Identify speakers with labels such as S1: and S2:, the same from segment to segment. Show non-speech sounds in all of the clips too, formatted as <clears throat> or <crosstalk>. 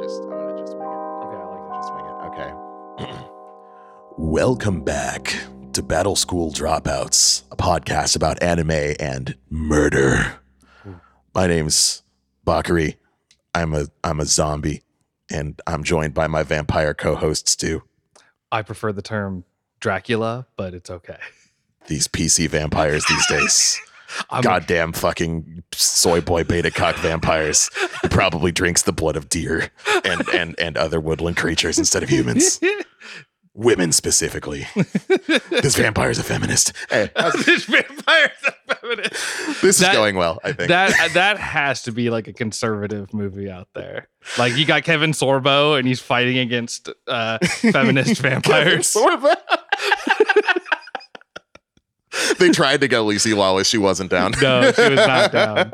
S1: just I'm gonna just wing it.
S2: Okay, I like
S1: I'm gonna just wing it. Okay.
S3: <clears throat> Welcome back to Battle School Dropouts, a podcast about anime and murder. My name's Bakari. I'm a I'm a zombie, and I'm joined by my vampire co-hosts too.
S2: I prefer the term Dracula, but it's okay. <laughs>
S3: These PC vampires these days.
S2: I'm <laughs>
S3: Goddamn fucking soy boy beta cock vampires. He probably drinks the blood of deer and, and, and other woodland creatures instead of
S2: <laughs>
S3: humans. Women specifically. This vampire's a feminist. Hey,
S2: this vampire is a feminist.
S3: this is
S2: That-
S3: going well, I <laughs> think.
S2: <laughs> That that has to be like a conservative movie out there. Like you got Kevin Sorbo and he's fighting against
S3: <laughs>
S2: uh, feminist vampires.
S3: Sorbo. they tried to go Lisi Lawless. She wasn't down. Oh,
S2: No, she was
S3: <laughs>
S2: not down.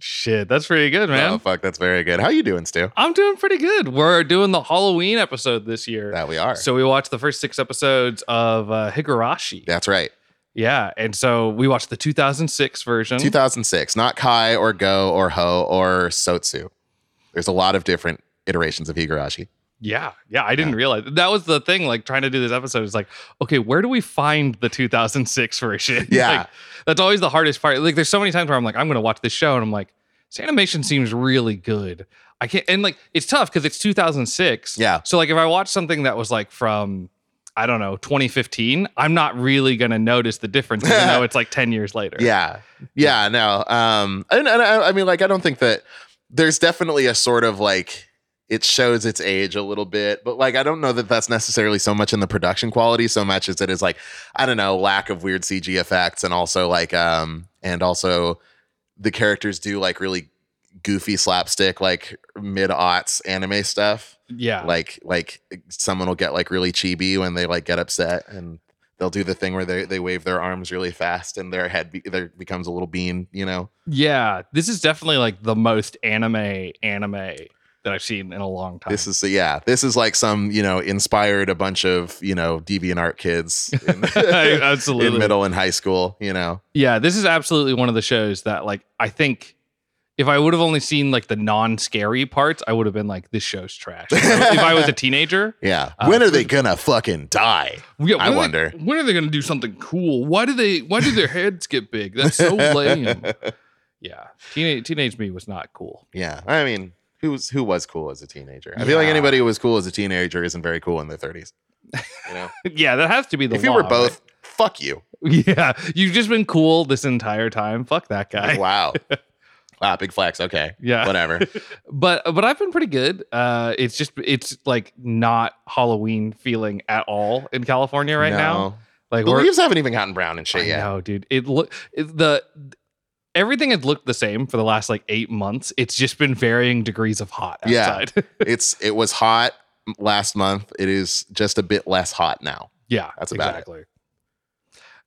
S2: Shit, that's pretty good, man.
S3: Oh fuck, that's very good. How you doing, Stu?
S2: I'm doing pretty good. We're doing the Halloween episode this year.
S3: That we are.
S2: So we watched the first six episodes of uh, Higurashi.
S3: that's right.
S2: Yeah, and so we watched the 2006 version.
S3: 2006, not Kai or Go or Ho or Sotsu. There's a lot of different iterations of Higurashi.
S2: yeah, yeah, I didn't realize that was the thing. Like trying to do this episode is like, okay, where do we find the 2006 version? <laughs>
S3: Yeah.
S2: Like, that's always the hardest part. Like, there's so many times where I'm like, I'm going to watch this show, and I'm like, this animation seems really good. I can't, and like, it's tough because it's 2006.
S3: Yeah.
S2: So like, if I watch something that was like from. I don't know, 2015. I'm not really gonna notice the difference,
S3: <laughs>
S2: even though it's like 10 years later.
S3: Yeah. Yeah. No. Um. And, and I, I mean, like, I don't think that there's definitely a sort of like it shows its age a little bit, but like, I don't know that that's necessarily so much in the production quality, so much as it is like, I don't know, lack of weird CG effects, and also like, um, and also the characters do like really goofy slapstick, like mid aughts anime stuff.
S2: yeah.
S3: like like someone will get like really chibi when they like get upset and they'll do the thing where they, they wave their arms really fast and their head be, there becomes a little bean you know
S2: Uh-huh. Yeah, this is definitely like the most anime anime that I've seen in a long time.
S3: this is yeah this is like some you know inspired a bunch of you know deviant art kids in, <laughs> in
S2: <laughs> absolutely
S3: middle and high school you know
S2: Yeah, this is absolutely one of the shows that like I think if I would have only seen like the non-scary parts, I would have been like, this show's trash. if
S3: <laughs>
S2: I was a teenager,
S3: yeah
S2: Uh,
S3: when are they gonna fucking die
S2: yeah,
S3: I
S2: when are they-
S3: wonder.
S2: when are they going to do something cool? Why do they? Why do their heads get big? That's
S3: <laughs>
S2: so lame. Yeah, teenage teenage me was not cool.
S3: yeah i mean who's who was cool as a teenager i feel like
S2: Yeah.
S3: anybody who was cool as a teenager isn't very cool in their 30s you know
S2: yeah, that has to be the.
S3: if you were
S2: law,
S3: both fuck you
S2: right? <laughs> yeah, you've just been cool this entire time. Fuck that guy.
S3: wow wow big flex okay
S2: <laughs> Yeah.
S3: whatever
S2: but but I've been pretty good. Uh, it's just it's like not Halloween feeling at all in California right now.
S3: No.
S2: Like
S3: the
S2: we're
S3: leaves haven't even gotten brown and shit
S2: <laughs> I
S3: yet.
S2: know, dude. It look it- the everything has looked the same for the last like eight months. It's just been varying degrees of hot
S3: Yeah.
S2: outside. <laughs>
S3: It's it was hot last month. It is just a bit less hot now.
S2: Yeah,
S3: That's about it.
S2: exactly.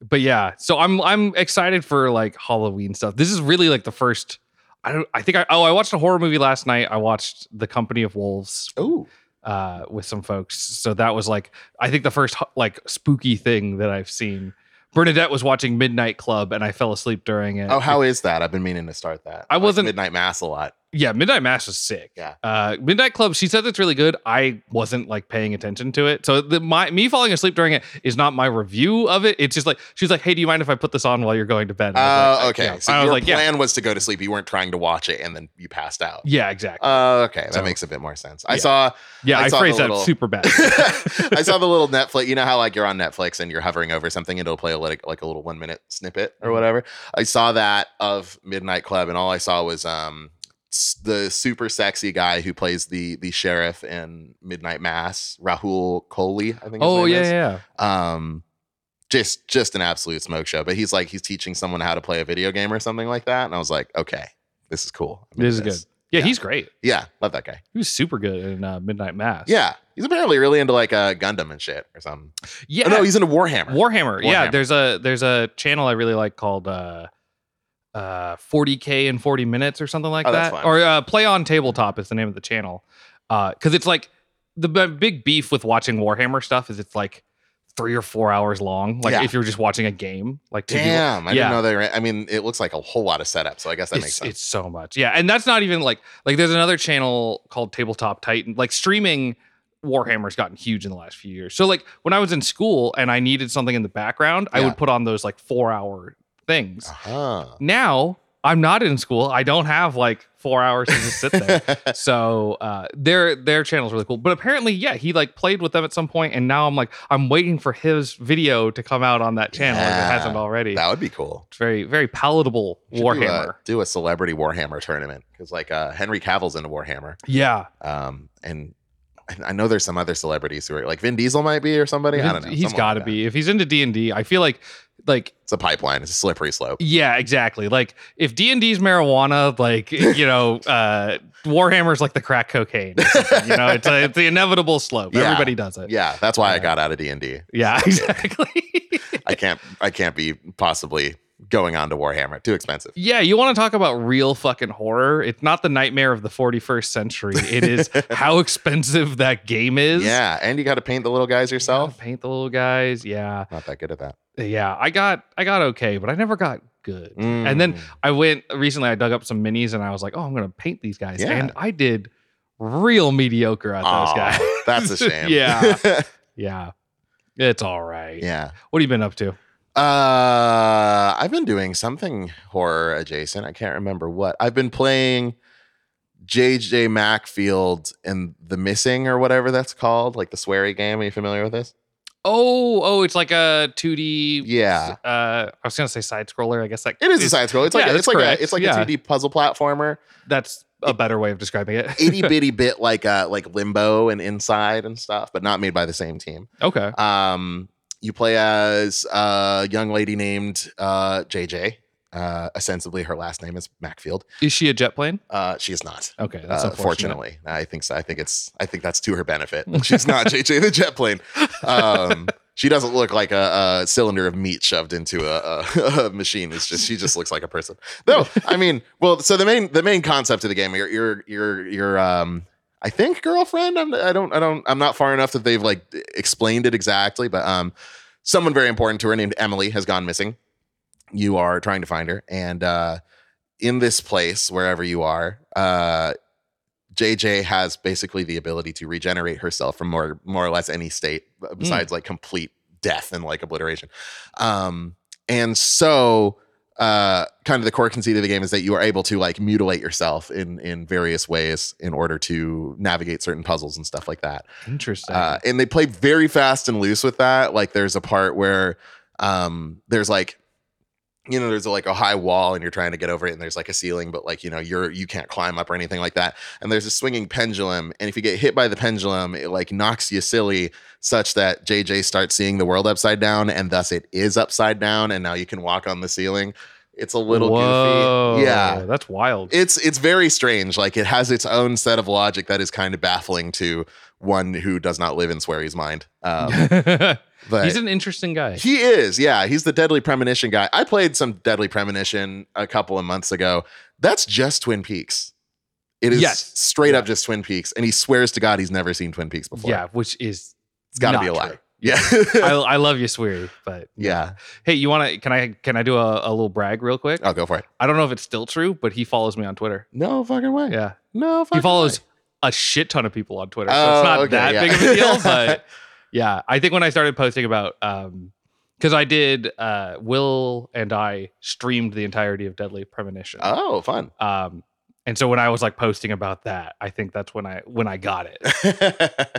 S2: But yeah, so I'm I'm excited for like Halloween stuff. This is really like the first. I don't. I think I oh I watched a horror movie last night. I watched The Company of Wolves
S3: Ooh.
S2: uh, with some folks. So that was like I think the first hu- like spooky thing that I've seen. Bernadette was watching Midnight Club and I fell asleep during it.
S3: Oh, how is that? I've been meaning to start that.
S2: I
S3: like
S2: wasn't-
S3: midnight mass a lot.
S2: Yeah, Midnight Mass was sick.
S3: Yeah.
S2: Uh, Midnight Club. She said it's really good. I wasn't like paying attention to it, so the, my me falling asleep during it is not my review of it. It's just like she's like, "Hey, do you mind if I put this on while you're going to bed?" And
S3: Oh,
S2: I was like,
S3: okay.
S2: yeah.
S3: So
S2: I
S3: your
S2: was like, "Yeah,
S3: plan was to go to sleep. You weren't trying to watch it, and then you passed out.
S2: yeah, exactly.
S3: Oh, okay. That
S2: So-
S3: makes a bit more sense. I
S2: Yeah.
S3: saw
S2: yeah,
S3: I
S2: I,
S3: saw the
S2: phrased that
S3: little-
S2: super
S3: <laughs>
S2: bad. <laughs>
S3: I saw the little Netflix. You know how like you're on Netflix and you're hovering over something, and it'll play a like, like a little one minute snippet or
S2: Mm-hmm.
S3: whatever. I saw that of Midnight Club, and all I saw was um s- the super sexy guy who plays the the sheriff in Midnight Mass, Rahul Kohli. I think. His
S2: oh
S3: name
S2: yeah,
S3: is.
S2: yeah.
S3: Um, just just an absolute smoke show. But he's like he's teaching someone how to play a video game or something like that, and I was like, okay, this is cool. I'm
S2: This is
S3: into
S2: good. Yeah,
S3: Yeah.
S2: he's great.
S3: Yeah, love that guy.
S2: He was super good in uh, Midnight Mass.
S3: Yeah, he's apparently really into like uh, Gundam and shit or something.
S2: yeah.
S3: Oh, no, he's into Warhammer.
S2: Warhammer. Yeah,
S3: Warhammer.
S2: there's a there's a channel I really like called uh uh 40k in 40 minutes or something like
S3: Oh, that's
S2: that.
S3: fun.
S2: Or uh Play on Tabletop is the name of the channel. Uh cuz it's like the b- big beef with watching Warhammer stuff is it's like three or four hours long. Like
S3: Yeah.
S2: if you're just watching a game, like two people-
S3: Damn, I
S2: Yeah.
S3: didn't know they. Ran, I mean, it looks like a whole lot of setup, so I guess that
S2: it's,
S3: makes sense.
S2: it's so much. Yeah, and that's not even like like there's another channel called Tabletop Titan. Like streaming Warhammer's gotten huge in the last few years. So like when I was in school and I needed something in the background, I
S3: Yeah.
S2: would put on those like 4-hour things.
S3: Uh-huh. <laughs>
S2: Now, I'm not in school. I don't have like 4 hours to just sit
S3: <laughs>
S2: there. so uh their their channel's really cool but apparently yeah he like played with them at some point and now i'm like i'm waiting for his video to come out on that channel if
S3: Yeah.
S2: it hasn't already
S3: that would be cool.
S2: it's very very palatable
S3: Should do a-
S2: warhammer
S3: Do a, celebrity Warhammer tournament because like uh, Henry Cavill's into Warhammer,
S2: yeah
S3: um, and and I know there's some other celebrities who are like Vin Diesel might be or somebody. I don't know.
S2: he's
S3: someone
S2: got to
S3: like that.
S2: be if he's into d&d i feel like like
S3: It's a pipeline. It's a slippery slope.
S2: yeah exactly like if d&d's marijuana like
S3: <laughs>
S2: you know uh warhammer's like the crack cocaine or something, you know it's, a, it's the inevitable slope
S3: Yeah.
S2: everybody does it
S3: Yeah, that's why I
S2: Yeah.
S3: got out of D and D.
S2: yeah <laughs> exactly
S3: I can't. I can't be possibly going on to Warhammer. Too expensive.
S2: Yeah, you want to talk about real fucking horror? It's not the nightmare of the 41st century.
S3: <laughs>
S2: It is how expensive that game is.
S3: Yeah, and you got to paint the little guys
S2: You gotta
S3: yourself.
S2: paint the little guys. Yeah,
S3: Not that good at that.
S2: yeah. I got I got okay, but I never got good. And then
S3: Mm.
S2: I went recently. I dug up some minis and I was like, oh, I'm gonna paint these guys,
S3: Yeah.
S2: and I did real mediocre at those
S3: Aw,
S2: guys. <laughs>
S3: That's a shame.
S2: Yeah. yeah, it's all right.
S3: <laughs> yeah.
S2: What have you been up to?
S3: Uh, I've been doing something horror adjacent. I can't remember what. I've been playing JJ Macfield and The Missing or whatever that's called, like the sweary game. Are you familiar with this?
S2: Oh, oh, it's like a 2D.
S3: Yeah.
S2: Uh, I was gonna say side scroller. I guess that
S3: It is a side scroll. It's like
S2: yeah,
S3: a, it's
S2: that's
S3: like
S2: correct.
S3: a, it's like
S2: Yeah.
S3: a 2D puzzle
S2: <laughs>
S3: platformer.
S2: That's a better way of describing it. <laughs>
S3: Itty bitty bit like uh like limbo and inside and stuff, but not made by the same team.
S2: okay.
S3: Um, you play as a young lady named uh, JJ. Uh, ostensibly, her last name is Macfield.
S2: Is she a jet plane?
S3: Uh, she is not.
S2: Okay, that's
S3: uh,
S2: unfortunate.
S3: fortunately, I think so. I think it's. I think that's to her
S2: <laughs>
S3: benefit. She's not JJ the jet plane. Um, she doesn't look like a, a cylinder of meat shoved into a, <laughs> a, a machine. It's just she just looks like a person. No, I mean, well, so the main the main concept of the game, your your your your um, I think girlfriend. I'm, I don't I don't I'm not far enough that they've like explained it exactly, but um, someone very important to her named Emily has gone missing. You are trying to find her, and uh, in this place, wherever you are, uh, JJ has basically the ability to regenerate herself from more more or less any state besides like complete death and like obliteration. Um, and so uh kind of the core conceit of the game is that you are able to like mutilate yourself in in various ways in order to navigate certain puzzles and stuff like that.
S2: Interesting.
S3: Uh, and they play very fast and loose with that. Like there's a part where um, there's like, you know, there's like a high wall and you're trying to get over it, and there's like a ceiling, but like you know, you're you can't climb up or anything like that. And there's a swinging pendulum, and if you get hit by the pendulum, it like knocks you silly, such that JJ starts seeing the world upside down, and thus it is upside down, and now you can walk on the ceiling. It's a little
S2: Whoa,
S3: goofy, yeah
S2: That's wild. <laughs>
S3: it's it's very strange. Like it has its own set of logic that is kind of baffling to one who does not live in Sweary's mind. Um,
S2: <laughs>
S3: but
S2: He's an interesting guy.
S3: he is, yeah, he's the Deadly Premonition guy. I played some Deadly Premonition a couple of months ago. That's just Twin Peaks. It is
S2: Yes.
S3: straight up
S2: Yeah.
S3: just Twin Peaks, and he swears to God he's never seen Twin Peaks before.
S2: Yeah, which is
S3: it's got to
S2: not
S3: be a lie.
S2: true.
S3: Yeah, <laughs>
S2: I, I love you, Sweary, but
S3: yeah.
S2: Hey, you want to? Can I? Can I do a, a little brag real quick?
S3: I'll go for it.
S2: I don't know if it's still true, but he follows me on Twitter.
S3: No fucking way.
S2: Yeah,
S3: No fucking
S2: he follows
S3: way.
S2: a shit ton of people on Twitter. so
S3: Oh,
S2: it's not
S3: okay,
S2: that
S3: yeah.
S2: big of
S3: <laughs>
S2: a deal, but yeah, I think when I started posting about um because I did uh Will and I streamed the entirety of Deadly Premonition.
S3: Oh, fun. <laughs>
S2: Um and so when I was like posting about that, I think that's when I when I
S3: <laughs>
S2: got it.
S3: he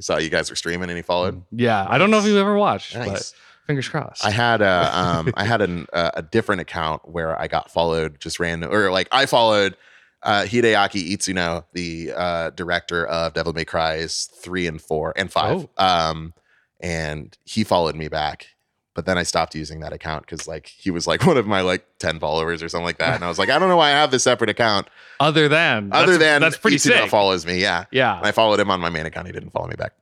S3: saw you guys were streaming, and he followed.
S2: Yeah, I don't know if
S3: Nice.
S2: you ever watched,
S3: Nice.
S2: Mm, but fingers crossed.
S3: I had a um, I had an, uh, a different account where I got followed just random or like I followed uh, Hideaki Itsuno, the uh, director of Devil May Cry's three and four and five,
S2: Oh.
S3: um, and he followed me back. But then I stopped using that account because like he was like <laughs> one of my like ten followers or something like that, and I was like, I don't know why I have this separate account
S2: other than
S3: other
S2: that's-
S3: than
S2: that's pretty
S3: Itsuno
S2: sick.
S3: follows me. Yeah,
S2: Yeah.
S3: and I followed him on my main account. He didn't follow me back.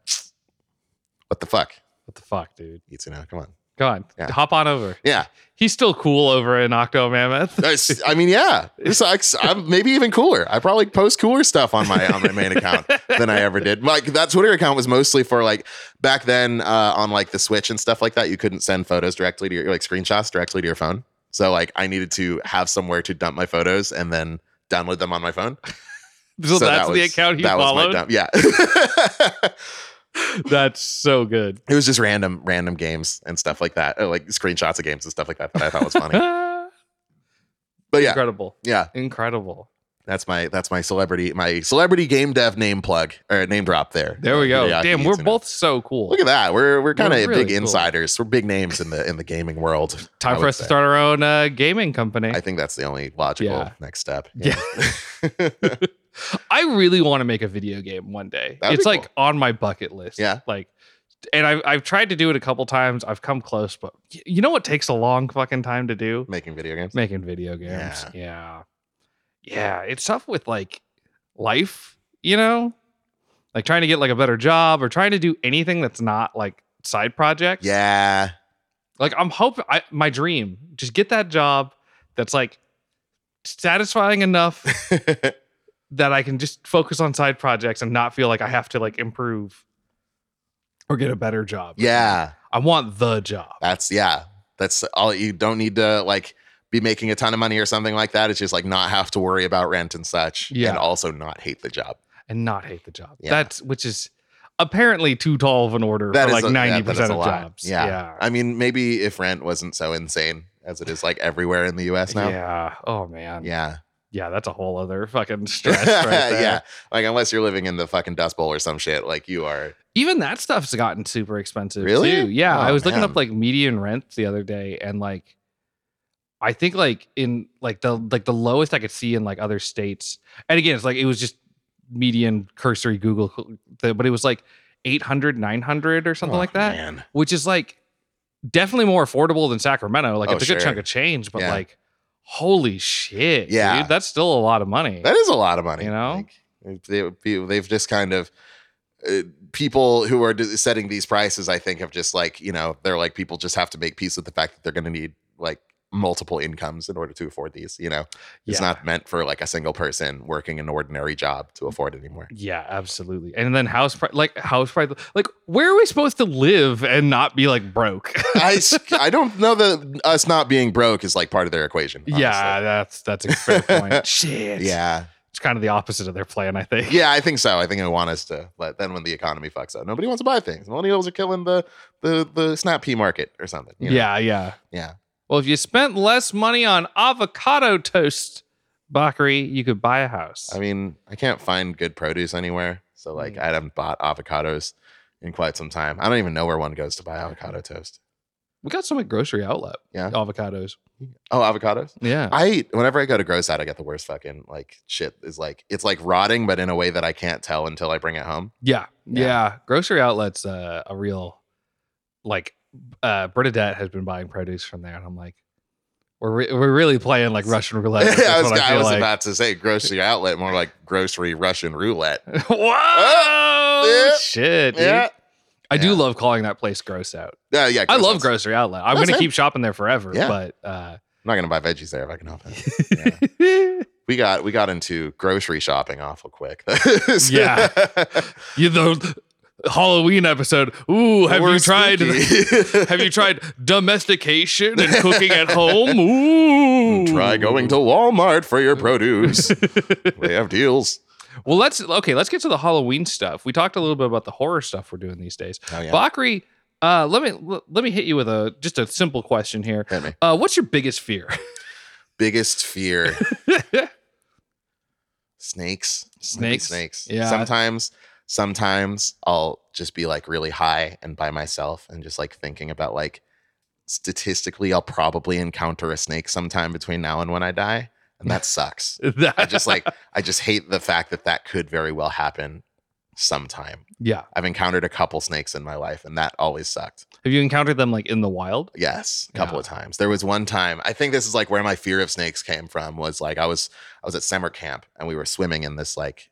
S3: What the fuck,
S2: what the fuck, dude?
S3: Itsuno? Come on.
S2: Go on,
S3: Yeah.
S2: hop on over.
S3: Yeah.
S2: He's still cool over in Octo Mammoth.
S3: I s- I mean, yeah, It's like- I'm maybe even cooler. I probably post cooler stuff on my on my main account than I ever did. Like that Twitter account was mostly for like back then uh, on like the Switch and stuff like that. You couldn't send photos directly to your like screenshots directly to your phone. So like I needed to have somewhere to dump my photos and then download them on my phone.
S2: <laughs> So,
S3: that
S2: that's the
S3: was-
S2: account he
S3: that was my
S2: followed.
S3: dump. Yeah, <laughs>
S2: That's so good.
S3: it was just random random games and stuff like that, or, like screenshots of games and stuff like that that I thought was
S2: <laughs>
S3: funny. But yeah,
S2: Ah, Incredible.
S3: yeah,
S2: Incredible.
S3: That's my that's my celebrity my celebrity game dev name plug or name drop there.
S2: There we go.
S3: Hideaki
S2: Damn, we're
S3: Itsuno.
S2: both so cool.
S3: Look at that. We're we're kind of
S2: We're really
S3: big
S2: cool.
S3: insiders. We're big names in the in the gaming world. I
S2: Time for
S3: would
S2: us to
S3: say.
S2: start our own uh, gaming company.
S3: I think that's the only logical
S2: Yeah.
S3: next step.
S2: Yeah. I really want to make a video game one day.
S3: That'd be
S2: it's like
S3: cool.
S2: on my bucket list.
S3: Yeah.
S2: Like, and I've, I've tried to do it a couple times. I've come close, but y- you know what takes a long fucking time to do?
S3: <laughs> Making video games.
S2: Making video games. Yeah. Yeah. It's tough with like life, you know? Like trying to get like a better job or trying to do anything that's not like side projects.
S3: Yeah. <laughs>
S2: Like I'm hoping I, my dream, just get that job that's like satisfying
S3: <laughs>
S2: enough that I can just focus on side projects and not feel like I have to like improve or get a better job.
S3: yeah.
S2: I want the job.
S3: That's yeah. That's all you don't need to like be making a ton of money or something like that. It's just like not have to worry about rent and such.
S2: Yeah.
S3: And also not hate the job.
S2: and not hate the job.
S3: Yeah.
S2: That's which is apparently too tall of an order
S3: That
S2: for
S3: is
S2: like
S3: a- yeah, that
S2: ninety
S3: is
S2: percent
S3: a
S2: of
S3: lot.
S2: jobs.
S3: Yeah.
S2: yeah,
S3: I mean, maybe if rent wasn't so insane as it is like everywhere in the US now.
S2: Yeah. Oh man, yeah.
S3: yeah.
S2: that's a whole
S3: <laughs>
S2: other fucking stress. Right there.
S3: yeah. Like unless you're living in the fucking dust bowl or some shit, like you are.
S2: even that stuff's gotten super expensive
S3: Really?
S2: too. Yeah,
S3: Oh,
S2: I was looking
S3: man.
S2: up like median rents the other day, and like, I think like in like the like the lowest I could see in like other states, and again, it's like it was just median cursory Google, cl- th- but it was like 800, 900 or something
S3: Oh,
S2: like that,
S3: Man.
S2: which is like definitely more affordable than Sacramento. Like
S3: Oh,
S2: it's a good
S3: sure.
S2: chunk of change, but
S3: Yeah.
S2: like, holy shit,
S3: Yeah.
S2: dude, that's still a lot of money.
S3: That is a lot of money.
S2: You know?
S3: Like, they, they- they've just kind of. Uh, people who are d- setting these prices, I think, have just like, you know, they're like, people just have to make peace with the fact that they're going to need like multiple incomes in order to afford these. You know, it's
S2: Yeah.
S3: not meant for like a single person working an ordinary job
S2: Mm.
S3: to afford
S2: <laughs>
S3: anymore.
S2: Yeah, absolutely. And then house pri- like house price like where are we supposed to live and not be like broke? <laughs>
S3: I, s- I don't know that us not being broke is like part of their equation.
S2: yeah, that's that's a
S3: <laughs>
S2: fair point. Shit.
S3: honestly. Yeah.
S2: It's kind of the opposite of their plan, I think.
S3: Yeah, I think so. I think they want us to. But then when the economy fucks up, nobody wants to buy things. Millennials are killing the the the snap pea market or something. you know?
S2: Yeah, yeah.
S3: yeah.
S2: Well, if you spent less money on avocado toast, Bakri, you could buy a house.
S3: I mean, I can't find good produce anywhere, so like
S2: Mm.
S3: I haven't bought avocados in quite some time. I don't even know where one goes to buy avocado toast.
S2: we got some at grocery outlet.
S3: Yeah.
S2: Avocados.
S3: Oh, avocados.
S2: Yeah.
S3: I whenever I go to Gross Out, I get the worst fucking like shit. Is like it's like rotting, but in a way that I can't tell until I bring it home.
S2: yeah. Yeah.
S3: Yeah.
S2: Grocery outlets uh, a real like uh Bernadette has been buying produce from there and I'm like we're, re- we're really playing like
S3: <laughs>
S2: Russian roulette. That's
S3: I was,
S2: what
S3: I
S2: feel
S3: was
S2: like.
S3: about to say grocery outlet, more like grocery Russian
S2: <laughs>
S3: roulette. <laughs>
S2: Whoa!
S3: Yeah.
S2: Shit, dude.
S3: Yeah,
S2: I do
S3: Yeah.
S2: love calling that place gross out.
S3: yeah, yeah.
S2: I love
S3: Outlet's-
S2: grocery outlet. I'm
S3: Yeah,
S2: going to
S3: same.
S2: keep shopping there forever,
S3: Yeah.
S2: but uh,
S3: I'm not gonna buy veggies there if I can help it. Yeah. we got we got into grocery shopping awful quick. <laughs>
S2: Yeah. <laughs> you the Halloween episode. Ooh, have you tried
S3: <laughs>
S2: have you tried domestication and cooking at home? Ooh.
S3: try going to Walmart for your produce?
S2: <laughs>
S3: they have deals.
S2: Well, let's okay, let's get to the Halloween stuff. We talked a little bit about the horror stuff we're doing these days.
S3: Oh yeah,
S2: Bakri, uh, let me let me hit you with a just a simple question here.
S3: Hit me.
S2: Uh, what's your biggest fear? <laughs>
S3: Biggest fear: snakes. Might be
S2: Snakes?
S3: Snakes.
S2: Yeah.
S3: Sometimes, sometimes I'll just be like really high and by myself, and just like thinking about like statistically, I'll probably encounter a snake sometime between now and when I die, and that sucks. I
S2: that,
S3: just like I just hate the fact that that could very well happen sometime.
S2: <laughs> yeah.
S3: I've encountered a couple snakes in my life, and that always sucked.
S2: Have you encountered them like in the wild?
S3: Yes, a couple
S2: Yeah.
S3: of times. There was one time. I think this is like where my fear of snakes came from. Was like I was I was at summer camp and we were swimming in this like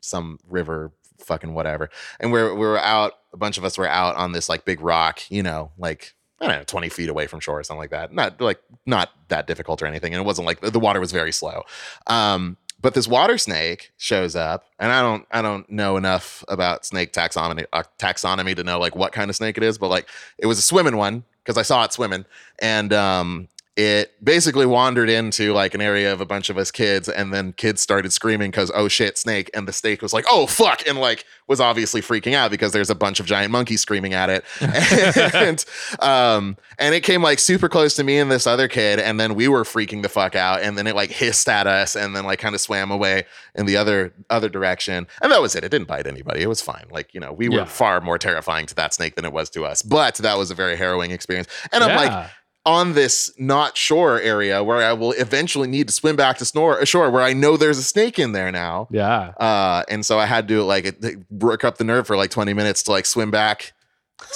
S3: some river fucking whatever, and we're we were out. A bunch of us were out on this like big rock, you know, like I don't know, 20 feet away from shore or something like that. Not like not that difficult or anything. And it wasn't like the water was very slow. Um, but this water snake shows up, and I don't I don't know enough about snake taxonomy uh, taxonomy to know like what kind of snake it is, but like it was a swimming one because I saw it swimming, and um, it basically wandered into like an area of a bunch of us kids, and then kids started screaming because oh shit snake, and the snake was like oh fuck, and like was obviously freaking out because there's a bunch of giant monkeys screaming at it, <laughs> and um, and it came like super close to me and this other kid, and then we were freaking the fuck out, and then it like hissed at us, and then like kind of swam away in the other other direction, and that was it. It didn't bite anybody. It was fine. Like you know, we were
S2: Yeah.
S3: far more terrifying to that snake than it was to us, but that was a very harrowing experience. And I'm like,
S2: Yeah.
S3: on this not shore area where I will eventually need to swim back to snore shore where I know there's a snake in there now.
S2: yeah.
S3: Uh, and so I had to like it- work up the nerve for like 20 minutes to like swim back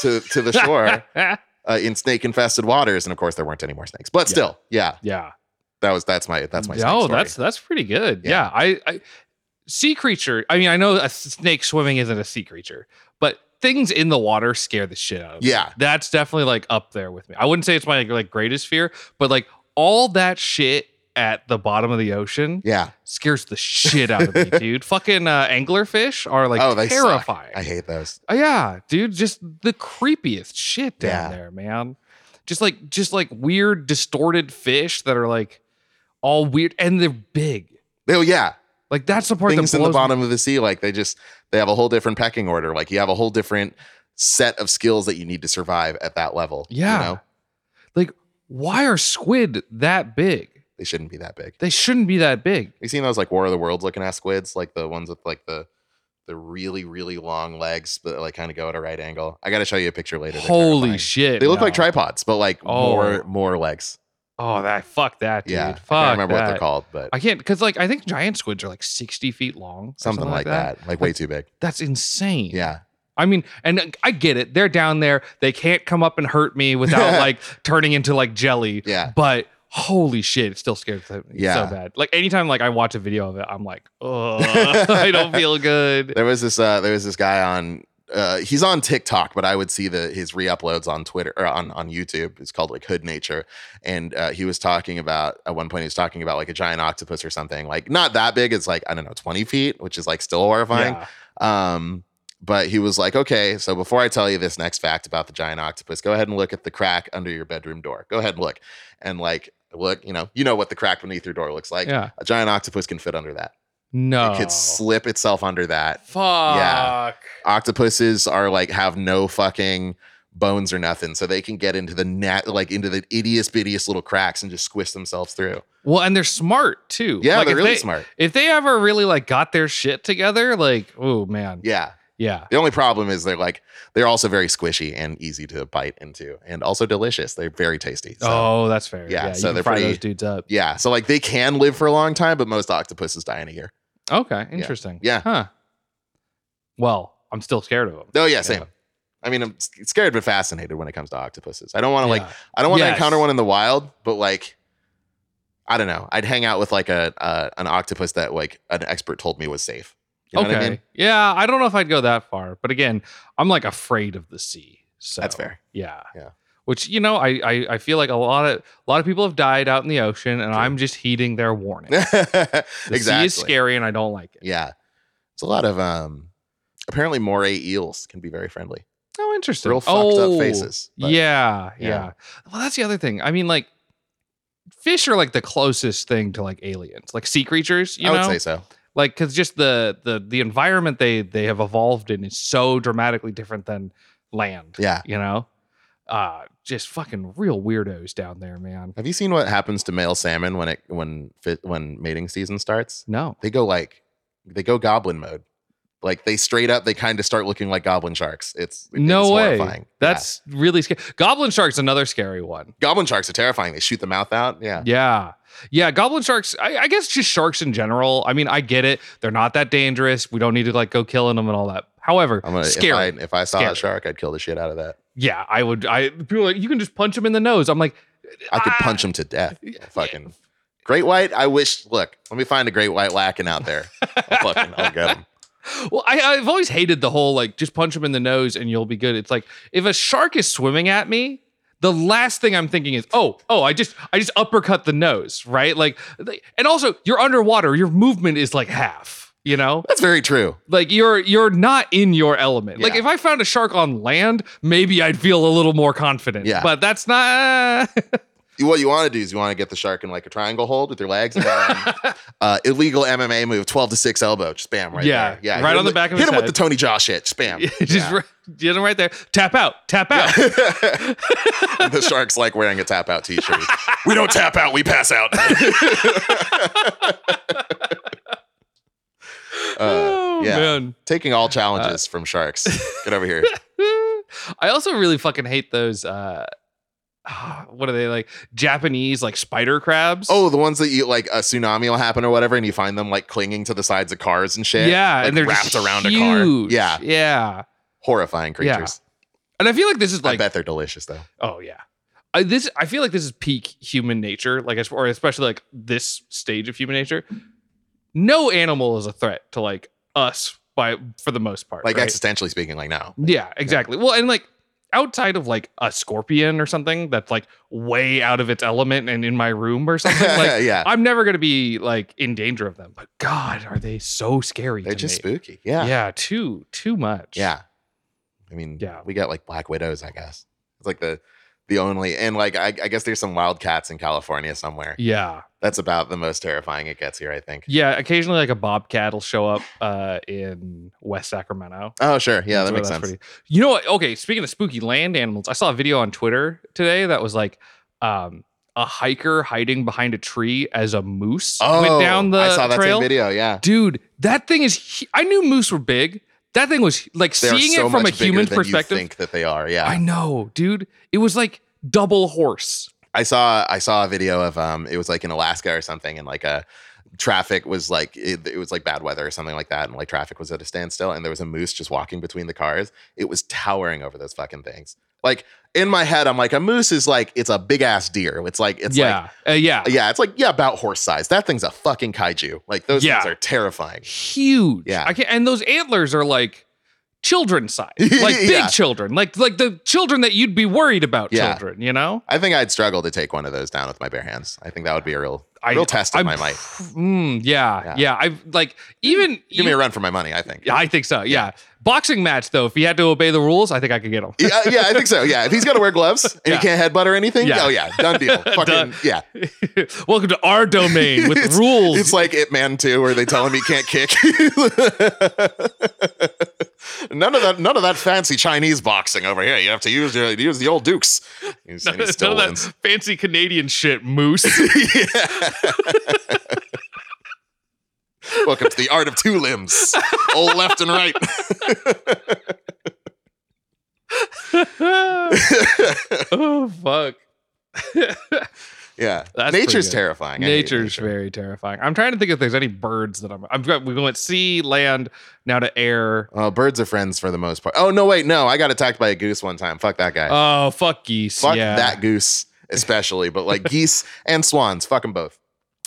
S3: to to the shore uh, in snake infested waters, and of course there weren't any more snakes. But
S2: Yeah.
S3: still, yeah,
S2: <laughs> yeah.
S3: that was that's my that's my. snake
S2: No,
S3: story.
S2: oh, that's that's pretty good.
S3: Yeah.
S2: Yeah. I, I sea creature. I mean, I know a s- snake swimming isn't a sea creature, but things in the water scare the shit out of me.
S3: yeah,
S2: That's definitely like up there with me. I wouldn't say it's my like greatest fear, but like all that shit at the bottom of the ocean
S3: yeah.
S2: scares the shit
S3: <laughs>
S2: out of me, dude. Fucking uh, anglerfish are like
S3: Oh, they suck.
S2: terrifying.
S3: I hate those.
S2: Uh, yeah, dude, just the creepiest shit down
S3: Yeah.
S2: there, man. Just like just like weird distorted fish that are like all weird and they're big.
S3: Oh yeah,
S2: Like that's the part
S3: things
S2: that
S3: in the
S2: blows me-
S3: bottom of the sea, like they just they have a whole different pecking order. Like you have a whole different set of skills that you need to survive at that level. you
S2: Yeah.
S3: know?
S2: Like why are squid that big?
S3: they shouldn't be that big.
S2: They shouldn't be that big.
S3: You seen those like War of the Worlds looking ass squids, like the ones with like the the really really long legs that like kind of go at a right angle. I got to show you a picture later. They're
S2: Holy
S3: terrifying.
S2: shit.
S3: They look like
S2: no.
S3: tripods, but like
S2: Oh.
S3: more more legs.
S2: Oh, that fuck that, dude.
S3: Yeah,
S2: fuck.
S3: I can't remember what
S2: that.
S3: they're called, but
S2: I can't because like I think giant squids are like sixty feet long, or
S3: something, like that. Like way too big.
S2: That's insane.
S3: Yeah,
S2: I mean, and I get it. They're down there. They can't come up and hurt
S3: <laughs>
S2: me without like turning into like jelly.
S3: yeah,
S2: But holy shit, it still scares me
S3: Yeah.
S2: so bad. Like anytime like I watch a video of it, I'm like,
S3: <laughs>
S2: oh, I don't feel good.
S3: There was this uh there was this guy on uh he's on TikTok, but I would see the his re-uploads on Twitter or on, on YouTube. It's called like Hood Nature. And uh he was talking about at one point he was talking about like a giant octopus or something. Like not that big, it's like, I don't know, 20 feet, which is like still horrifying.
S2: Yeah.
S3: Um but he was like, okay, so before I tell you this next fact about the giant octopus, go ahead and look at the crack under your bedroom door. Go ahead and look. And like look, you know, you know what the crack beneath your door looks like.
S2: yeah.
S3: A giant octopus can fit under that.
S2: No.
S3: It could slip itself under that
S2: Fuck.
S3: Yeah. octopuses are like have no fucking bones or nothing so they can get into the net like into the ittiest bittiest little cracks and just squish themselves through
S2: Well, and they're smart too.
S3: yeah
S2: Like,
S3: they're
S2: if
S3: really
S2: they,
S3: smart
S2: If they ever really like got their shit together, like, oh man.
S3: yeah
S2: Yeah.
S3: the only problem is they're like they're also very squishy and easy to bite into and also delicious they're very tasty so.
S2: oh, that's fair.
S3: yeah,
S2: Yeah.
S3: so
S2: you can
S3: they're
S2: fry
S3: pretty-
S2: those dudes up.
S3: yeah so like they can live for a long time but most octopuses die in a year
S2: Okay, interesting.
S3: Yeah.
S2: Huh. Well, I'm still scared of them.
S3: oh yeah same
S2: Yeah.
S3: i mean i'm s- scared but fascinated when it comes to octopuses i don't want to like
S2: Yeah.
S3: I don't want to
S2: Yes.
S3: encounter one in the wild, but like, I don't know. I'd hang out with like a uh, an octopus that like an expert told me was safe. You know
S2: okay.
S3: what I mean?
S2: Yeah, I don't know if I'd go that far, but again, I'm like afraid of the sea. So
S3: That's fair.
S2: Yeah.
S3: Yeah.
S2: Which you know, I, I I feel like a lot of a lot of people have died out in the ocean, and
S3: True.
S2: I'm just heeding
S3: <laughs>
S2: their warning. The sea
S3: exactly.
S2: is scary, and I don't like it.
S3: Yeah, it's a lot of um. Apparently, moray eels can be very friendly.
S2: Oh, interesting.
S3: Real fucked
S2: oh,
S3: up faces. but-
S2: Yeah,
S3: Yeah.
S2: yeah. Well, that's the other thing. I mean, like fish are like the closest thing to like aliens, like sea creatures. You
S3: I would
S2: know,
S3: say so.
S2: like because just the the the environment they they have evolved in is so dramatically different than land
S3: Yeah.
S2: you know uh just fucking real weirdos down there man
S3: Have you seen what happens to male salmon when it when fit, when mating season starts?
S2: no
S3: They go like they go goblin mode. Like they straight up, they kind of start looking like goblin sharks. It's
S2: no
S3: it's
S2: way
S3: horrifying. Yeah.
S2: that's really scary goblin shark's another scary one
S3: goblin sharks are terrifying. They shoot the mouth out. Yeah.
S2: yeah yeah goblin sharks I, I guess just sharks in general i mean i get it they're not that dangerous we don't need to like go killing them and all that however
S3: I'm gonna
S2: scary
S3: if I if I saw
S2: Scary.
S3: a shark, I'd kill the shit out of that.
S2: yeah i would i people are like you can just punch them in the nose i'm like
S3: I could
S2: Ah.
S3: punch him to
S2: <laughs>
S3: death. Fucking great white. I wish. Look, let me find a great white lacking out
S2: <laughs>
S3: there. I'll fucking, I'll get him.
S2: Well, I, I've always hated the whole like just punch him in the nose and you'll be good. It's like if a shark is swimming at me, the last thing I'm thinking is, oh, oh, I just I just uppercut the nose, right? Like, they- and also you're underwater, your movement is like half. You know,
S3: That's very true.
S2: like you're you're not in your element. Like
S3: Yeah.
S2: if I found a shark on land, maybe I'd feel a little more confident.
S3: Yeah.
S2: but that's not. <laughs>
S3: What you want to do is you want to get the shark in like a triangle hold with your legs. And then,
S2: <laughs>
S3: uh, illegal MMA move, twelve to six elbow, just bam right
S2: Yeah,
S3: there. Yeah,
S2: right
S3: hit
S2: on the
S3: him-
S2: back of
S3: hit
S2: his
S3: him with the
S2: head.
S3: Tony Jaw shit. Spam.
S2: just
S3: Yeah. Uh,
S2: right, get him right there. Tap out. Tap
S3: <laughs>
S2: out.
S3: the shark's like wearing a tap out t-shirt. we don't tap out, we pass out. <laughs> Uh,
S2: <laughs> oh
S3: yeah.
S2: man.
S3: Uh, Taking all challenges from sharks. Get over
S2: <laughs>
S3: here.
S2: I also really fucking hate those. uh ah, What are they like? Japanese like spider crabs?
S3: Oh, the ones that you like a tsunami will happen or whatever, and you find them like clinging to the sides of cars and shit.
S2: yeah,
S3: like,
S2: and they're
S3: wrapped
S2: just
S3: around
S2: huge.
S3: a car. Yeah,
S2: yeah.
S3: horrifying creatures.
S2: And I feel like this is
S3: I
S2: like
S3: bet they're delicious though.
S2: oh yeah. I, this I feel like this is peak human nature, like as- or especially like this stage of human nature. No animal is a threat to like us by for the most part.
S3: Like
S2: right?
S3: existentially speaking, like now.
S2: Yeah, exactly. Well, and like outside of like a scorpion or something that's like way out of its element and in my room or something,
S3: <laughs>
S2: like
S3: yeah,
S2: I'm never gonna be like in danger of them. But God, are they so scary?
S3: they're
S2: to
S3: just
S2: me.
S3: spooky.
S2: Yeah.
S3: Yeah. yeah,
S2: too too much.
S3: I mean,
S2: Yeah.
S3: we got like black widows. I guess it's like the the only and like I, I guess there's some wildcats in California somewhere.
S2: yeah,
S3: That's about the most terrifying it gets here. I think.
S2: yeah. Occasionally, like a bobcat will show up uh, in West Sacramento.
S3: Oh sure, yeah,
S2: That's
S3: that
S2: where
S3: makes
S2: that's
S3: sense.
S2: pretty- you know what? Okay, speaking of spooky land animals, I saw a video on Twitter today that was like um, a hiker hiding behind a tree as a moose
S3: oh,
S2: went down the
S3: I saw that
S2: trail.
S3: same video. Yeah,
S2: Dude, that thing is. hu- I knew moose were big. That thing was like
S3: They are
S2: seeing
S3: so
S2: it from a
S3: much bigger
S2: human
S3: than you
S2: perspective.
S3: think that they are. Yeah,
S2: I know, dude. It was like double horse.
S3: I saw I saw a video of um it was like in Alaska or something and like a traffic was like it, it was like bad weather or something like that and like traffic was at a standstill and there was a moose just walking between the cars. It was towering over those fucking things. Like in my head I'm like a moose is like it's a big ass deer. It's like it's
S2: yeah, Uh, yeah,
S3: like yeah, it's like yeah about horse size. That thing's a fucking kaiju. Like those
S2: Yeah.
S3: things are terrifying.
S2: huge.
S3: Yeah.
S2: I can And those antlers are like
S3: <laughs>
S2: children size, like big
S3: Yeah.
S2: children, like like the children that you'd be worried about.
S3: Yeah.
S2: Children, you know.
S3: I think I'd struggle to take one of those down with my bare hands. I think that would be a real
S2: I-
S3: real test of
S2: I'm
S3: my might.
S2: <sighs> pr- Mm, yeah,
S3: Yeah.
S2: yeah, I've like even. e-,
S3: Give me a run for my money, I think.
S2: I think so. Yeah. Boxing match though, if he had to obey the rules, I think I could get him. <laughs>
S3: yeah, yeah, I think so. Yeah, if he's got to wear gloves and
S2: Yeah.
S3: he can't headbutt or anything,
S2: Yeah.
S3: oh yeah, done
S2: <laughs>
S3: deal. Fucking
S2: Done.
S3: yeah.
S2: Welcome to our
S3: <laughs>
S2: domain with
S3: It's-
S2: rules. <laughs>
S3: It's like It Man Two, where they tell him he can't kick. <laughs> none of that, none of that fancy Chinese boxing over here. You have to use your use the old dukes. He's, and he still
S2: <laughs> None of
S3: wins. <laughs>
S2: that fancy Canadian shit, Moose.
S3: <laughs>
S2: <laughs>
S3: Welcome to the art of two limbs, old left and
S2: <laughs>
S3: right.
S2: oh fuck.
S3: yeah,
S2: That's pretty
S3: nature's
S2: good.
S3: terrifying. I hate
S2: Nature's
S3: nature.
S2: very terrifying. I'm trying to think if there's any birds that I'm. I've got. We went sea, land, now to air.
S3: Oh, birds are friends for the most part. Oh no, wait, no, I got attacked by a goose one time. Fuck that guy.
S2: Oh fuck geese.
S3: Fuck
S2: yeah.
S3: that goose, especially, but
S2: <laughs>
S3: like geese and swans, fuck them both.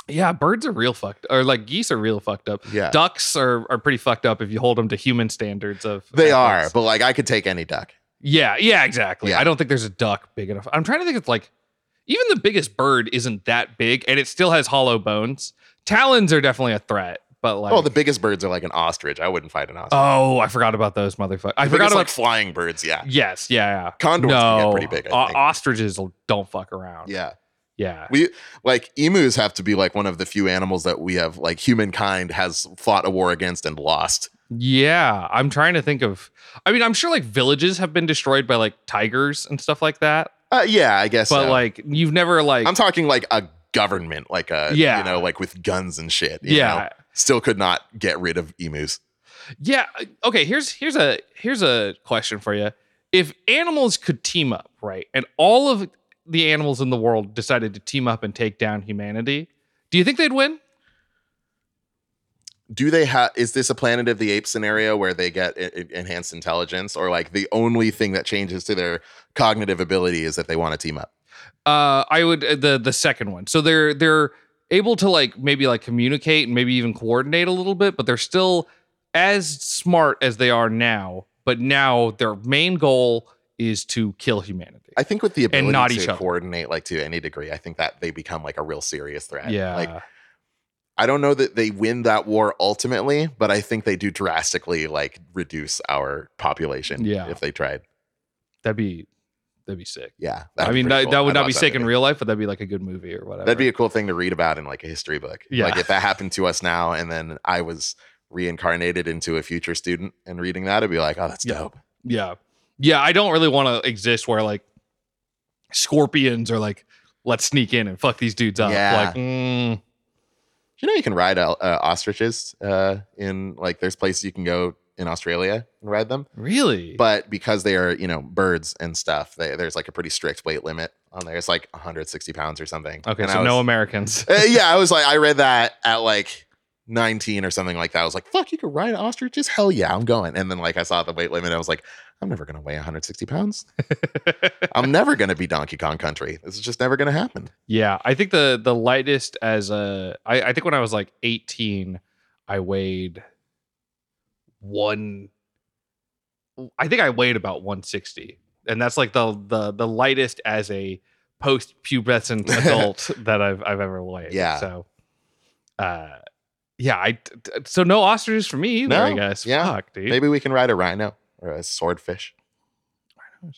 S2: Yeah, birds are real fucked. Or like geese are real fucked up.
S3: Yeah.
S2: Ducks are are pretty fucked up if you hold them to human standards of.
S3: They are,
S2: ethics.
S3: but like I could take any duck.
S2: Yeah. Yeah. Exactly.
S3: Yeah.
S2: I don't think there's a duck big enough. I'm trying to think of like. Even the biggest bird isn't that big, and it still has hollow bones. Talons are definitely a threat, but like.
S3: well, Oh, the biggest birds are like an ostrich. I wouldn't fight an ostrich.
S2: Oh, I forgot about those motherfuckers. I
S3: I
S2: forgot
S3: forgot
S2: about
S3: like flying birds. Yeah,
S2: yes, yeah, yeah.
S3: condors can
S2: no, Uh,
S3: get pretty big.
S2: o-
S3: I think.
S2: ostriches don't fuck around.
S3: yeah,
S2: yeah,
S3: we like emus have to be like one of the few animals that we have like humankind has fought a war against and lost.
S2: yeah. I'm trying to think of. I mean, I'm sure like villages have been destroyed by like tigers and stuff like that,
S3: Uh, yeah, I guess.
S2: but
S3: so.
S2: like you've never like
S3: I'm talking like a government, like a
S2: Yeah.
S3: you know, like with guns and shit. you
S2: yeah,
S3: know? still could not get rid of emus.
S2: yeah. uh, Okay, here's here's a here's a question for you. If animals could team up, right, and all of the animals in the world decided to team up and take down humanity, do you think they'd win?
S3: do they have is this a planet of the apes scenario where they get e- e- enhanced intelligence or like the only thing that changes to their cognitive ability is that they want to team up
S2: Uh, I would uh, the the second one. So they're they're able to like maybe like communicate and maybe even coordinate a little bit, but they're still as smart as they are now. But now their main goal is to kill humanity.
S3: I think with the ability
S2: not
S3: to
S2: each other.
S3: coordinate like to any degree, I think that they become like a real serious threat.
S2: yeah.
S3: Like I don't know that they win that war ultimately, but I think they do drastically like reduce our population
S2: Yeah.
S3: if they tried.
S2: that'd be that'd be sick.
S3: Yeah.
S2: I mean, that, that would not be sick in
S3: real.
S2: real life, but that'd be like a good movie or whatever.
S3: That'd be a cool thing to read about in like a history book.
S2: Yeah.
S3: Like if that happened to us now and then I was reincarnated into a future student and reading that, I'd be like, oh, that's
S2: Yeah.
S3: dope.
S2: yeah, yeah. I don't really want to exist where like scorpions are like, let's sneak in and fuck these dudes up.
S3: Yeah.
S2: Like, mm,
S3: You know, you can ride uh, uh, ostriches uh, in like there's places you can go in Australia and ride them.
S2: really?
S3: But because they are, you know, birds and stuff, they, there's like a pretty strict weight limit on there. It's like 160 pounds or something.
S2: okay,
S3: And
S2: so
S3: I
S2: no
S3: was-
S2: Americans.
S3: Uh, yeah, I was like, I read that at like 19 or something like that. I was like, fuck, you could ride ostriches? Hell yeah, I'm going. And then like I saw the weight limit, I was like, I'm never gonna weigh 160 pounds. I'm never gonna be Donkey Kong Country. This is just never gonna happen.
S2: Yeah, I think the the lightest as a I, I think when I was like 18, I weighed one I think I weighed about 160. And that's like the the the lightest as a post
S3: <laughs>
S2: pubescent adult that I've I've ever weighed.
S3: Yeah.
S2: So uh yeah, I t- t- so no ostriches for me either, I
S3: No,
S2: guess.
S3: yeah.
S2: Fuck, dude.
S3: Maybe we can ride a rhino or a swordfish.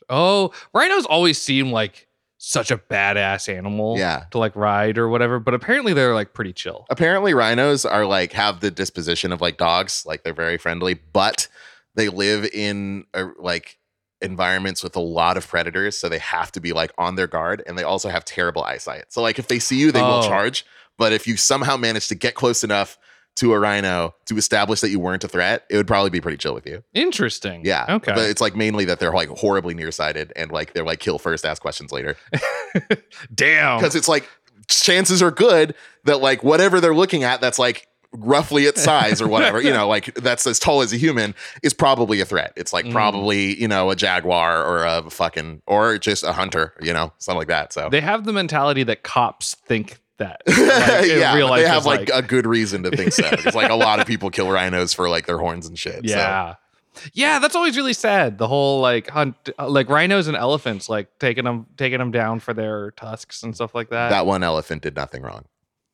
S2: Oh, rhinos always seem like such a badass animal
S3: Yeah.
S2: to like ride or whatever, but apparently they're like pretty chill.
S3: Apparently, rhinos are like have the disposition of like dogs, like they're very friendly, but they live in a, like environments with a lot of predators, so they have to be like on their guard, and they also have terrible eyesight. So like if they see you, they
S2: Oh.
S3: will charge. But if you somehow manage to get close enough to a rhino to establish that you weren't a threat, it would probably be pretty chill with you.
S2: Interesting.
S3: Yeah.
S2: Okay.
S3: But it's like mainly that they're like horribly nearsighted and like they're like kill first, ask questions later
S2: Damn.
S3: because it's like chances are good that like whatever they're looking at that's like roughly its size or whatever you know like that's as tall as a human is probably a threat it's like
S2: Mm.
S3: probably you know a jaguar or a fucking or just a hunter you know something like that so
S2: They have the mentality that cops think
S3: <laughs>
S2: that. Like, in
S3: yeah,
S2: real life
S3: they
S2: is
S3: have like,
S2: like-
S3: a good reason to think so. It's like a lot of people kill rhinos for like their horns and shit. so.
S2: yeah. Yeah, that's always really sad. The whole like hunt, uh, like rhinos and elephants, like taking them, taking them down for their tusks and stuff like that.
S3: that one elephant did nothing wrong.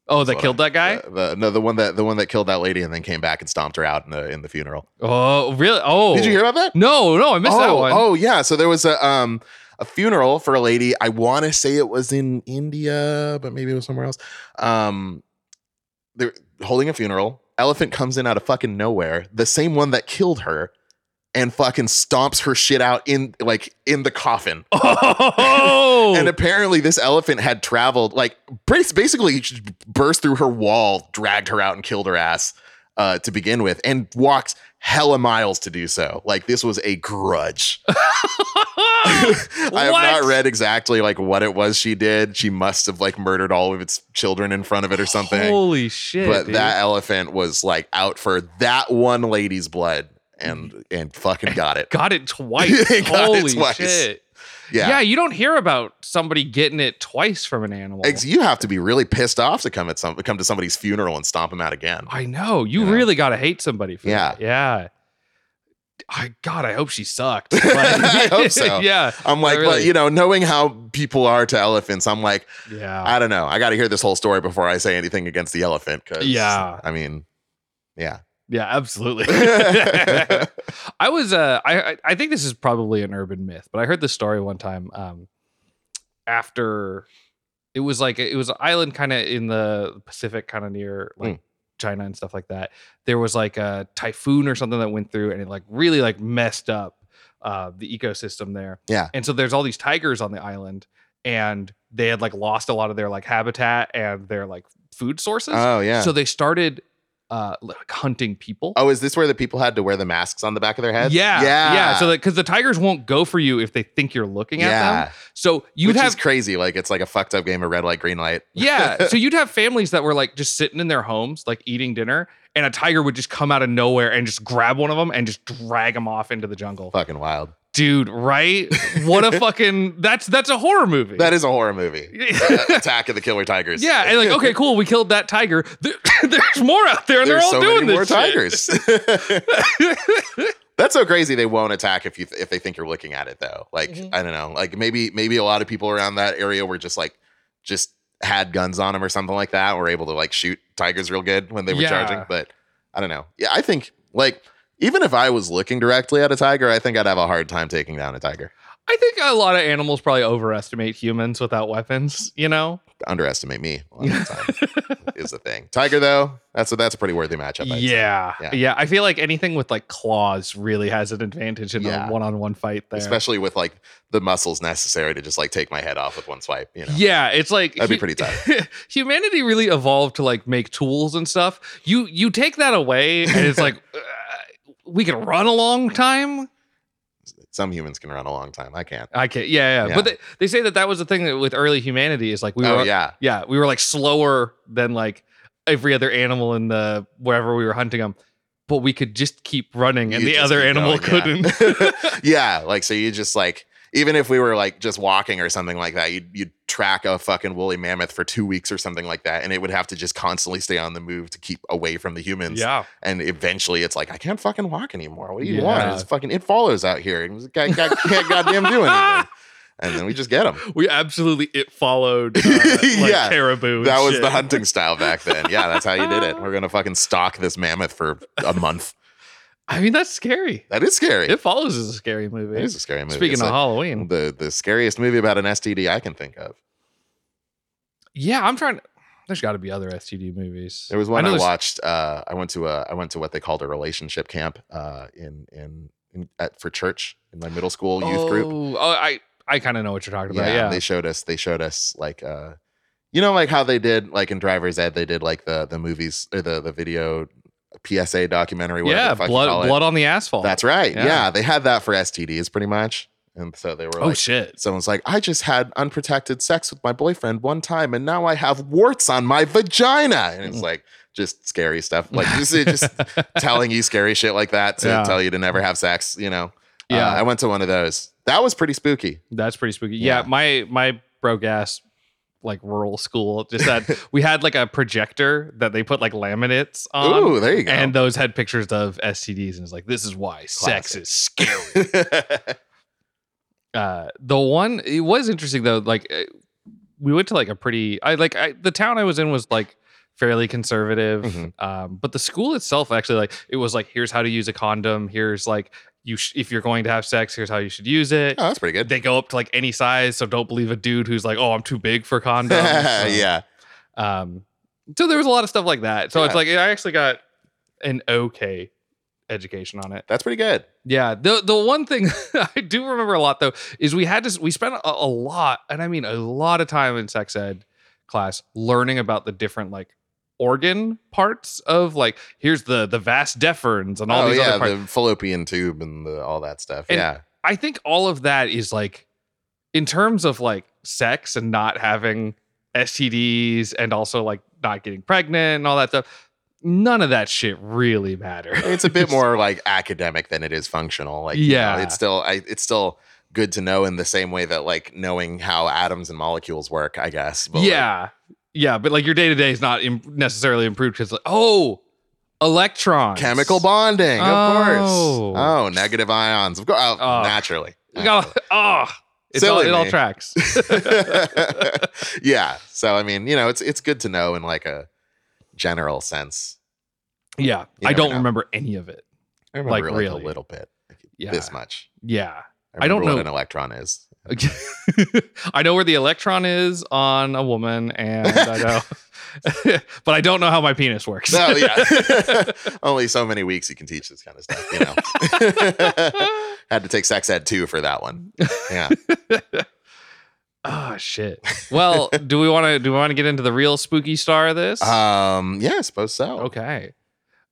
S2: oh, that
S3: what
S2: killed that guy.
S3: The, the- no, the one that the one that killed that lady and then came back and stomped her out in the in the funeral.
S2: oh, really? Oh,
S3: Did you hear about that?
S2: No, no, I missed
S3: oh,
S2: that one.
S3: Oh yeah, so there was a um a funeral for a lady. I want to say it was in India, but maybe it was somewhere else. Um, they're holding a funeral. Elephant comes in out of fucking nowhere. The same one that killed her. And fucking stomps her shit out in like in the coffin.
S2: Oh, <laughs>
S3: And apparently, this elephant had traveled like bas- basically she burst through her wall, dragged her out, and killed her ass uh, to begin with, and walked hella miles to do so. Like this was a grudge. <laughs> I have
S2: What?
S3: not read exactly like what it was she did. She must have like murdered all of its children in front of it or <laughs> something.
S2: Holy shit!
S3: but
S2: dude.
S3: that elephant was like out for that one lady's blood and and fucking got
S2: <laughs>
S3: it.
S2: got it twice.
S3: <laughs> Got it
S2: Holy
S3: twice.
S2: shit! Yeah.
S3: Yeah.
S2: you don't hear about somebody getting it twice from an animal.
S3: Ex- You have to be really pissed off to come at some come to somebody's funeral and stomp him out again.
S2: I know. You
S3: You know?
S2: really gotta hate somebody for
S3: Yeah.
S2: that. Yeah. I God, I hope she
S3: <laughs>
S2: sucked.
S3: I hope so.
S2: <laughs> yeah.
S3: I'm like,
S2: really-
S3: but, you know, knowing how people are to elephants, I'm like,
S2: Yeah.
S3: I don't know. I got to hear this whole story before I say anything against the elephant. 'cause,
S2: Yeah.
S3: I mean,
S2: <laughs>
S3: yeah. <laughs>
S2: Yeah, absolutely. <laughs>
S3: yeah.
S2: I was uh I I- I think this is probably an urban myth, but I heard this story one time um after it was like it was an island kind of in the Pacific kind of near
S3: Hmm.
S2: like China and stuff like that. There was like a typhoon or something that went through and it like really like messed up uh the ecosystem there.
S3: Yeah.
S2: And so there's all these tigers on the island and they had like lost a lot of their like habitat and their like food sources.
S3: Oh, yeah.
S2: So they started uh like hunting people.
S3: oh, is this where the people had to wear the masks on the back of their heads?
S2: Yeah,
S3: Yeah.
S2: yeah, So that because the tigers won't go for you if they think you're looking at them.
S3: yeah.
S2: So you'd
S3: Which
S2: have
S3: is crazy. Like, it's like a fucked up game of red light, green light.
S2: yeah. So you'd have families that were like just sitting in their homes, like eating dinner, and a tiger would just come out of nowhere and just grab one of them and just drag them off into the
S3: <laughs>
S2: jungle.
S3: Fucking wild.
S2: Dude, right?
S3: <laughs>
S2: What a fucking that's that's a horror movie.
S3: That is a horror movie. Uh, Attack of the Killer Tigers.
S2: <laughs> yeah, and like okay, cool, we killed that tiger. <laughs> There- there's more out there, and
S3: There's
S2: they're all
S3: so
S2: doing
S3: many more
S2: this. shit. <laughs>
S3: tigers. <laughs> That's so crazy. They won't attack if you if they think you're looking at it though. Like
S2: Mhm.
S3: I don't know. Like maybe maybe a lot of people around that area were just like just had guns on them or something like that. Were able to like shoot tigers real good when they were
S2: Yeah.
S3: charging. But I don't know. Yeah, I think like even if I was looking directly at a tiger, I think I'd have a hard time taking down a tiger.
S2: I think a lot of animals probably overestimate humans without weapons, you know?
S3: Underestimate me a lot of the time
S2: <laughs>
S3: is the thing. Tiger though, that's a that's a pretty worthy matchup. I'd say.
S2: Yeah.
S3: Yeah.
S2: yeah. I feel like anything with like claws really has an advantage in
S3: Yeah.
S2: a one on one fight there.
S3: Especially with like the muscles necessary to just like take my head off with one swipe, you know.
S2: <laughs> Yeah, it's like
S3: That'd be
S2: hu-
S3: pretty tight.
S2: humanity really evolved to like make tools and stuff. You you take that away, and
S3: <laughs>
S2: it's like uh, we can run a long time.
S3: Some humans can run a long time. I can't.
S2: I can, yeah, yeah.
S3: Yeah.
S2: But they, they say that that was the thing that with early humanity is like we
S3: oh
S2: were, yeah.
S3: yeah. <laughs>
S2: we were like slower than like every other animal in the wherever we were hunting them, but we could just keep running, and
S3: You
S2: the
S3: just
S2: other
S3: keep
S2: animal
S3: going, yeah.
S2: couldn't.
S3: Yeah. Like so you just like even if we were like just walking or something like that, you'd you'd track a fucking woolly mammoth for two weeks or something like that, and it would have to just constantly stay on the move to keep away from the humans.
S2: yeah,
S3: <laughs> And eventually, it's like I can't fucking walk anymore. What do you
S2: Yeah.
S3: want? It's fucking it follows out here. And this guy, guy can't goddamn do
S2: <laughs>
S3: anything. And then we just get them.
S2: we absolutely it followed. Uh,
S3: <laughs>
S2: like
S3: Yeah.
S2: caribou. and
S3: That was
S2: shit.
S3: the hunting style back then. Yeah, that's how you did it. We're gonna fucking stalk this mammoth for a month.
S2: I mean, that's scary.
S3: That is scary.
S2: It follows is a scary movie.
S3: It is a scary movie.
S2: Speaking
S3: It's
S2: of
S3: like-
S2: Halloween,
S3: the the scariest movie about an STD I can think of.
S2: yeah, I'm trying. There's got to be other STD movies.
S3: There was one
S2: know
S3: I,
S2: there's-
S3: watched. Uh, I went to a I went to what they called a relationship camp uh, in in, in at, for church in my middle school youth group.
S2: Oh, oh, I I kind of know what you're talking about. Yeah,
S3: they showed us they showed us like uh, you know like how they did like in driver's ed they did like the the movies or the the video PSA documentary. whatever
S2: yeah,
S3: the fuck you call
S2: blood
S3: it.
S2: blood on the asphalt.
S3: That's right. Yeah.
S2: Yeah.
S3: they had that for STDs pretty much, and so they were
S2: oh
S3: like,
S2: shit.
S3: Someone's like, I just had unprotected sex with my boyfriend one time, and now I have warts on my vagina. And it's like just scary
S2: <laughs>
S3: stuff. Like just, just telling you scary shit like that to
S2: Yeah.
S3: tell you to never have sex. You know? Uh,
S2: Yeah.
S3: I went to one of those. That was pretty spooky.
S2: That's pretty spooky. Yeah,
S3: Yeah.
S2: my my broke ass like rural school
S3: <laughs>
S2: just had we had like a projector that they put like laminates on.
S3: Ooh, there you go.
S2: Um, And those had pictures of STDs, and it's like, this is why sex
S3: Classic.
S2: is scary. uh the one it was interesting though like uh, we went to like a pretty i like I, the town i was in was like fairly conservative
S3: Mhm.
S2: um but the school itself actually like it was like here's how to use a condom here's like you sh- if you're going to have sex here's how you should use it
S3: <laughs> oh, that's pretty
S2: <laughs>
S3: good.
S2: they go up to like any size so don't believe a dude who's like oh i'm too big
S3: <laughs>
S2: for condoms So,
S3: yeah.
S2: um so there was a lot of stuff like that so it's
S3: Yeah.
S2: like i actually got an okay education on it
S3: That's pretty good.
S2: yeah, the the one thing <laughs> I do remember a lot though is we had to s- we spent a, a lot, and I mean a lot of time in sex ed class learning about the different like organ parts of like here's the the vas deferens and all
S3: oh,
S2: these
S3: yeah.
S2: other parts.
S3: The fallopian tube and the, all that stuff.
S2: And-
S3: yeah.
S2: I think all of that is like in terms of like sex and not having STDs and also like not getting pregnant and all that stuff. None of that shit really matters.
S3: it's a
S2: <laughs>
S3: bit more like academic than it is functional. Like, yeah,
S2: Yeah.
S3: it's still, I, it's still good to know in the same way that like knowing how atoms and molecules work, I guess. But like,
S2: yeah, yeah, but like your day to day is not Im- necessarily improved because like oh, electrons,
S3: chemical bonding,
S2: Oh.
S3: of course. Oh, negative ions, of course. Oh,
S2: Oh.
S3: naturally.
S2: You gotta- <laughs> oh, it's all,
S3: Silly
S2: it all
S3: me. <laughs>
S2: tracks.
S3: naturally. <laughs> yeah. So I mean, you know, it's it's good to know in like a general sense.
S2: Yeah,
S3: You
S2: I
S3: never
S2: don't
S3: know.
S2: remember any of it.
S3: I remember
S2: Like,
S3: like,
S2: really.
S3: a little bit, like,
S2: Yeah,
S3: this much.
S2: yeah. <laughs>
S3: I,
S2: I don't
S3: remember what
S2: know.
S3: an electron
S2: <laughs>
S3: is.
S2: I know where the electron is on a woman, and I know, <laughs> but I don't know how my penis works. <laughs>
S3: Oh yeah. <laughs> Only so many weeks you can teach this kind of stuff, you know. <laughs> Had to take sex ed two for that one. Yeah.
S2: oh shit. Well, do we want to do we want to get into the real spooky star of this?
S3: um, yeah, I suppose so.
S2: Okay.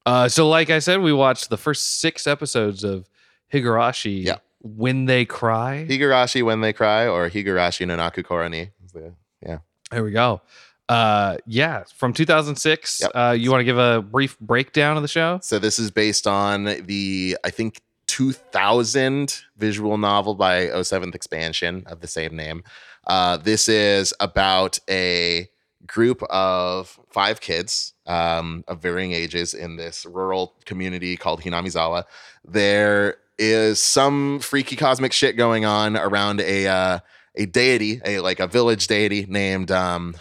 S2: Uh, so, like I said, we watched the first six episodes of Higurashi.
S3: Yeah.
S2: When they cry.
S3: Higurashi when they cry or Higurashi no Naku Koroni.
S2: there we go. Uh, yeah, from 2006.
S3: Yep.
S2: Uh, you want to give a brief breakdown of the show?
S3: So this is based on the I think 2000 visual novel by 07th Expansion of the same name. Uh, this is about a group of five kids um, of varying ages in this rural community called Hinamizawa. There is some freaky cosmic shit going on around a uh, a deity, a like a village deity named um,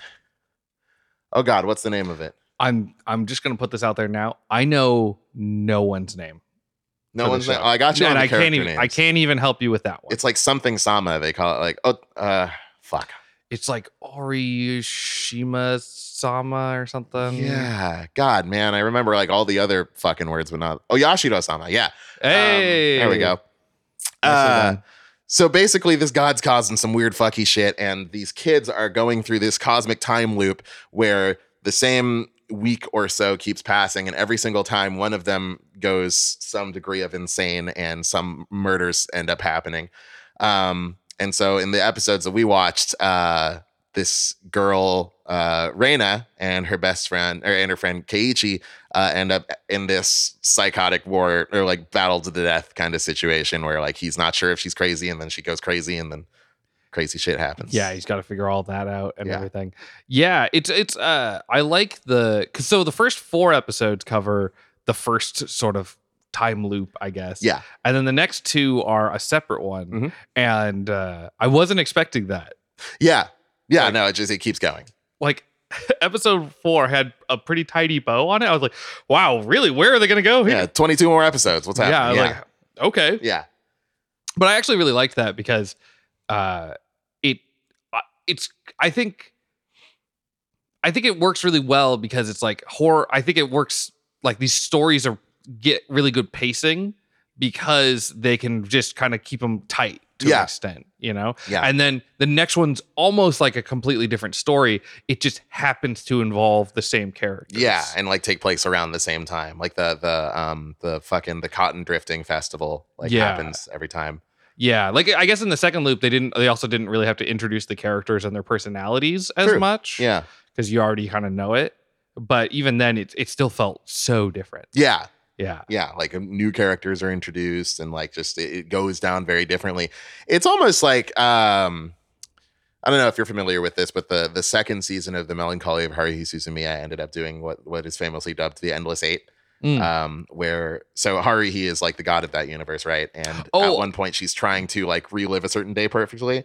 S3: oh god, what's the name of it?
S2: I'm I'm just gonna put this out there now. I know no one's name,
S3: No
S2: For the
S3: one's. na-
S2: show.
S3: oh, I got you. on
S2: and
S3: the
S2: I can't
S3: character
S2: even I
S3: names.
S2: can't even help you with that one.
S3: It's like something Sama. They call it like oh uh, fuck.
S2: it's like Orishima Sama or something.
S3: yeah, God, man, I remember like all the other fucking words, but not oh Yashiro-sama. Yeah, Um,
S2: Hey,
S3: there we go.
S2: Nicely
S3: Uh,
S2: done.
S3: so basically, this god's causing some weird fucky shit, and these kids are going through this cosmic time loop where the same week or so keeps passing, and every single time one of them goes some degree of insane, and some murders end up happening. Um, and so in the episodes that we watched, uh, this girl uh, Reina and her best friend or and her friend Keiichi uh, end up in this psychotic war or like battle to the death kind of situation where like he's not sure if she's crazy and then she goes crazy and then crazy shit happens.
S2: Yeah, he's got to figure all that out and
S3: Yeah.
S2: everything. Yeah, it's it's uh I like the cause so the first four episodes cover the first sort of time loop, I guess.
S3: Yeah.
S2: And then the next two are a separate one.
S3: Mhm.
S2: And uh I wasn't expecting that.
S3: Yeah. Yeah.
S2: Like-
S3: no, it just it keeps going.
S2: Like <laughs> episode 4 had a pretty tidy bow on it. I was like, "Wow, really? Where are they going to go
S3: Yeah.
S2: here?"
S3: 22 more episodes. What's
S2: Oh, yeah
S3: happening? Yeah.
S2: like okay.
S3: yeah.
S2: but I actually really liked that because uh, it uh, it's I think I think it works really well because it's like horror. I think it works like these stories are get really good pacing because they can just kind of keep them tight to an
S3: Yeah.
S2: extent, you know.
S3: Yeah.
S2: And then the next one's almost like a completely different story. It just happens to involve the same characters.
S3: Yeah. And like take place around the same time. Like the, the, um, the fucking, the cotton drifting festival like
S2: Yeah.
S3: happens every time.
S2: Yeah, like I guess in the second loop they didn't. They also didn't really have to introduce the characters and their personalities as
S3: True.
S2: much.
S3: Yeah.
S2: because you already kind of know it. But even then, it it still felt so different.
S3: Yeah.
S2: Yeah,
S3: yeah like um, new characters are introduced and like just it, it goes down very differently it's almost like um i don't know if you're familiar with this but the the second season of the melancholy of haruhi suzumiya ended up doing what what is famously dubbed the endless eight
S2: Mm.
S3: um where so haruhi is like the god of that universe right and
S2: Oh.
S3: at one point she's trying to like relive a certain day perfectly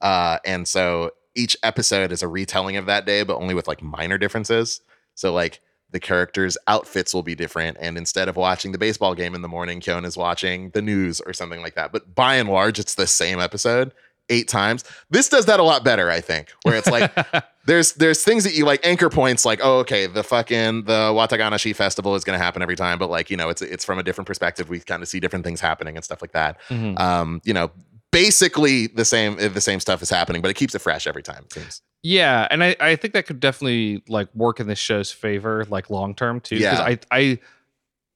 S3: uh and so each episode is a retelling of that day but only with like minor differences so like the characters' outfits will be different. And instead of watching the baseball game in the morning, Kyon is watching the news or something like that. But by and large, it's the same episode eight times. This does that a lot better, I think, where it's like
S2: Uh, <laughs>
S3: there's there's things that you like anchor points like, oh, okay, the fucking the Wataganashi festival is gonna happen every time, but like, you know, it's it's from a different perspective. We kind of see different things happening and stuff like that.
S2: Mhm.
S3: Um, you know, basically the same eh, the same stuff is happening, but it keeps it fresh every time, it seems.
S2: yeah, and I I think that could definitely like work in this show's favor, like long term too. 'cause
S3: Yeah.
S2: I I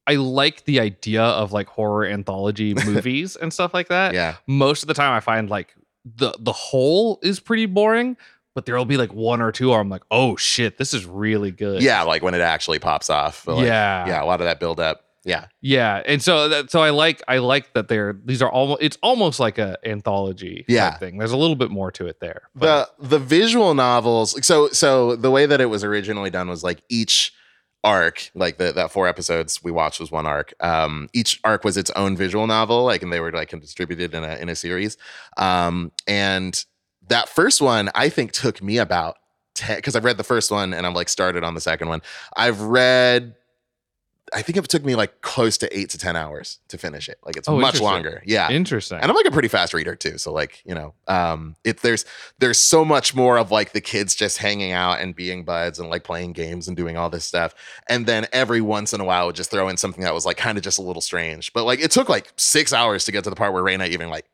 S2: I like the idea of like horror
S3: <laughs>
S2: anthology movies and stuff like that.
S3: Yeah.
S2: Most of the time, I find like the the whole is pretty boring, but there will be like one or two where I'm like, oh shit, this is really good.
S3: Yeah, like when it actually pops off. But like,
S2: uh, yeah,
S3: yeah, a lot of that build up. Yeah.
S2: Yeah, and so that so I like I like that they're these are almost it's almost like a anthology type
S3: Yeah.
S2: thing. There's a little bit more to it there.
S3: the the visual novels so so the way that it was originally done was like each arc like the, that four episodes we watched was one arc um each arc was its own visual novel like and they were like distributed in a in a series um and that first one i think took me about 10 because i've read the first one and i'm like started on the second one i've read i think it took me like close to eight to ten hours to finish it like it's
S2: Oh,
S3: much
S2: interesting.
S3: longer yeah
S2: Interesting.
S3: and I'm like a pretty fast reader too. So like, you know, um it there's there's so much more of like the kids just hanging out and being buds and like playing games and doing all this stuff. And then every once in a while would just throw in something that was like kind of just a little strange. But like it took like six hours to get to the part where Reina even like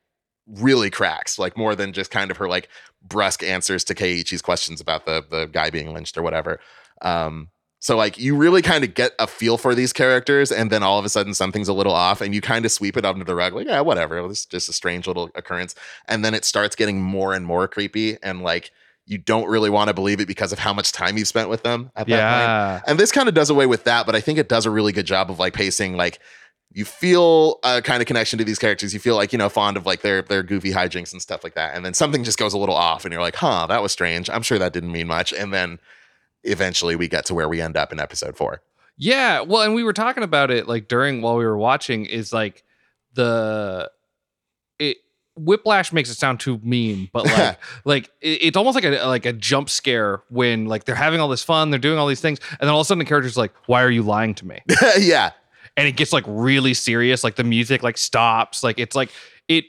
S3: really cracks, like more than just kind of her like brusque answers to Keiichi's questions about the the guy being lynched or whatever. Um so like you really kind of get a feel for these characters, and then all of a sudden something's a little off, and you kind of sweep it under the rug, like yeah, whatever. It was just a strange little occurrence, and then it starts getting more and more creepy, and like you don't really want to believe it because of how much time you've spent with them at that point
S2: yeah.
S3: and this kind of does away with that but i think it does a really good job of like pacing like you feel a kind of connection to these characters you feel like you know fond of like their their goofy hijinks and stuff like that and then something just goes a little off and you're like huh that was strange i'm sure that didn't mean much and then eventually we get to where we end up in episode four. <laughs>
S2: Yeah, well, and we were talking about it like during while we were watching is like the it Whiplash makes it sound too mean,
S3: <laughs>
S2: but like like it, it's almost like a like a jump scare when like they're having all this fun, they're doing all these things, and then all of a sudden the character's like, "Why are you lying to me?"
S3: yeah.
S2: and it gets like really serious, like the music like stops, like it's like it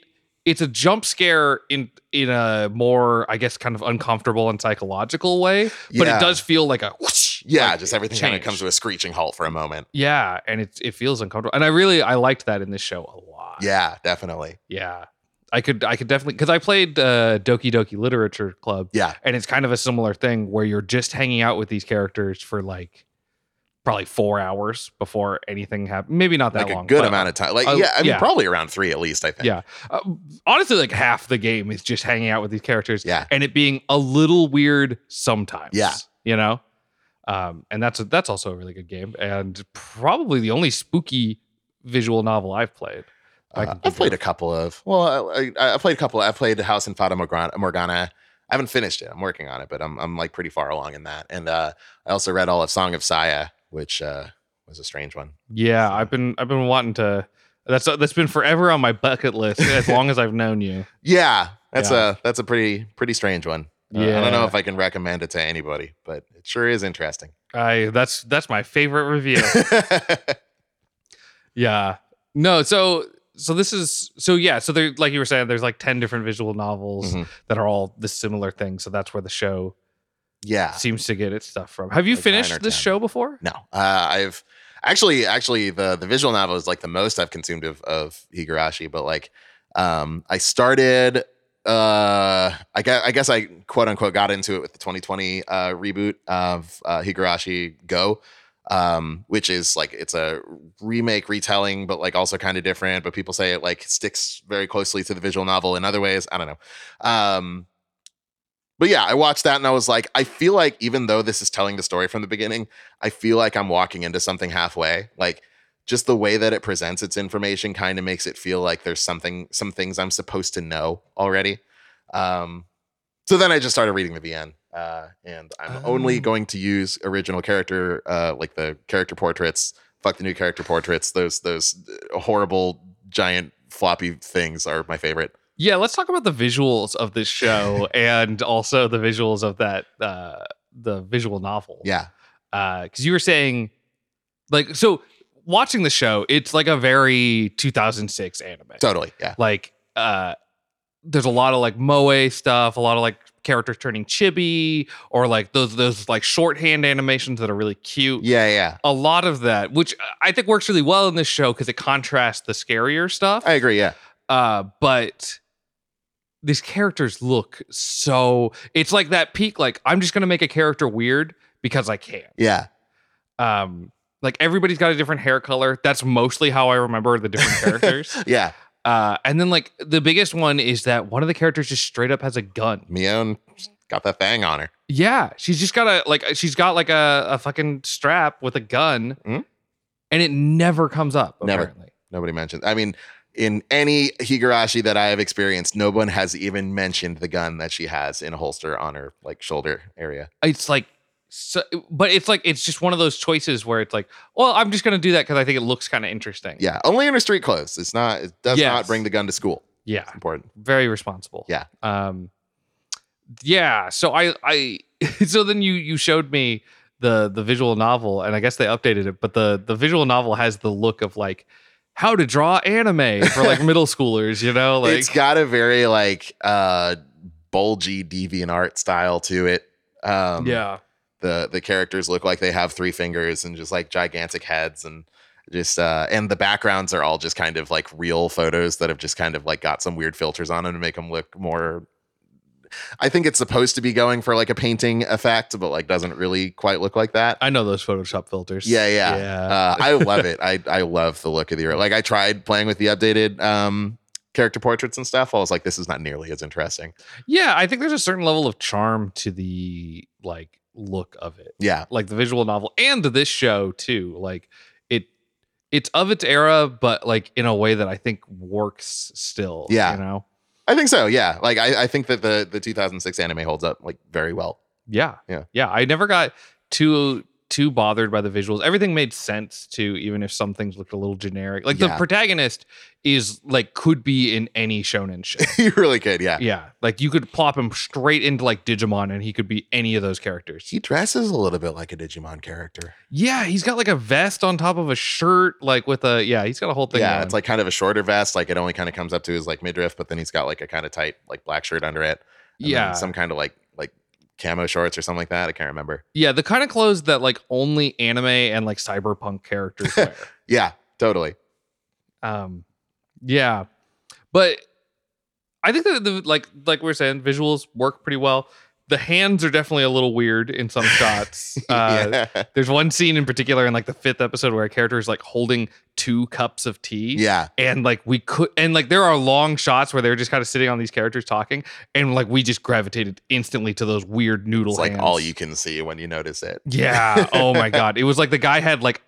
S2: it's a jump scare in in a more I guess kind of uncomfortable and psychological way, but
S3: yeah.
S2: it does feel like a whoosh,
S3: Yeah,
S2: like,
S3: just everything kind of
S2: change.
S3: comes to a screeching halt for a moment.
S2: Yeah, and it it feels uncomfortable. And I really I liked that in this show a lot.
S3: Yeah, definitely.
S2: Yeah. I could I could definitely cuz I played uh Doki Doki Literature Club.
S3: Yeah.
S2: And it's kind of a similar thing where you're just hanging out with these characters for like probably 4 hours before anything happens. Maybe not that
S3: like
S2: long.
S3: a good
S2: but,
S3: amount of time. Like,
S2: I-
S3: yeah, I mean,
S2: yeah.
S3: probably around three at least, I think.
S2: Yeah. uh, honestly like half the game is just hanging out with these characters
S3: Yeah.
S2: and it being a little weird sometimes.
S3: Yeah.
S2: You know? Um and that's that's also a really good game and probably the only spooky visual novel I've played. I
S3: Uh,
S2: can
S3: I've
S2: think
S3: played
S2: of.
S3: a couple of. Well, I, I, I played a couple. I played House and Fata Morgana. Morgana. I haven't finished it. I'm working on it, but I'm I'm like pretty far along in that. And uh, I also read all of Song of Saya, which uh, was a strange one.
S2: Yeah,
S3: So-
S2: I've been I've been wanting to. That's that's been forever on my bucket
S3: <laughs>
S2: list as long as I've known you.
S3: Yeah, that's
S2: Yeah.
S3: a that's a pretty pretty strange one. Uh, I don't know if I can recommend it to anybody, but it sure is interesting. <laughs>
S2: I that's that's my favorite review. yeah. No, so so this is so yeah, so there like you were saying there's like 10 different visual novels
S3: Mhm.
S2: that are all the similar thing, so that's where the show
S3: yeah.
S2: seems to get its stuff from. Have you
S3: Ah. Like nine or
S2: finished this
S3: 10.
S2: show before?
S3: No, uh, I've actually actually the the visual novel is like the most I've consumed of of Higurashi, but like um, I started. Uh, I guess I guess I quote unquote got into it with the 2020 uh, reboot of uh, Higurashi Go, um, which is like it's a remake retelling, but like also kind of different. But people say it like sticks very closely to the visual novel in other ways. I don't know. Um, but yeah, I watched that and I was like, I feel like even though this is telling the story from the beginning, I feel like I'm walking into something halfway. Like just the way that it presents its information kind of makes it feel like there's something, some things I'm supposed to know already. Um, so then I just started reading the VN, uh, and I'm only
S2: Oh.
S3: going to use original character, uh, like the character portraits. Fuck the new character portraits. Those those uh, horrible giant floppy things are my favorite.
S2: Yeah, let's talk about the visuals of
S3: <laughs>
S2: this show and also the visuals of that uh the visual novel.
S3: Yeah,
S2: because you were saying like so watching the show it's like a very 2006 anime
S3: totally. Yeah,
S2: like uh there's a lot of like moe stuff a lot of like characters turning chibi or like those those like shorthand animations that are really cute
S3: yeah, yeah.
S2: a lot of that which i think works really well in this show because it contrasts the scarier stuff
S3: I agree. Yeah,
S2: uh but these characters look so it's like that peak like i'm just gonna make a character weird because i can
S3: yeah.
S2: um like everybody's got a different hair color that's mostly how i remember
S3: <laughs>
S2: the different characters
S3: Yeah,
S2: uh and then like the biggest one is that one of the characters just straight up has a gun
S3: Mion got that thing on her.
S2: yeah she's just got a like uh, she's got like a, a fucking strap with a gun
S3: Mhm.
S2: and it never comes up
S3: Never.
S2: apparently
S3: Nobody mentioned. I mean, in any Higurashi that I have experienced, no one has even mentioned the gun that she has in a holster on her like shoulder area.
S2: it's like so, but it's like it's just one of those choices where it's like well i'm just gonna do that because i think it looks kind of interesting
S3: Yeah, only in her street clothes. It's not. It does
S2: Yes.
S3: not bring the gun to school.
S2: yeah
S3: It's important.
S2: very responsible.
S3: Yeah.
S2: Um yeah, so I I <laughs> so then you you showed me the the visual novel and I guess they updated it, but the the visual novel has the look of like how to draw anime
S3: <laughs>
S2: for like middle schoolers, you know, like
S3: it's got a very like uh bulgy deviant art style to it. Um,
S2: yeah.
S3: the the characters look like they have three fingers and just like gigantic heads and just uh and the backgrounds are all just kind of like real photos that have just kind of like got some weird filters on them to make them look more I think it's supposed to be going for like a painting effect but like doesn't really quite look like that.
S2: I know those Photoshop filters.
S3: Yeah, yeah.
S2: Yeah.
S3: Uh, I love it. I I love the look of the like I tried playing with the updated um character portraits and stuff. I was like this is not nearly as interesting.
S2: yeah, I think there's a certain level of charm to the like look of it.
S3: Yeah.
S2: like the visual novel and this show too like it it's of its era but like in a way that i think works still
S3: Yeah.
S2: you know
S3: I think so. Yeah. Like I I think that the the 2006 anime holds up like very well. <laughs>
S2: yeah
S3: Yeah.
S2: yeah i never got too too bothered by the visuals. Everything made sense too, even if some things looked a little generic. Like the
S3: Yeah.
S2: protagonist is like could be in any shonen show.
S3: you really could, <laughs> yeah.
S2: yeah, like you could plop him straight into like Digimon, and he could be any of those characters.
S3: He dresses a little bit like a Digimon character.
S2: Yeah, he's got like a vest on top of a shirt, like with a yeah, he's got a whole thing.
S3: yeah,
S2: going.
S3: it's like kind of a shorter vest. Like it only kind of comes up to his like midriff, but then he's got like a kind of tight like black shirt under it. and then
S2: yeah,
S3: some kind of like like camo shorts or something like that. I can't remember.
S2: yeah, the kind of clothes that like only anime and like
S3: <laughs>
S2: cyberpunk characters wear.
S3: Yeah, totally. <laughs>
S2: um yeah but i think that the like like we were saying visuals work pretty well the hands are definitely a little weird in some shots uh
S3: <laughs> yeah.
S2: there's one scene in particular in like the fifth episode where a character is like holding two cups of tea
S3: yeah,
S2: and like we could and like there are long shots where they're just kind of sitting on these characters talking and like we just gravitated instantly to those weird noodle
S3: it's like
S2: hands.
S3: all you can see when you notice it. <laughs>
S2: Yeah. Oh my god. It was like the guy had like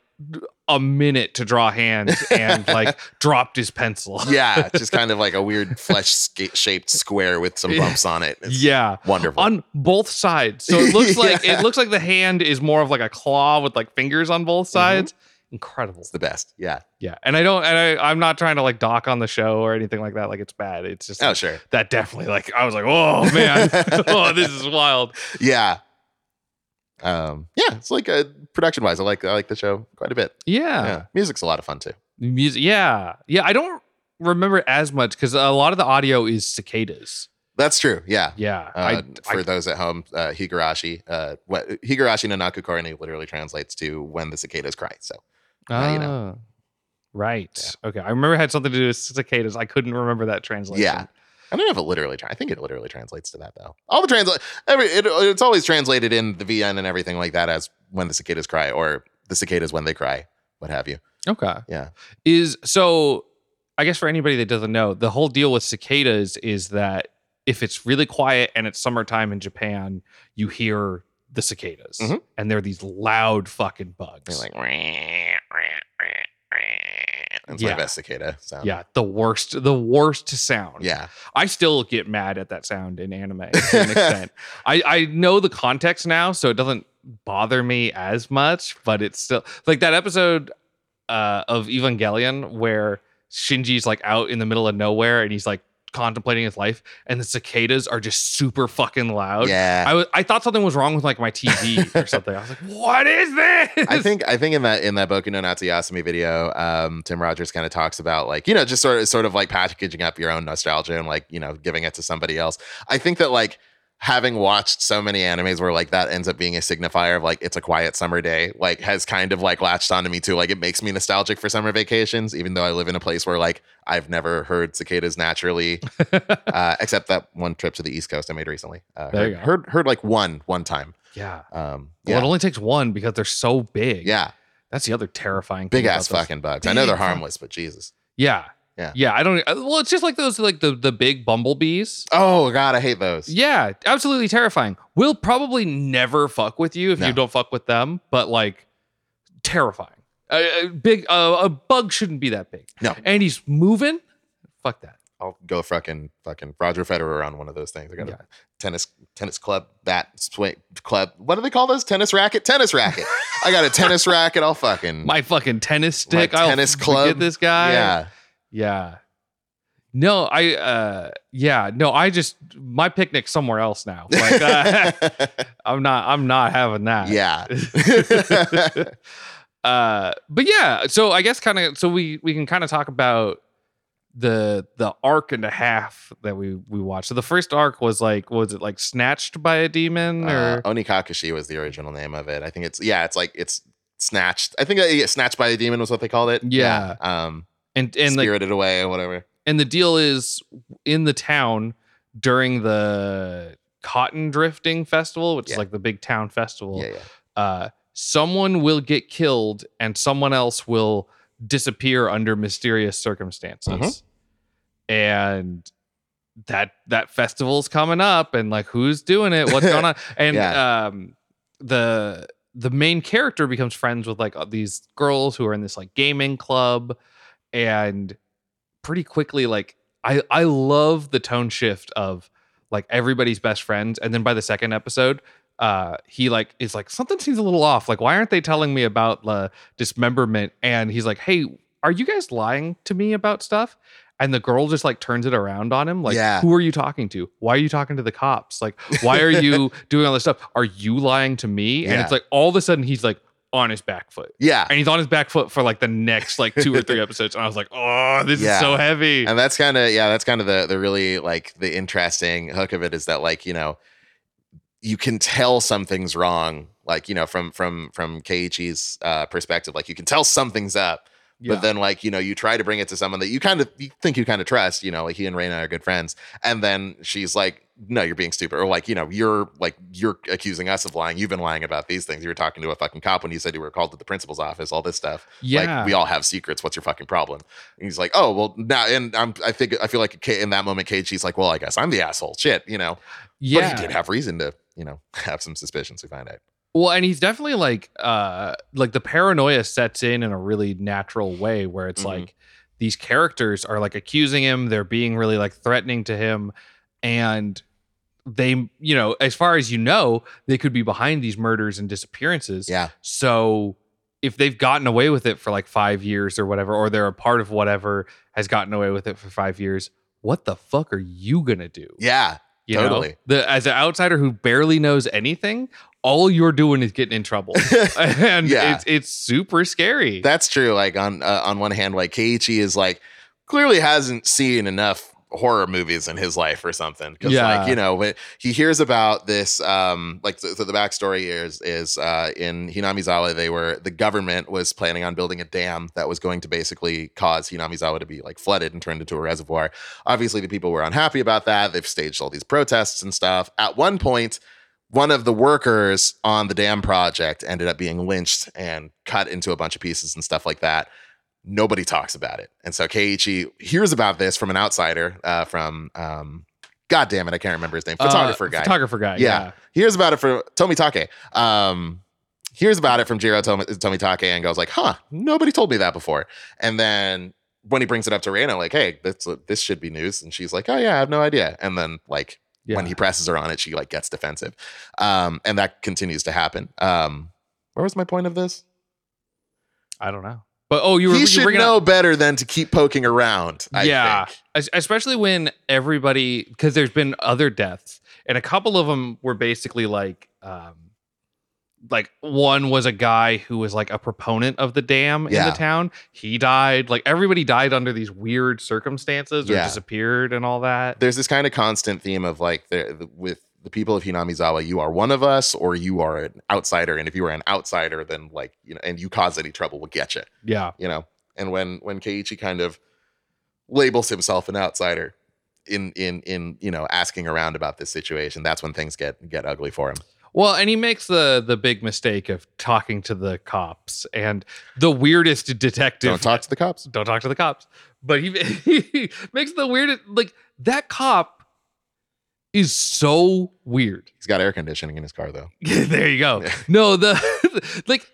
S2: a minute to draw hands
S3: <laughs>
S2: and like dropped his pencil.
S3: yeah, it's just kind of like a
S2: <laughs>
S3: weird flesh sca- shaped square with some
S2: Yeah.
S3: bumps on it. It's
S2: <laughs> Yeah.
S3: wonderful.
S2: On both sides.
S3: <laughs>
S2: So it looks like
S3: Yeah.
S2: it looks like the hand is more of like a claw with like fingers on both
S3: Mm-hmm.
S2: sides. Incredible.
S3: it's the best. Yeah.
S2: Yeah. And I don't and I, I'm not trying to like dock on the show or anything like that. Like it's bad. It's just
S3: Oh
S2: like,
S3: sure.
S2: that definitely like I was like, oh
S3: <laughs>
S2: man, <laughs> oh, this is wild.
S3: Yeah. Um. Yeah. It's like uh production wise. I like I like the show quite a bit.
S2: Yeah.
S3: Yeah. Music's a lot of fun too.
S2: Music yeah. Yeah. I don't remember as much because a lot of the audio is cicadas.
S3: That's true. Yeah.
S2: Yeah. I,
S3: Uh,
S2: I
S3: for those at home, uh, Higurashi, uh, what Higurashi no Nakukore literally translates to "when the cicadas cry." So now you
S2: Ah, Right. Okay. I remember it had something to do with cicadas. I couldn't remember that translation.
S3: Yeah. I don't know if it literally. Tra- I think it literally translates to that though. All the translate, every it, it's always translated in the VN and everything like that as "when the cicadas cry" or "the cicadas when they cry," what have you.
S2: Okay.
S3: Yeah.
S2: Is so I guess for anybody that doesn't know, the whole deal with cicadas is that if it's really quiet and it's summertime in Japan, you hear the cicadas.
S3: Mhm.
S2: And they're these loud fucking bugs.
S3: They're like, it's
S2: Yeah.
S3: my best cicada sound.
S2: yeah, the worst, the worst sound.
S3: um, yeah,
S2: I still get mad at that sound in anime to
S3: <laughs>
S2: an extent. I, I know the context now, so it doesn't bother me as much, but it's still like that episode uh, of Evangelion where Shinji's like out in the middle of nowhere and he's like contemplating his life, and the cicadas are just super fucking loud.
S3: yeah.
S2: Oh, I, was, I thought something was wrong with like my TV
S3: <laughs>
S2: or something. I was like, "What is this?"
S3: I think I think in that in that Boku no Natsuyasumi video, um, Tim Rogers kind of talks about like you know just sort of sort of like packaging up your own nostalgia and like you know giving it to somebody else. I think that like having watched so many animes where like that ends up being a signifier of like it's a quiet summer day, like has kind of like latched onto me too. Like it makes me nostalgic for summer vacations, even though I live in a place where like I've never heard cicadas
S2: <laughs>
S3: naturally, uh, except that one trip to the East Coast I made recently. Uh,
S2: There
S3: heard,
S2: you go.
S3: heard heard like one one time.
S2: yeah.
S3: Um,
S2: Well, it
S3: yeah.
S2: only takes one because they're so big.
S3: Yeah,
S2: that's the other terrifying. thing
S3: big ass
S2: about those
S3: fucking bugs. I know they're
S2: Big fuck-
S3: harmless, but Jesus.
S2: Yeah.
S3: Yeah.
S2: Yeah. I don't. uh, Well, it's just like those, like the the big bumblebees.
S3: Oh god, I hate those.
S2: Yeah, absolutely terrifying. We'll probably never fuck with you if you
S3: No.
S2: don't fuck with them, but like terrifying. A, a big uh, a bug shouldn't be that big.
S3: No.
S2: and he's moving. Fuck that.
S3: I'll go fucking fucking Roger Federer on one of those things. I got
S2: Yeah.
S3: a tennis tennis club bat swing club. What do they call those? Tennis racket? Tennis racket. I got a
S2: <laughs>
S3: tennis racket. I'll fucking
S2: My fucking tennis
S3: My
S2: stick. I'll
S3: tennis
S2: forget
S3: club.
S2: This guy.
S3: yeah.
S2: Yeah. No, I. uh Yeah. No, I just my picnic somewhere else now. Like, <laughs> uh,
S3: <laughs>
S2: I'm not. I'm not having that. <laughs>
S3: yeah.
S2: uh but yeah so i guess kind of so we we can kind of talk about the the arc and a half that we we watched so the first arc was like was it like snatched by a demon
S3: Uh,
S2: or
S3: Onikakashi was the original name of it. I think it's yeah. It's like it's snatched. I think uh, yeah, snatched by the demon was what they called it.
S2: Yeah.
S3: Um.
S2: and and like
S3: spirited away or whatever.
S2: and the deal is in the town during the cotton drifting festival which is
S3: Yeah.
S2: like the big town festival
S3: Yeah. Yeah.
S2: uh someone will get killed and someone else will disappear under mysterious circumstances and that that festival's coming up and like who's doing it what's going on and um the the main character becomes friends with like uh, these girls who are in this like gaming club and pretty quickly like i i love the tone shift of like everybody's best friends and then by the second episode uh he like is like something seems a little off like why aren't they telling me about uh, dismemberment and he's like hey are you guys lying to me about stuff and the girl just like turns it around on him like
S3: Yeah.
S2: who are you talking to why are you talking to the cops like why are you
S3: <laughs>
S2: doing all this stuff are you lying to me and
S3: Yeah.
S2: it's like all of a sudden he's like on his back foot
S3: Yeah.
S2: and he's on his back foot for like the next like
S3: <laughs>
S2: two or three episodes and i was like oh this
S3: Yeah.
S2: is so <laughs> heavy
S3: And that's kind of yeah, that's kind of the the really like the interesting hook of it is that like, you know, you can tell something's wrong, like, you know, from from from Keiichi's uh perspective, like you can tell something's up,
S2: Yeah.
S3: but then like, you know, you try to bring it to someone that you kind of you think you kind of trust, you know, like he and Raina are good friends. And then she's like, No, you're being stupid, or like, you know, you're like you're accusing us of lying. You've been lying about these things. You were talking to a fucking cop when you said you were called to the principal's office, all this stuff.
S2: yeah
S3: Like we all have secrets. What's your fucking problem? And he's like, oh well, now and I'm I think I feel like K- in that moment, KG's like, well, I guess I'm the asshole. Shit, you know.
S2: yeah
S3: But he did have reason to, you know, <laughs> have some suspicions. We find out.
S2: Well, and he's definitely like uh like the paranoia sets in in a really natural way where it's
S3: Mhm.
S2: like these characters are like accusing him, they're being really like threatening to him and they you know, as far as you know, they could be behind these murders and disappearances.
S3: Yeah.
S2: So if they've gotten away with it for like 5 years or whatever or they're a part of whatever has gotten away with it for 5 years, what the fuck are you going to do?
S3: Yeah.
S2: You know?
S3: Totally.
S2: The as an outsider who barely knows anything, all you're doing is getting in trouble.
S3: <laughs>
S2: and
S3: Yeah.
S2: it's it's super scary.
S3: That's true. Like on uh, on one hand, like Keiichi is like clearly hasn't seen enough horror movies in his life or something. Because
S2: Yeah.
S3: like you know when he hears about this, um, like so, so the backstory is is uh, in Hinamizawa they were the government was planning on building a dam that was going to basically cause Hinamizawa to be like flooded and turned into a reservoir. Obviously, the people were unhappy about that. They've staged all these protests and stuff. At one point one of the workers on the dam project ended up being lynched and cut into a bunch of pieces and stuff like that. Nobody talks about it. And so Keiichi hears about this from an outsider, uh, from, um, God damn it, I can't remember his name,
S2: Uh,
S3: photographer guy.
S2: Photographer guy.
S3: Yeah.
S2: Yeah.
S3: hears about it from Tomitake. Um, hears about it from Jiro Tomi- Tomitake and goes like, huh, nobody told me that before. And then when he brings it up to Rihanna, like, hey, this, this should be news. And she's like, oh yeah, I have no idea. And then like
S2: Yeah.
S3: when he presses her on it, she like gets defensive. Um, and that continues to happen. Um, where was my point of this?
S2: I don't know. But oh, you were
S3: he
S2: you
S3: should
S2: bringing
S3: know
S2: up
S3: better than to keep poking around. I
S2: Yeah.
S3: think.
S2: es- especially when everybody because there's been other deaths and a couple of them were basically like um like one was a guy who was like a proponent of the dam in
S3: Yeah.
S2: the town. He died. Like everybody died under these weird circumstances or
S3: Yeah.
S2: disappeared and all that.
S3: There's this kind of constant theme of like the, the, with the people of Hinamizawa, you are one of us or you are an outsider. And if you are an outsider, then like, you know, and you cause any trouble, we'll get you,
S2: Yeah.
S3: you know? And when, when Keiichi kind of labels himself an outsider in, in, in, you know, asking around about this situation, that's when things get, get ugly for him.
S2: Well, and he makes the the big mistake of talking to the cops and the weirdest detective.
S3: Don't talk to the cops.
S2: Don't talk to the cops. But he, <laughs> he makes the weirdest like that cop is so weird.
S3: He's got air conditioning in his car though.
S2: <laughs> there you go.
S3: Yeah.
S2: No, the <laughs> like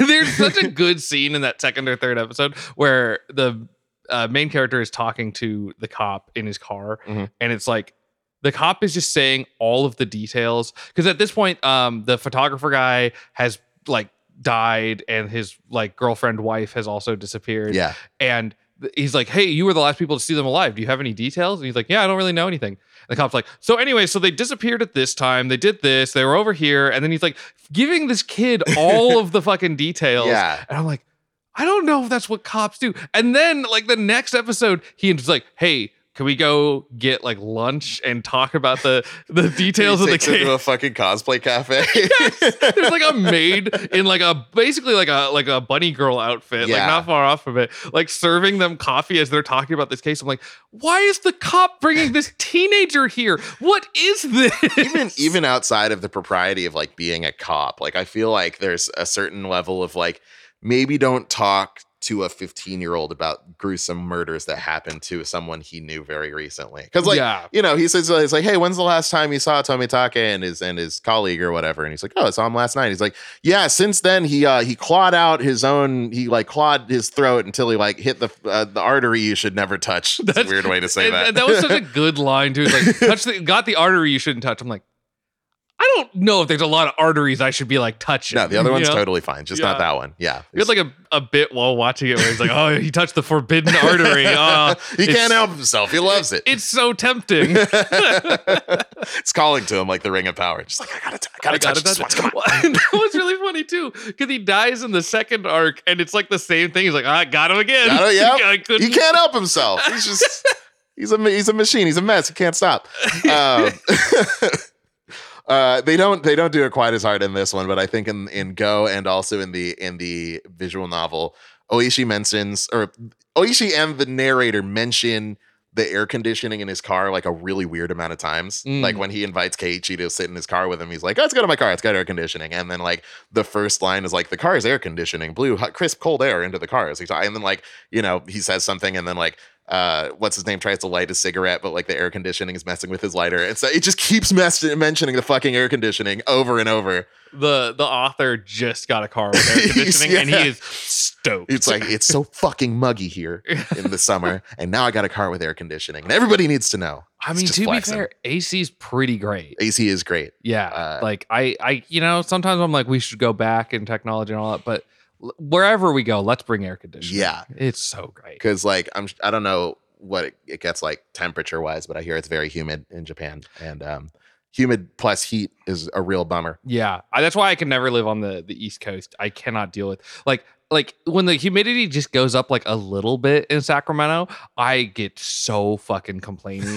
S2: there's such a good scene in that second or third episode where the uh, main character is talking to the cop in his car
S3: Mhm.
S2: and it's like the cop is just saying all of the details because at this point um the photographer guy has like died and his like girlfriend wife has also disappeared
S3: Yeah.
S2: and th- he's like, "Hey, you were the last people to see them alive. Do you have any details?" And he's like, "Yeah, I don't really know anything." And the cop's like, "So anyway, so they disappeared at this time. They did this. They were over here." And then he's like, giving this kid all of the fucking details.
S3: Yeah.
S2: And I'm like, I don't know if that's what cops do. And then like the next episode, he was like, "Hey." Can we go get like lunch and talk about the the details
S3: He
S2: of the
S3: takes her
S2: case?
S3: to a fucking cosplay
S2: <laughs>
S3: cafe. <laughs>
S2: There's like a maid in like a basically like a like a bunny girl outfit,
S3: Yeah.
S2: like not far off from it, like serving them coffee as they're talking about this case. I'm like, why is the cop bringing this teenager here? What is this? <laughs>
S3: even e, even outside of the propriety of like being a cop, like I feel like there's a certain level of like maybe don't talk to a 15 year old about gruesome murders that happened to someone he knew very recently. Because like
S2: yeah,
S3: you know, he says uh, he's like, "Hey, when's the last time you saw Tomitake and his and his colleague or whatever?" And he's like, "Oh, I saw him last night." He's like, "Yeah, since then he uh, he clawed out his own. He like clawed his throat until he like hit the uh, the artery you should never touch." <laughs> That's, a
S2: That's-
S3: weird way to say
S2: and,
S3: that.
S2: <laughs> and that was such a good line too. It's Like, touch the got the artery you shouldn't touch. I'm like, I don't know if there's a lot of arteries I should be like
S3: <laughs>
S2: touching.
S3: No, the other one's
S2: you know?
S3: totally fine. Just
S2: Yeah.
S3: not that one. Yeah.
S2: We had like a, a bit while watching it where he's like, oh, he touched the forbidden
S3: <laughs>
S2: artery. Oh,
S3: he
S2: it's-
S3: can't help himself. He loves it.
S2: it's so
S3: <laughs>
S2: tempting.
S3: it's calling to him like the ring of power. Just like I gotta, t- I gotta, touch this one.
S2: <laughs>
S3: Come on.
S2: that was really funny too, because he dies in the second arc, and it's like the same thing. He's like, I got him again.
S3: Got
S2: <laughs>
S3: him, yep.
S2: I couldn't-
S3: He can't help himself. He's just he's a ma- he's a machine. He's a mess. He can't stop. Um, <laughs> uh, they don't they don't do it quite as hard in this one, but I think in in Go and also in the in the visual novel, Oishi mentions or Oishi and the narrator mention the air conditioning in his car like a really weird amount of times.
S2: Mm.
S3: Like when he invites Keiichi to sit in his car with him, he's like, "Oh, let's go to my car. It's got air conditioning." And then like the first line is like, "The car is air conditioning, blew hot, crisp cold air into the car." It's like- And then like you know he says something, and then like uh, what's his name tries to light a cigarette, but like the air conditioning is messing with his lighter, and so it just keeps mess- mentioning the fucking air conditioning over and over.
S2: the the author just got a car with air
S3: <laughs> He's-
S2: conditioning, and
S3: yeah.
S2: he is stoked.
S3: It's like it's so fucking muggy
S2: <laughs>
S3: here in the summer, and now I got a car with air conditioning, and everybody needs to know.
S2: I
S3: It's
S2: mean,
S3: just
S2: to
S3: flexing.
S2: be fair, AC's pretty great.
S3: AC is great.
S2: Yeah.
S3: Uh,
S2: like I I you know, sometimes I'm like we should go back in technology and all that, but l- wherever we go, let's bring air conditioning.
S3: Yeah.
S2: It's so great.
S3: because like I'm I don't know what it, it gets like temperature wise, but I hear it's very humid in Japan, and um, humid plus heat is a real bummer.
S2: Yeah. I, that's why I can never live on the the East Coast. I cannot deal with like like when the humidity just goes up like a little bit in Sacramento, I get so fucking complaining.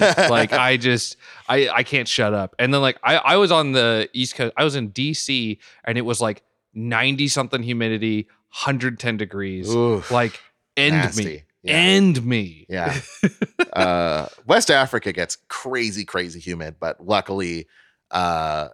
S3: <laughs>
S2: like I just I I can't shut up. And then like I I was on the East Coast. I was in DC and it was like 90 something humidity, 110 degrees.
S3: Oof,
S2: Like end me.
S3: nasty. Yeah.
S2: End me. <laughs>
S3: Yeah. uh, West Africa gets crazy, crazy humid, but luckily, uh,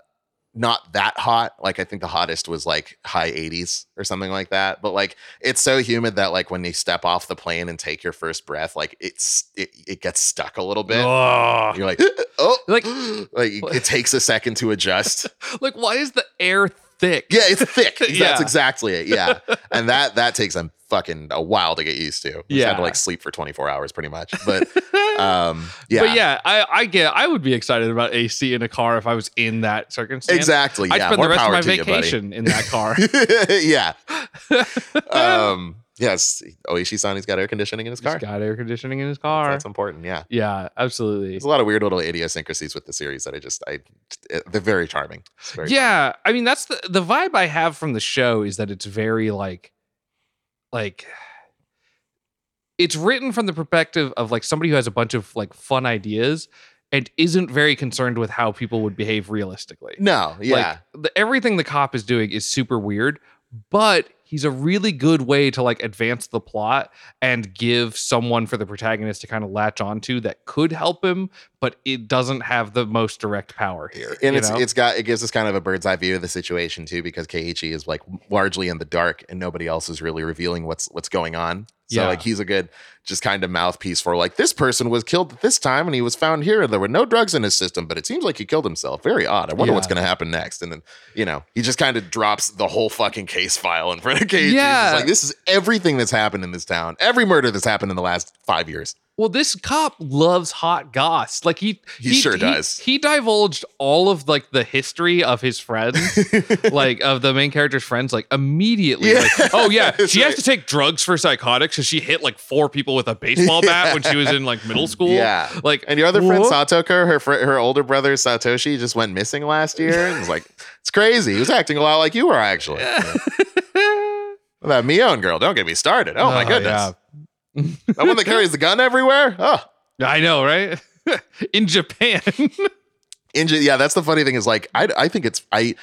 S3: not that hot. Like I think the hottest was like high 80s or something like that. But like it's so humid that like when you step off the plane and take your first breath, like it's it, it gets stuck a little bit.
S2: Ugh.
S3: You're like, <gasps> oh,
S2: Like-
S3: like, <gasps> like it takes a second to
S2: <laughs>
S3: adjust.
S2: Like, why is the air thick?
S3: Yeah,
S2: <laughs>
S3: it's thick. That's
S2: Yeah.
S3: exactly it. Yeah,
S2: <laughs>
S3: and that that takes a fucking a while to get used to. You just had
S2: Yeah.
S3: to like sleep for 24 hours pretty much. But um, yeah,
S2: <laughs> But yeah, I, I get. I would be excited about AC in a car if I was in that circumstance.
S3: exactly.
S2: I'd
S3: yeah,
S2: spend
S3: more
S2: the rest of
S3: power
S2: my
S3: to you, buddy.
S2: vacation in that
S3: <laughs>
S2: car. <laughs>
S3: yeah. Um, yes, Oishi san he's got air conditioning in his car.
S2: He's got air conditioning in his
S3: That's-
S2: car.
S3: That's important. Yeah.
S2: yeah, absolutely.
S3: There's a lot of weird little idiosyncrasies with the series that I just, I, eh, they're very charming. It's very
S2: Yeah, I mean that's the the vibe I have from the show is that it's very like, like. It's written from the perspective of like somebody who has a bunch of like fun ideas and isn't very concerned with how people would behave realistically.
S3: No, yeah,
S2: Like the, everything the cop is doing is super weird, but he's a really good way to like advance the plot and give someone for the protagonist to kind of latch onto that could help him, but it doesn't have the most direct power here.
S3: and
S2: you
S3: it's
S2: know?
S3: it's got it gives us kind of a bird's eye view of the situation too because Keiichi is like largely in the dark and nobody else is really revealing what's what's going on. So
S2: Yeah.
S3: like he's a good just kind of mouthpiece for like this person was killed at this time and he was found here and there were no drugs in his system but it seems like he killed himself. Very odd. I wonder what's
S2: Yeah.
S3: going to happen next. And then you know he just kind of drops the whole fucking case file in front of Keiichi. He's
S2: Yeah.
S3: just like this is everything that's happened in this town. Every murder that's happened in the last five years.
S2: well, this cop loves hot goss. Like he
S3: He sure does.
S2: He divulged all of like the history of
S3: <laughs>
S2: his friends. like of the main character's friends, like immediately.
S3: Yeah.
S2: Like, oh yeah,
S3: <laughs> That's
S2: she
S3: right.
S2: has to take drugs for psychotics because she hit like four people with
S3: <laughs>
S2: a baseball bat when she was in like middle school.
S3: Yeah.
S2: like
S3: And your other friend
S2: what?
S3: Satoko, her fr- her older brother Satoshi, just went missing last year. And was like, it's crazy. He was acting a lot like you were actually. Well, That Mion girl, don't get me started. Oh, my
S2: Oh,
S3: goodness.
S2: yeah.
S3: That one that carries the gun everywhere. Oh.
S2: I know, right? <laughs>
S3: <laughs>
S2: in Japan,
S3: Inj- yeah, that's the funny thing is like I I think it's I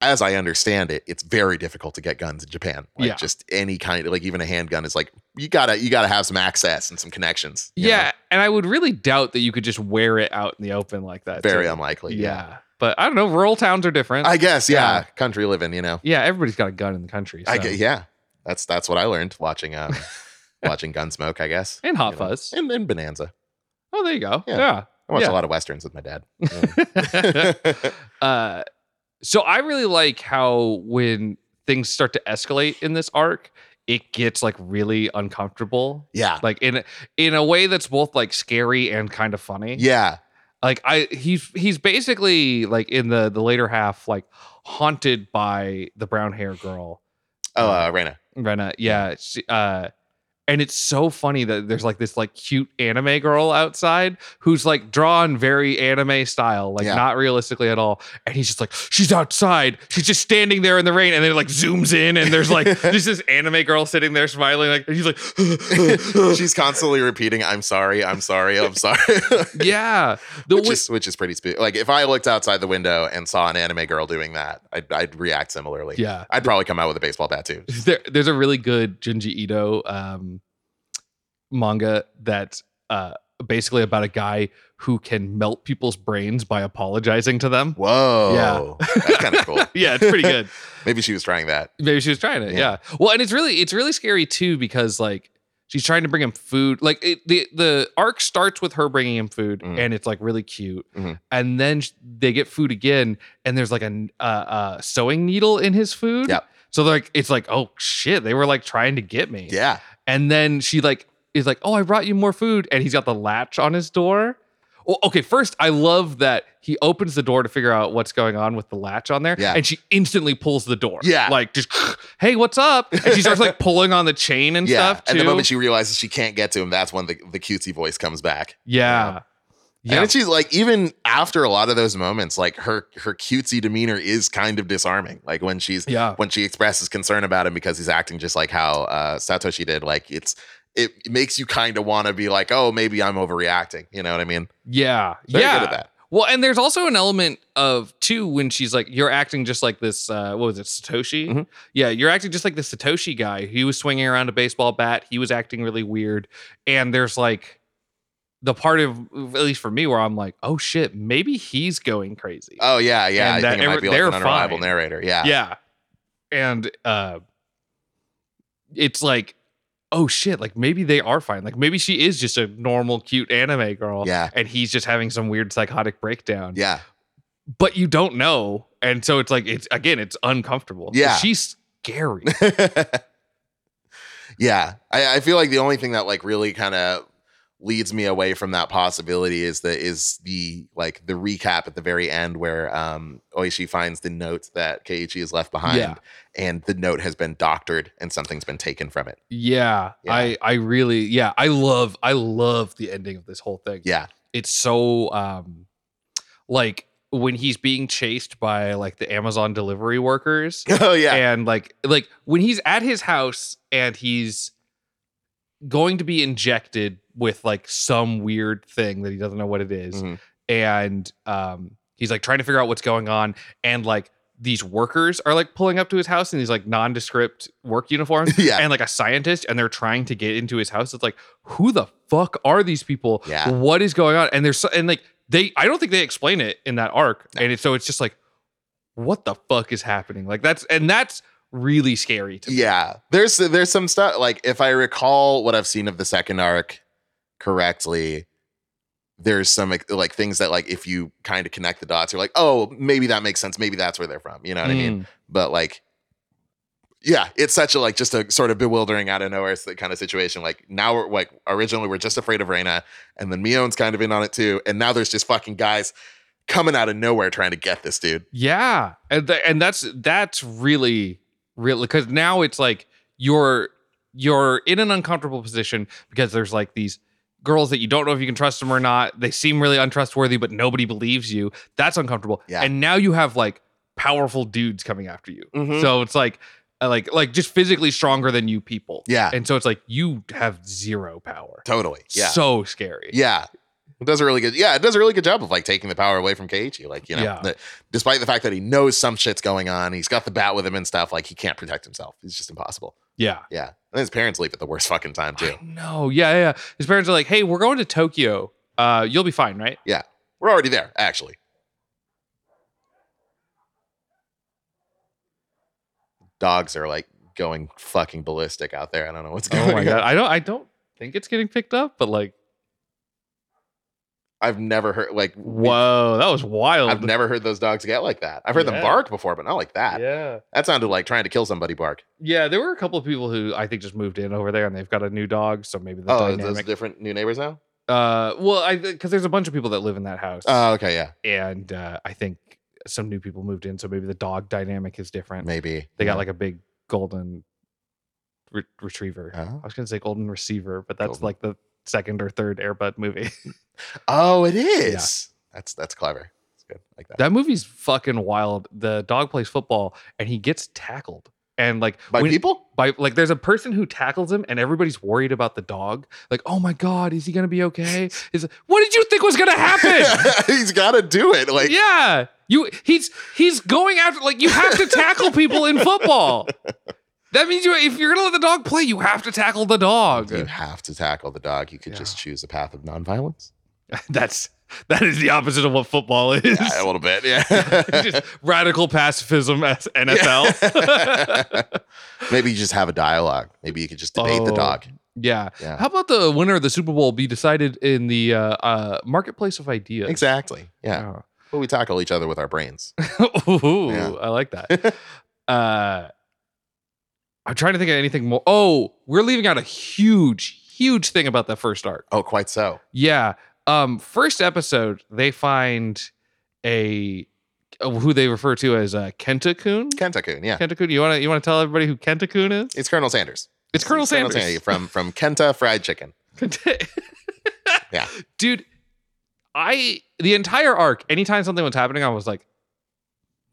S3: as I understand it, it's very difficult to get guns in Japan. Like
S2: Yeah.
S3: just any kind of like even a handgun is like you gotta you gotta have some access and some connections. you know?
S2: yeah. And I would really doubt that you could just wear it out in the open like that.
S3: Very
S2: too.
S3: unlikely.
S2: yeah. but I don't know. Rural towns are different.
S3: I guess, yeah.
S2: Yeah.
S3: Country living, you know.
S2: yeah, everybody's got a gun in the country. So.
S3: I get, yeah. That's that's what I learned watching
S2: <laughs>
S3: um watching Gunsmoke, I guess.
S2: And Hot
S3: You know,
S2: Fuzz.
S3: And, and Bonanza.
S2: Oh, there you go.
S3: Yeah.
S2: yeah.
S3: I watched a
S2: Yeah.
S3: lot of westerns with my dad. <laughs>
S2: <laughs> Uh, so I really like how when things start to escalate in this arc, it gets like really uncomfortable,
S3: yeah.
S2: like in in a way that's both like scary and kind of funny.
S3: Yeah.
S2: like I he's he's basically like in the the later half like haunted by the brown hair girl
S3: Oh, uh,
S2: <laughs>
S3: Reyna.
S2: Rena. Yeah, she, uh, and it's so funny that there's like this like cute anime girl outside who's like drawn very anime style, like
S3: Yeah.
S2: not realistically at all. And he's just like, she's outside. She's just standing there in the rain, and then it like zooms in, and
S3: <laughs>
S2: there's like just this anime girl sitting there smiling, like and he's like. <gasps>
S3: She's constantly repeating, "I'm sorry, I'm sorry, I'm
S2: <laughs>
S3: sorry,"
S2: yeah, the
S3: which
S2: wi-
S3: is which is pretty. Spe- like if I looked outside the window and saw an anime girl doing that, I'd, I'd react similarly.
S2: yeah.
S3: I'd probably come out with a baseball bat
S2: <laughs>
S3: too.
S2: there, there's a really good Junji Ito um, manga that's uh, basically about a guy who can melt people's brains by apologizing to them.
S3: Whoa, that's kind of
S2: <laughs>
S3: cool.
S2: Yeah, it's pretty good.
S3: Maybe she was trying that.
S2: Maybe she was trying it. Yeah.
S3: Yeah.
S2: Well, and it's really it's really scary too because like she's trying to bring him food. Like it, the the arc starts with her bringing him food,
S3: Mhm.
S2: and it's like really cute.
S3: Mhm.
S2: And then sh- they get food again, and there's like a uh, uh, sewing needle in his food.
S3: Yep.
S2: So like it's like oh shit, they were like trying to get me.
S3: Yeah,
S2: And then she like is like, "Oh, I brought you more food," and he's got the latch on his door. Well, okay, first I love that he opens the door to figure out what's going on with the latch on there,
S3: Yeah.
S2: and she instantly pulls the door.
S3: Yeah.
S2: like just, "Hey, what's up?" And she starts like pulling on the chain
S3: <laughs>
S2: and
S3: yeah.
S2: stuff too.
S3: And the moment she realizes she can't get to him, that's when the, the cutesy voice comes back.
S2: yeah, yeah,
S3: And she's like, even after a lot of those moments, like her her cutesy demeanor is kind of disarming. Like when she's
S2: yeah,
S3: when she expresses concern about him because he's acting just like how uh, Satoshi did. Like it's it makes you kind of want to be like, oh, maybe I'm overreacting. You know what I mean?
S2: yeah,
S3: They're
S2: yeah.
S3: good at that.
S2: Well, and there's also an element of too when she's like, you're acting just like this. Uh, what was it, Satoshi?
S3: Mhm.
S2: Yeah, you're acting just like this Satoshi guy. He was swinging around a baseball bat. He was acting really weird. And there's like the part of at least for me where I'm like, oh shit, maybe he's going crazy.
S3: Oh yeah, yeah.
S2: And
S3: I
S2: that
S3: think it might
S2: every-
S3: be like
S2: they're
S3: an unreliable
S2: fine.
S3: narrator. Yeah.
S2: yeah, and uh, it's like, oh shit, like maybe they are fine. Like maybe she is just a normal, cute anime girl.
S3: Yeah.
S2: and he's just having some weird psychotic breakdown.
S3: Yeah.
S2: but you don't know. And so it's like it's again, it's uncomfortable.
S3: Yeah.
S2: She's
S3: <laughs>
S2: scary.
S3: yeah. I, I feel like the only thing that like really kind of leads me away from that possibility is the is the like the recap at the very end where um Oishi finds the note that Keiichi has left behind
S2: Yeah.
S3: and the note has been doctored and something's been taken from it.
S2: yeah,
S3: Yeah.
S2: I I really yeah, I love I love the ending of this whole thing.
S3: Yeah. <laughs>
S2: It's so um like when he's being chased by like the Amazon delivery workers
S3: Oh yeah.
S2: and like like when he's at his house and he's going to be injected with like some weird thing that he doesn't know what it is.
S3: Mhm.
S2: and um, he's like trying to figure out what's going on and like these workers are like pulling up to his house in these like nondescript work uniforms
S3: <laughs> Yeah.
S2: and like a scientist and they're trying to get into his house it's like who the fuck are these people
S3: Yeah.
S2: what is going on and there's so, and like they i don't think they explain it in that arc and it's so it's just like what the fuck is happening like that's and that's really scary to me
S3: Yeah, there's there's some stuff like if I recall what I've seen of the second arc correctly, there's some like- like things that like if you kind of connect the dots, you're like, oh, maybe that makes sense. Maybe that's where they're from. You know what I mean?
S2: Mm.
S3: But like, yeah, it's such a like just a sort of bewildering out of nowhere s- kind of situation. Like now we're like originally we're just afraid of Reyna, and then Mion's kind of in on it too, and now there's just fucking guys coming out of nowhere trying to get this dude.
S2: Yeah, and th- and that's that's really really because now it's like you're you're in an uncomfortable position because there's like these girls that you don't know if you can trust them or not. They seem really untrustworthy, but nobody believes you. That's uncomfortable.
S3: Yeah.
S2: and now you have like powerful dudes coming after you.
S3: Mhm.
S2: So it's like uh, like like just physically stronger than you people.
S3: Yeah,
S2: And so it's like you have zero power.
S3: totally. Yeah.
S2: So scary.
S3: Yeah. It does a really good yeah, it does a really good job of like taking the power away from Keiichi. Like, you know,
S2: Yeah.
S3: the- despite the fact that he knows some shit's going on, he's got the bat with him and stuff, like he can't protect himself. It's just impossible.
S2: Yeah.
S3: Yeah. And his parents leave at the worst fucking time too.
S2: No. Yeah. Yeah. His parents are like, "Hey, we're going to Tokyo. Uh, you'll be fine, right?"
S3: We're already there, actually. Dogs are like going fucking ballistic out there. I don't know what's going
S2: <laughs> Oh my
S3: on.
S2: god. I don't I don't think it's getting picked up, but like
S3: I've never heard like
S2: whoa, that was wild.
S3: I've never heard those dogs get like that. I've heard
S2: Yeah.
S3: them bark before, but not like that.
S2: yeah.
S3: That sounded like trying to kill somebody bark.
S2: Yeah, there were a couple of people who I think just moved in over there and they've got a new dog, so maybe the
S3: oh, those
S2: dynamic
S3: different new neighbors now.
S2: Uh, well, I because there's a bunch of people that live in that house,
S3: Oh, okay, yeah,
S2: and uh, I think some new people moved in, so maybe the dog dynamic is different.
S3: maybe
S2: They
S3: Yeah.
S2: got like a big golden re- retriever.
S3: Oh.
S2: I was gonna say golden receiver, but that's
S3: Golden.
S2: like the second or third Airbud movie.
S3: Oh, it is. That's that's clever. It's good. I Like that.
S2: that movie's fucking wild. The dog plays football and he gets tackled. And like
S3: By
S2: when-
S3: people?
S2: <laughs> by like there's a person who tackles him and everybody's worried about the dog. Like, oh my god, is he gonna
S3: <laughs>
S2: be okay? Is what did you think was gonna happen?
S3: He's got to do it. <laughs> Like
S2: yeah. You he's he's going after like you have to tackle people in football. That means you if you're gonna let the dog play, you have to tackle the dog.
S3: oh, you have to tackle the dog. You could just choose a path of
S2: <laughs>
S3: nonviolence.
S2: <laughs> That's that is the opposite of what football is.
S3: Yeah, a little bit.
S2: <laughs>
S3: Yeah.
S2: Just radical pacifism as NFL.
S3: <laughs> <laughs> Maybe you just have a dialogue. Maybe you could just debate the
S2: Oh.
S3: dog.
S2: <laughs> yeah.
S3: Yeah.
S2: How about the winner of the Super Bowl be decided in the uh, uh, marketplace of ideas?
S3: Exactly. Yeah.
S2: Oh.
S3: But we tackle each other with our
S2: <laughs>
S3: brains.
S2: Ooh,
S3: Yeah.
S2: I
S3: <laughs>
S2: like that. uh, I'm trying to think of anything more. Oh, we're leaving out a huge, huge thing about that first arc.
S3: Oh, quite so.
S2: Yeah. Um, first episode, they find a uh, who they refer to as uh, Kentakun.
S3: Kentakun. Yeah.
S2: Kentakun. You want to you want to tell everybody who Kentakun is?
S3: It's Colonel Sanders.
S2: It's Colonel Sanders.
S3: from from Kenta Fried Chicken.
S2: <laughs>
S3: Yeah.
S2: Dude, I the entire arc, anytime something was happening, I was like,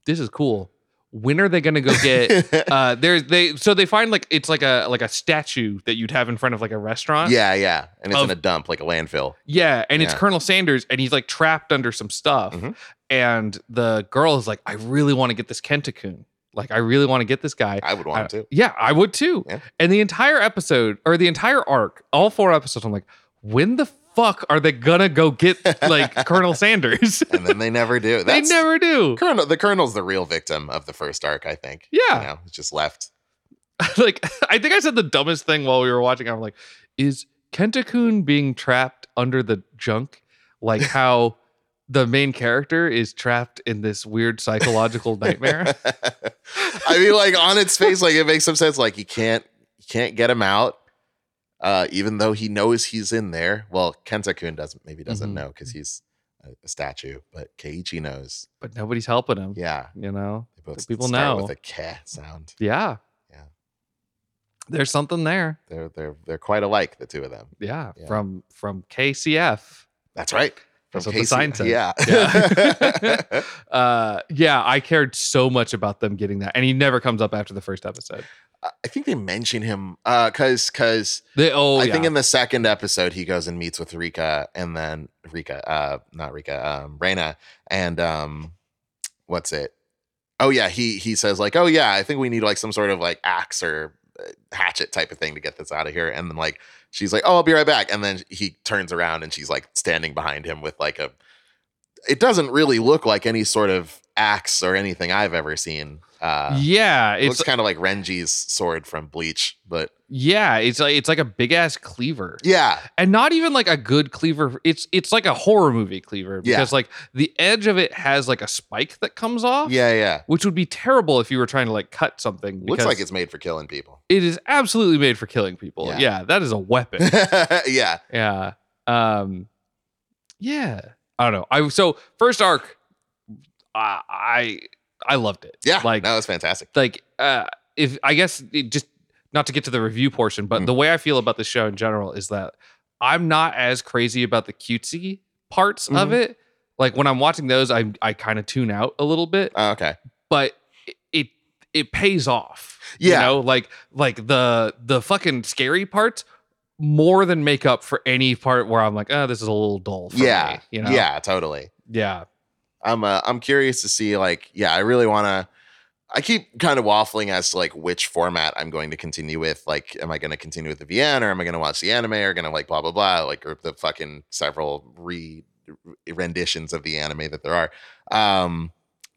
S2: this is cool. When are they gonna go
S3: <laughs>
S2: get uh there's they so they find like it's like a like a statue that you'd have in front of like a restaurant.
S3: yeah, yeah. And it's
S2: Of-
S3: in a dump, like a landfill.
S2: Yeah, and it's
S3: Yeah.
S2: Colonel Sanders and he's like trapped under some stuff.
S3: Mhm.
S2: And the girl is like, I really want to get this Kentakun. Like, I really want to get this guy.
S3: I would want
S2: I-
S3: to.
S2: Yeah, I would too.
S3: Yeah.
S2: And the entire episode or the entire arc, all four episodes, I'm like, when the fuck are they gonna go get like
S3: <laughs>
S2: Colonel Sanders? <laughs>
S3: And then they never do.
S2: they
S3: That's,
S2: never do. <laughs>
S3: Colonel, the Colonel's the real victim of the first arc, I think. You
S2: Yeah.
S3: know, he's just left.
S2: like, I think I said the dumbest thing while we were watching. I'm like, is Kentakun being trapped under the junk?
S3: <laughs>
S2: Like how the main character is trapped in this
S3: <laughs>
S2: weird psychological nightmare?
S3: I mean, like on its face, like it makes some sense. Like you can't, you can't get him out, uh, even though he knows he's in there. Well, Kenta Kun doesn't, maybe doesn't
S2: Mhm.
S3: know because he's a, a statue, but Keiichi knows.
S2: but nobody's helping him.
S3: Yeah,
S2: You know?
S3: they both
S2: People
S3: start
S2: know.
S3: with a K sound.
S2: Yeah.
S3: Yeah.
S2: There's something there.
S3: They're they're they're quite alike, the two of them.
S2: Yeah.
S3: Yeah.
S2: From from KCF.
S3: That's right.
S2: That's what the sign said.
S3: Yeah. <laughs>
S2: Yeah. <laughs> Uh yeah, I cared so much about them getting that. And he never comes up after the first episode.
S3: I think they mention him uh cause cause
S2: They oh
S3: I
S2: yeah.
S3: think in the second episode he goes and meets with Rika and then Rika, uh not Rika, um Reina and um what's it? Oh yeah, he he says like, "Oh yeah, I think we need like some sort of like axe or uh, hatchet type of thing to get this out of here." And then like she's like, "Oh, I'll be right back." And then he turns around and she's like standing behind him with like a it doesn't really look like any sort of axe or anything I've ever seen. Uh
S2: yeah,
S3: it
S2: it's
S3: looks kind of like Renji's sword from Bleach, but
S2: yeah, it's like it's like a big ass cleaver.
S3: yeah,
S2: And not even like a good cleaver. It's it's like a horror movie cleaver
S3: Yeah.
S2: because like the edge of it has like a spike that comes off.
S3: yeah, yeah.
S2: Which would be terrible if you were trying to like cut something.
S3: Looks
S2: because
S3: like it's made for killing people. <laughs>
S2: it is absolutely made for killing people.
S3: Yeah.
S2: yeah that is a weapon.
S3: yeah,
S2: Yeah. Um Yeah. I don't know. I so first arc I I, I loved it.
S3: yeah.
S2: Like
S3: that was fantastic.
S2: like uh if I guess it just not to get to the review portion, but
S3: Mm.
S2: the way I feel about the show in general is that I'm not as crazy about the cutesy parts
S3: Mm-hmm.
S2: of it. Like when I'm watching those, I I kind of tune out a little bit,
S3: Oh, okay.
S2: but it it, it pays off.
S3: Yeah.
S2: You know, like like the the fucking scary parts more than make up for any part where I'm like, oh, this is a little dull. For
S3: Yeah.
S2: me," you know.
S3: Yeah, totally.
S2: Yeah.
S3: I'm uh, I'm curious to see like yeah, I really want to I keep kind of waffling as to like which format I'm going to continue with. Like, am I going to continue with the VN or am I going to watch the anime or going to like blah blah blah like or the fucking several re renditions of the anime that there are. Um,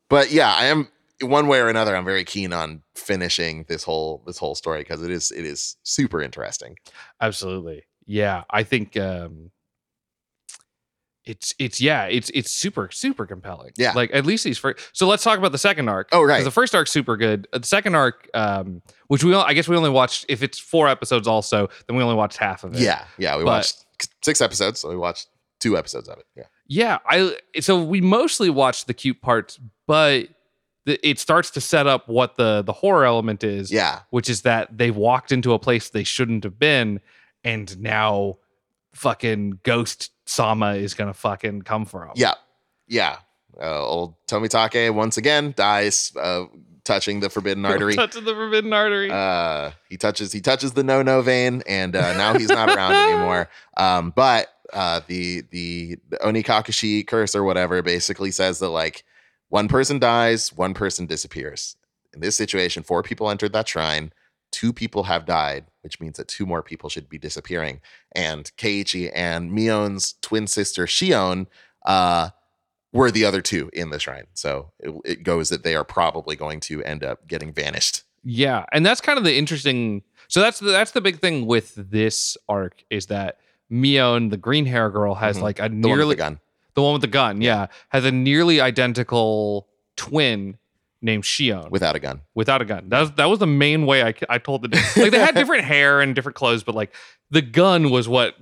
S3: but yeah, I am one way or another. I'm very keen on finishing this whole this whole story because it is it is super interesting.
S2: Absolutely. Yeah. I think um it's it's yeah, it's it's super, super compelling.
S3: Yeah.
S2: Like at least these first so let's talk about the second arc.
S3: Oh
S2: 'Cause
S3: right,
S2: The first arc's super good. Uh, The second arc, um, which we all, I guess we only watched if it's four episodes also, then we only watched half of it.
S3: yeah, yeah. We
S2: But-
S3: watched six episodes, so we watched two episodes of it. Yeah.
S2: Yeah, I so we mostly watch the cute parts, but the, it starts to set up what the the horror element is,
S3: Yeah.
S2: which is that they walked into a place they shouldn't have been, and now fucking ghost Sama is gonna fucking come for them.
S3: Yeah. Yeah. Uh, old Tomitake once again dies uh, touching the forbidden
S2: <laughs>
S3: artery.
S2: touching the forbidden artery.
S3: Uh, he touches he touches the no no vein, and uh, now he's not around anymore. Um, but uh, the the, the Onikakashi curse or whatever basically says that like one person dies, one person disappears. In this situation, four people entered that shrine. Two people have died, which means that two more people should be disappearing. And Keiichi and Mion's twin sister Shion uh, were the other two in the shrine. So it, it goes that they are probably going to end up getting vanished.
S2: Yeah, and that's kind of the interesting. So that's the, that's the big thing with this arc is that Mion, the green hair girl, has
S3: Mhm.
S2: like
S3: The
S2: a
S3: one with
S2: nearly
S3: the gun.
S2: the one with the gun. Yeah, has a nearly identical twin named Shion
S3: without a gun.
S2: without a gun. That was, that was the main way I, I
S3: <laughs>
S2: told the difference. like they had different hair and different clothes, but like the gun was what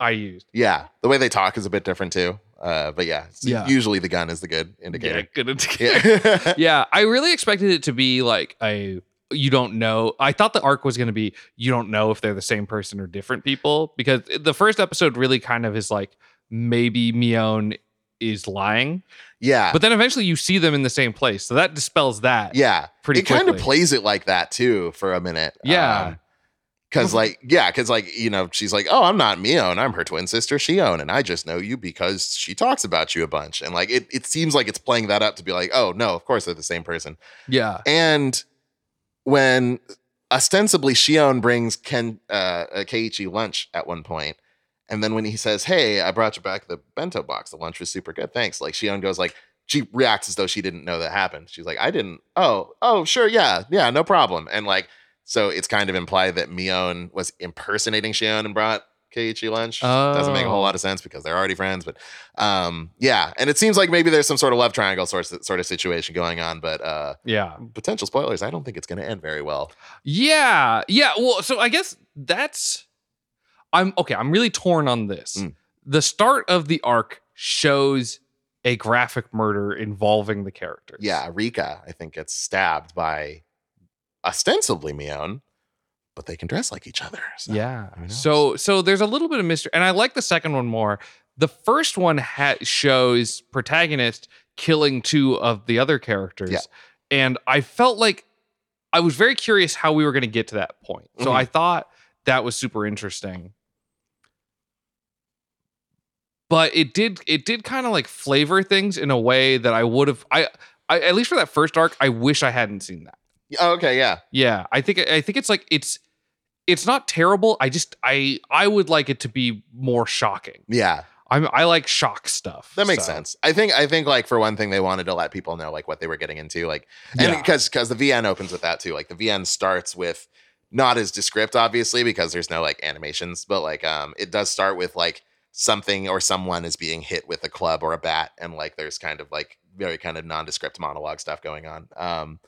S2: I used.
S3: Yeah, the way they talk is a bit different too. Uh, but yeah, it's-
S2: Yeah.
S3: usually the gun is the good indicator.
S2: good indicator.
S3: Yeah,
S2: <laughs> yeah, I really expected it to be like a you don't know. I thought the arc was going to be you don't know if they're the same person or different people because the first episode really kind of is like maybe Mion is lying,
S3: <laughs> yeah,
S2: but then eventually you see them in the same place, so that dispels that.
S3: yeah.
S2: pretty.
S3: it um, kind of
S2: quickly.
S3: plays it like that too for a minute.
S2: Yeah.
S3: because like yeah, because like you know she's like, oh, I'm not Mion, I'm her twin sister Shion, and I just know you because she talks about you a bunch, and like it, it seems like it's playing that up to be like, oh no, of course they're the same person.
S2: Yeah,
S3: And when ostensibly Shion brings Ken uh, uh, Keiichi lunch at one point, and then when he says, "Hey, I brought you back the bento box. The lunch was super good. Thanks." Like Shion goes like she reacts as though she didn't know that happened. She's like, "I didn't. Oh, oh, sure, yeah, yeah, no problem." And like so, it's kind of implied that Mion was impersonating Shion and brought Keiichi lunch. Doesn't make a
S2: Oh.
S3: whole lot of sense because they're already friends, but um, yeah. And it seems like maybe there's some sort of love triangle sort of, sort of situation going on, but uh,
S2: yeah,
S3: potential spoilers. I don't think it's going to end very well.
S2: yeah, yeah. Well, so I guess that's I'm okay. I'm really torn on this.
S3: Mm.
S2: The start of the arc shows a graphic murder involving the characters.
S3: Yeah, Rika, I think, gets stabbed by ostensibly Mion, but they can dress like each other. so-
S2: yeah.
S3: who knows?
S2: So so there's a little bit of mystery, and I like the second one more. The first one ha- shows protagonist killing two of the other characters,
S3: Yeah.
S2: and I felt like I was very curious how we were going to get to that point. So
S3: Mhm.
S2: I thought that was super interesting. But it did it did kind of like flavor things in a way that I would have I, I at least for that first arc I wish I hadn't seen that.
S3: Oh, okay. Yeah.
S2: Yeah, I think I think it's like it's it's not terrible. I just I I would like it to be more shocking.
S3: Yeah.
S2: I'm I like shock stuff.
S3: That makes
S2: so,
S3: sense. I think, I think, like, for one thing, they wanted to let people know, like, what they were getting into. Like, and
S2: yeah.
S3: because, because the VN opens with that too. Like, the VN starts with not as descript, obviously, because there's no, like, animations, but, like, um, it does start with, like, something or someone is being hit with a club or a bat. And, like, there's kind of, like, very kind of nondescript monologue stuff going on. Um,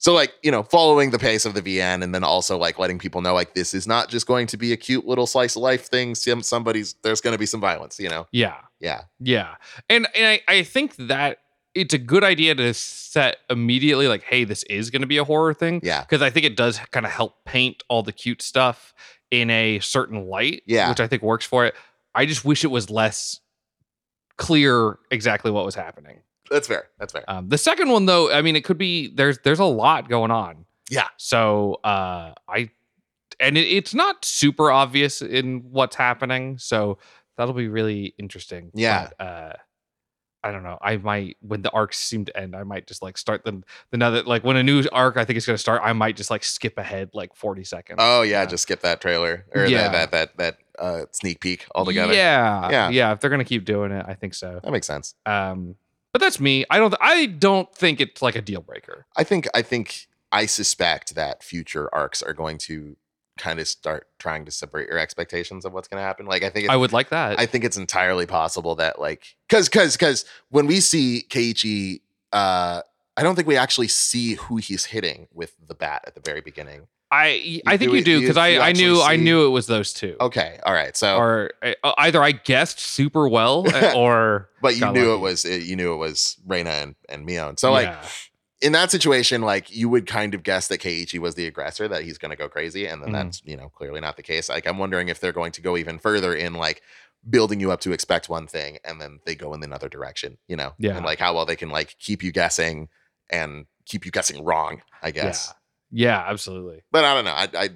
S3: So like, you know, following the pace of the VN and then also like letting people know like this is not just going to be a cute little slice of life thing. Some somebody's there's gonna be some violence, you know?
S2: Yeah,
S3: Yeah.
S2: yeah, and and I I think that it's a good idea to set immediately like, hey, this is going to be a horror thing
S3: Yeah.
S2: because I think it does kind of help paint all the cute stuff in a certain light.
S3: Yeah.
S2: which I think works for it. I just wish it was less clear exactly what was happening.
S3: That's fair. That's fair.
S2: Um, the second one, though, I mean, it could be there's there's a lot going on.
S3: Yeah.
S2: So uh, I and it, it's not super obvious in what's happening, so that'll be really interesting.
S3: Yeah.
S2: But, uh, I don't know. I might when the arcs seem to end, I might just like start the another like when a new arc I think is going to start, I might just like skip ahead like forty seconds.
S3: Oh yeah, just skip that trailer or
S2: Yeah.
S3: that that that, that uh, sneak peek altogether.
S2: Yeah.
S3: Yeah.
S2: Yeah. Yeah. If they're going to keep doing it, I think so.
S3: That makes sense.
S2: Um, but that's me. I don't. I don't think it's like a deal breaker.
S3: I think I think I suspect that future arcs are going to kind of start trying to subvert your expectations of what's gonna happen. Like I think it's
S2: I would like that.
S3: I think it's entirely possible that like because because because when we see Keiichi, uh, I don't think we actually see who he's hitting with the bat at the very beginning.
S2: I I think
S3: do-
S2: you do
S3: you-
S2: because I
S3: you
S2: I knew
S3: actually
S2: I
S3: see- Oh,
S2: knew it was those two.
S3: Okay, all right. So,
S2: Or uh, either I guessed super well
S3: <laughs>
S2: uh, or
S3: but you
S2: got
S3: knew it
S2: lucky.
S3: was it, you knew it was Reina and and Mio. And so like
S2: Yeah.
S3: in that situation, like you would kind of guess that Keiichi was the aggressor, that he's going to go crazy, and then
S2: Mhm.
S3: that's you know clearly not the case. Like I'm wondering if they're going to go even further in like building you up to expect one thing, and then they go in another direction, you know,
S2: Yeah.
S3: and like how well they can like keep you guessing and keep you guessing wrong, I guess.
S2: yeah, yeah, absolutely.
S3: But I don't know. I, I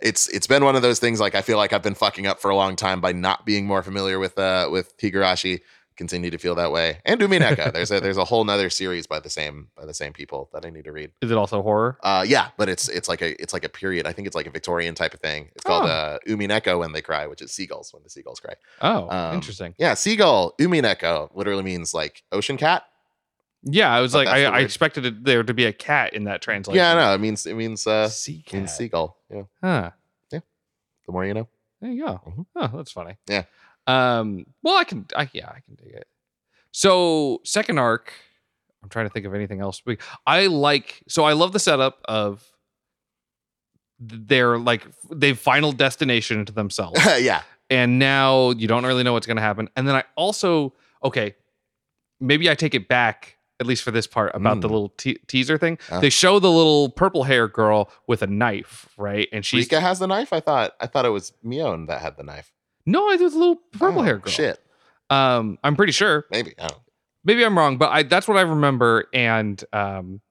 S3: it's it's been one of those things. Like I feel like I've been fucking up for a long time by not being more familiar with uh with Higurashi. Continue to feel that way, and Umineka. there's a there's a whole nother series by the same by the same people that I need to read.
S2: Is it also horror?
S3: Uh, yeah, but it's it's like a it's like a period. I think it's like a Victorian type of thing. It's called
S2: Oh.
S3: uh, Umineko when they cry, which is seagulls when the seagulls cry.
S2: Oh,
S3: um,
S2: interesting.
S3: Yeah, seagull Umineko literally means like ocean cat.
S2: Yeah, I was
S3: but
S2: like,
S3: that's
S2: I,
S3: the
S2: I
S3: word.
S2: expected it, there to be a cat in that translation.
S3: yeah, no, it means it means uh
S2: Sea cat.
S3: means seagull. Yeah,
S2: Huh.
S3: the more you know. <laughs>
S2: There you go.
S3: Mhm.
S2: Oh, that's funny.
S3: Yeah.
S2: Um. Well, I can. I yeah, I can dig it. So second arc. I'm trying to think of anything else. We- I like. So I love the setup of their like f- they've final destination
S3: <laughs>
S2: to themselves,
S3: yeah,
S2: and now you don't really know what's going to happen. And then I also okay, maybe I take it back at least for this part about the
S3: Mm.
S2: little te- teaser thing.
S3: Ah.
S2: They show the little purple hair girl with a knife, right? And she's
S3: Rika has the knife. I thought I thought it was Mion that had the knife.
S2: no, it was a little purple
S3: Oh,
S2: hair girl.
S3: Shit,
S2: Um, I'm pretty sure.
S3: maybe. I don't know.
S2: Maybe I'm wrong, but I that's what I remember. And um,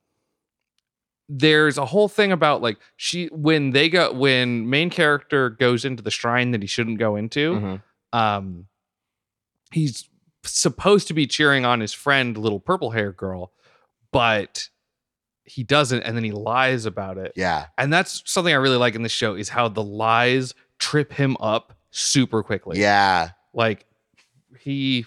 S2: there's a whole thing about like she when they go when main character goes into the shrine that he shouldn't go into.
S3: Mhm.
S2: Um, he's supposed to be cheering on his friend, little purple hair girl, but he doesn't, and then he lies about it.
S3: Yeah,
S2: And that's something I really like in this show is how the lies trip him up super quickly
S3: yeah,
S2: like he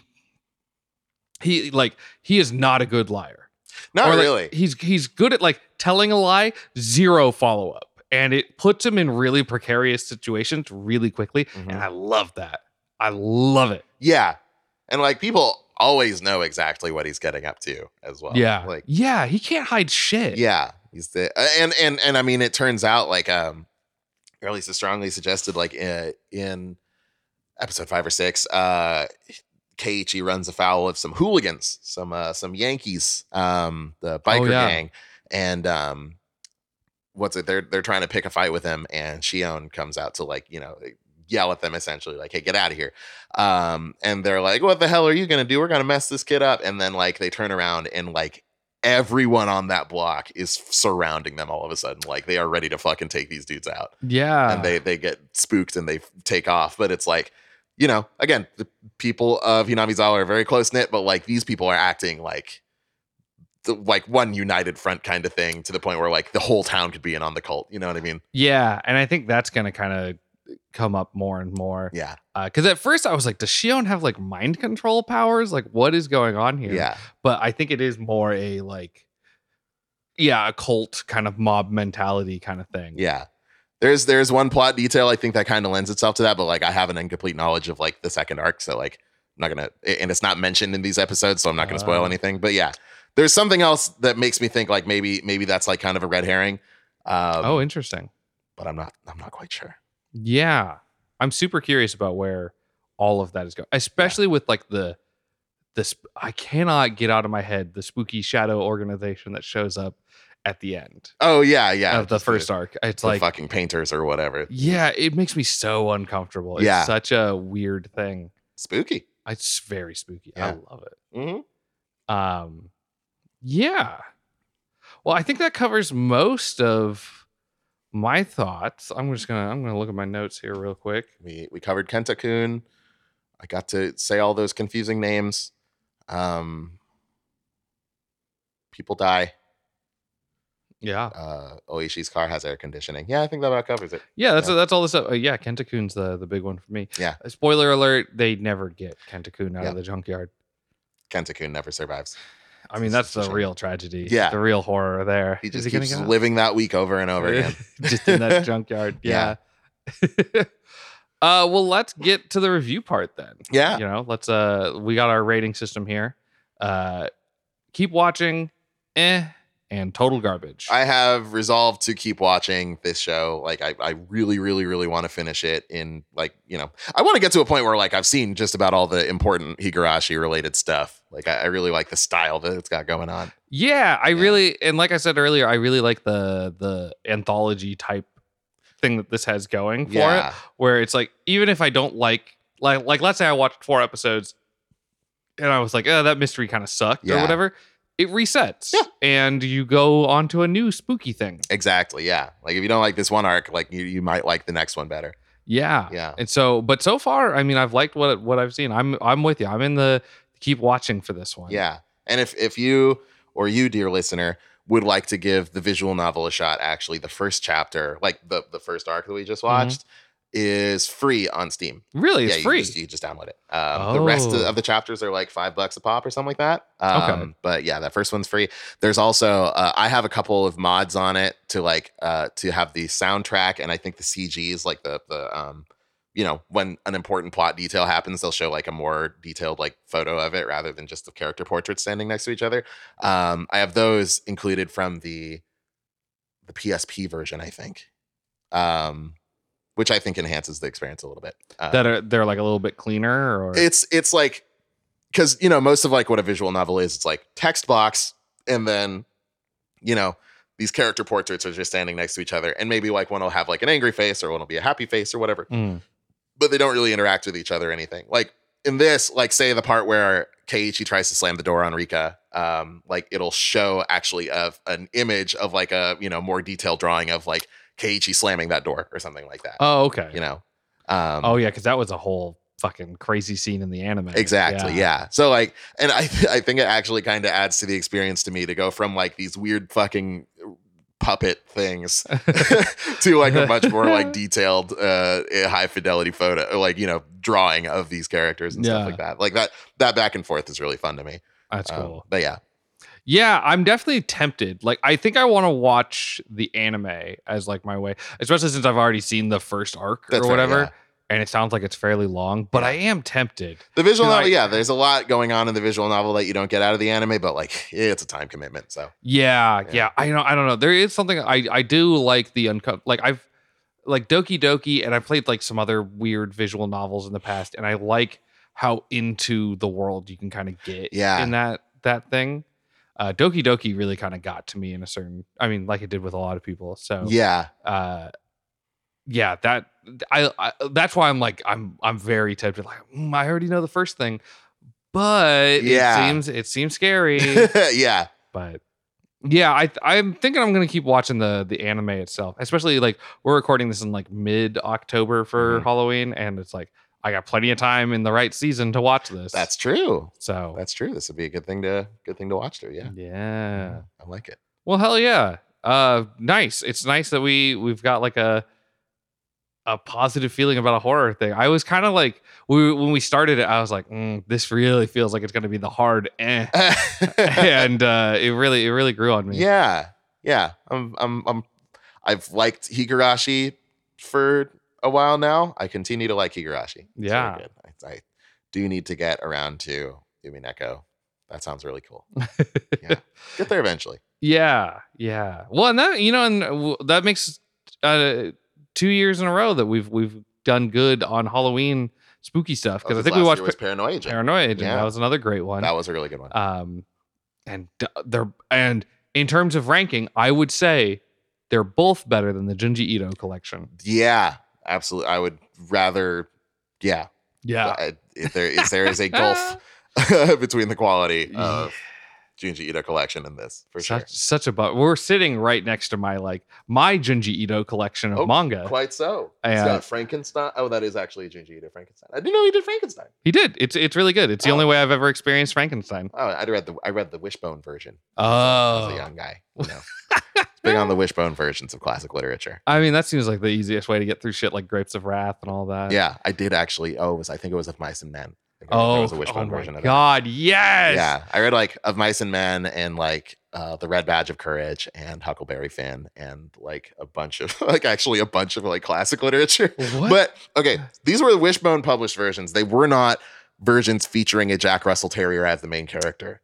S2: he like he is not a good liar
S3: not
S2: Or, like,
S3: really.
S2: he's he's good at like telling a lie zero follow up and it puts him in really precarious situations really quickly
S3: Mhm.
S2: and i love that i love it
S3: Yeah, and like people always know exactly what he's getting up to as well.
S2: yeah
S3: like
S2: yeah he can't hide shit
S3: yeah he's the uh, and and and i mean it turns out like um or at least it's strongly suggested like in, in episode five or six uh keiichi runs afoul of some hooligans some uh some yankees um the biker
S2: yeah.
S3: gang and um what's it they're they're trying to pick a fight with him and shion comes out to like you know yell at them essentially like hey get out of here um and they're like what the hell are you gonna do we're gonna mess this kid up and then like they turn around and like everyone on that block is surrounding them all of a sudden like they are ready to fucking take these dudes out
S2: yeah
S3: and they they get spooked and they f- take off but it's like you know again the people of Hinamizawa are very close knit but like these people are acting like the, like one united front kind of thing to the point where like the whole town could be in on the cult you know what i mean
S2: yeah and i think that's gonna kind of come up more and more
S3: yeah
S2: because at first i was like does shion have like mind control powers like what is going on here
S3: yeah
S2: but I think it is more a like, yeah, a cult kind of mob mentality kind of thing.
S3: Yeah. There's there's one plot detail I think that kind of lends itself to that, but like I have an incomplete knowledge of like the second arc, so like I'm not gonna and it's not mentioned in these episodes, so I'm not gonna spoil
S2: Ah.
S3: anything. But yeah, there's something else that makes me think like maybe maybe that's like kind of a red herring. Um,
S2: Oh, interesting.
S3: but I'm not I'm not quite sure.
S2: Yeah, I'm super curious about where all of that is going, especially with like the this. I cannot get out of my head the spooky shadow organization that shows up at the end
S3: Oh yeah, yeah.
S2: of the
S3: just
S2: first arc. It's
S3: the
S2: like,
S3: fucking painters or whatever.
S2: yeah, it makes me so uncomfortable. It's
S3: Yeah.
S2: such a weird thing.
S3: Spooky.
S2: It's very spooky. I
S3: Yeah.
S2: love it.
S3: hmm
S2: Um, yeah. Well, I think that covers most of my thoughts. I'm just gonna I'm gonna look at my notes here real quick.
S3: We we covered Kenta Kun. I got to say all those confusing names. Um, people die.
S2: Yeah,
S3: uh, Oishi's car has air conditioning. Yeah, I think that about covers it.
S2: yeah. That's
S3: Yeah.
S2: that's all this stuff. Uh, yeah, Kentacoon's the the big one for me.
S3: Yeah.
S2: Uh, spoiler alert: they never get Kentacoon out
S3: Yeah.
S2: of the junkyard.
S3: Kentakun never survives.
S2: I mean,
S3: That's
S2: that's the
S3: true.
S2: real tragedy.
S3: Yeah.
S2: the real horror there.
S3: He
S2: Is
S3: just
S2: he gonna
S3: keeps
S2: get out?
S3: living that week over and over again.
S2: <laughs> just in
S3: <laughs>
S2: that junkyard. Yeah.
S3: Yeah.
S2: <laughs> uh, well, let's get to the review part then.
S3: Yeah.
S2: you know let's uh we got our rating system here uh keep watching eh and total garbage.
S3: I have resolved to keep watching this show. Like I, I really, really, really want to finish it in like, you know, I want to get to a point where like I've seen just about all the important Higurashi related stuff. Like I, I really like the style that it's got going on.
S2: yeah, I
S3: Yeah.
S2: really and like I said earlier, I really like the the anthology type thing that this has going for it.
S3: yeah.
S2: where it's like even if I don't like like like let's say I watched four episodes and I was like, oh, that mystery kind of sucked or
S3: Yeah.
S2: whatever, it resets.
S3: Yeah.
S2: And you go on to a new spooky thing.
S3: Exactly. Yeah. Like if you don't like this one arc, like you, you might like the next one better.
S2: Yeah.
S3: Yeah.
S2: And so but so far, I mean, I've liked what what I've seen. I'm I'm with you. I'm in the keep watching for this one.
S3: Yeah. And if if you or you, dear listener, would like to give the visual novel a shot, actually the first chapter, like the the first arc that we just
S2: Mm-hmm.
S3: watched, is free on Steam.
S2: Really, it's
S3: yeah,
S2: free.
S3: You just, you just download it. Um, The rest of,
S2: Oh.
S3: of the chapters are like five bucks a pop or something like that.
S2: Okay.
S3: Um, But yeah, that first one's free. There's also uh, I have a couple of mods on it to like uh, to have the soundtrack and I think the CGs like the the um, you know when an important plot detail happens, they'll show like a more detailed like photo of it rather than just the character portraits standing next to each other. Um, I have those included from the the PSP version, I think. Um, which I think enhances the experience a little bit. Uh,
S2: that are they're like a little bit cleaner or
S3: it's it's like because you know most of like what a visual novel is it's like text box and then you know these character portraits are just standing next to each other and maybe like one will have like an angry face or one will be a happy face or whatever
S2: Mm.
S3: but they don't really interact with each other or anything like in this like say the part where keiichi tries to slam the door on rika um like it'll show actually of an image of like a you know more detailed drawing of like keiichi slamming that door or something like that
S2: Oh, okay.
S3: you know um
S2: oh yeah, because that was a whole fucking crazy scene in the anime.
S3: Exactly. Yeah. So like, and I <laughs> I think it actually kind of adds to the experience to me to go from like these weird fucking puppet things <laughs> to like a much more
S2: <laughs>
S3: like detailed uh high fidelity photo like you know drawing of these characters and
S2: Yeah.
S3: stuff like that like that that back and forth is really fun to me
S2: That's
S3: Um,
S2: cool.
S3: but yeah
S2: Yeah, I'm definitely tempted. Like, I think I want to watch the anime as like my way, especially since I've already seen the first arc
S3: That's
S2: or
S3: right,
S2: whatever.
S3: yeah.
S2: And it sounds like it's fairly long, but
S3: Yeah.
S2: I am tempted.
S3: the visual
S2: Like-
S3: novel yeah there's a lot going on in the visual novel that you don't get out of the anime but like <laughs> it's a time commitment so
S2: Yeah, yeah.
S3: Yeah.
S2: I know. I don't know. There is something I I do like the uncut. Like I've like Doki Doki, and I played like some other weird visual novels in the past, and I like how into the world you can kind of get.
S3: Yeah.
S2: in that that thing. Uh, Doki Doki really kind of got to me in a certain. I mean, like it did with a lot of people. So
S3: yeah <laughs>
S2: uh yeah that I, I that's why i'm like i'm i'm very tempted like mm, i already know the first thing but it
S3: Yeah.
S2: seems it
S3: <laughs>
S2: seems scary
S3: yeah
S2: but yeah i i'm thinking i'm gonna keep watching the the anime itself especially like we're recording this in like mid october for
S3: Mhm.
S2: halloween and it's like i got plenty of time in the right season to watch this
S3: that's true
S2: so
S3: that's true this would be a good thing to good thing to watch through
S2: Mm.
S3: yeah Mm-hmm.
S2: yeah
S3: i like it
S2: Well, hell yeah. Uh nice. It's nice that we we've got like a a positive feeling about a horror thing. I was kind of like we when we started it, I was like, mm, this really feels like it's gonna be the hard
S3: <laughs>
S2: eh. and uh it really it really grew on me.
S3: Yeah, yeah. I'm, I'm, I'm. I've liked Higurashi for a while now. I continue to like Higurashi. It's really
S2: Yeah.
S3: good. I, I do need to get around to Umineko. That sounds really
S2: <laughs>
S3: cool. yeah, get there eventually.
S2: Yeah. Yeah. Well, and that you know, and w- that makes uh two years in a row that we've we've done good on Halloween spooky stuff. Because I
S3: Because
S2: think we
S3: last
S2: watched
S3: year was Paranoia. Agent.
S2: Paranoid, and
S3: Yeah.
S2: that was another great one.
S3: that was a really good one.
S2: um and d- they're and in terms of ranking i would say they're both better than the junji ito collection
S3: yeah, absolutely. I would rather. Yeah,
S2: yeah
S3: I- if there is there is
S2: <laughs>
S3: a gulf <laughs> between the quality of Junji Ito collection and this for
S2: such,
S3: sure.
S2: such a but we're sitting right next to my like my junji ito collection of
S3: Oh,
S2: manga
S3: Quite so.
S2: Yeah.
S3: It's got Frankenstein. Oh, that is actually a Junji Ito Frankenstein. I didn't know he did Frankenstein.
S2: he did it's it's really good it's the
S3: Oh.
S2: only way i've ever experienced frankenstein
S3: Oh, I read the I read the Wishbone version.
S2: oh
S3: as a young guy. You know. Big on the Wishbone versions of classic literature.
S2: i mean that seems like the easiest way to get through shit like grapes of wrath and all that
S3: Yeah, I did actually. Oh, it was I think it was of Mice and Men. I think
S2: oh,
S3: there was a Wishbone
S2: oh my
S3: version of it.
S2: god yes
S3: Yeah, I read like of Mice and Men and like uh, the Red Badge of Courage and Huckleberry Finn and like a bunch of <laughs> like actually a bunch of like classic literature.
S2: what
S3: But okay, these were the Wishbone published versions. They were not versions featuring a Jack Russell Terrier as the main character.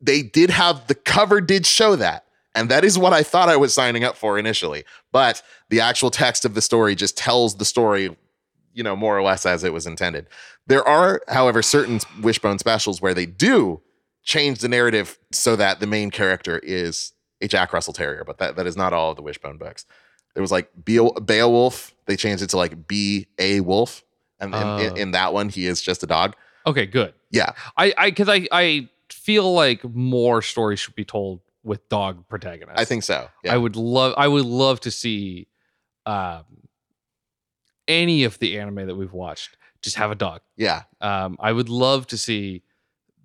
S3: They did have the cover did show that. And that is what I thought I was signing up for initially. But the actual text of the story just tells the story, you know, more or less as it was intended. There are, however, certain Wishbone specials where they do change the narrative so that the main character is a Jack Russell Terrier, but that, that is not all of the Wishbone books. There was like Beow- Beowulf, they changed it to like B A Wolf. And in, in-
S2: Uh.
S3: in that one, he is just a dog.
S2: Okay, good.
S3: Yeah.
S2: I I because I I feel like more stories should be told with dog protagonists.
S3: I think so. Yeah.
S2: I would love I would love to see um any of the anime that we've watched just have a dog.
S3: yeah.
S2: Um I would love to see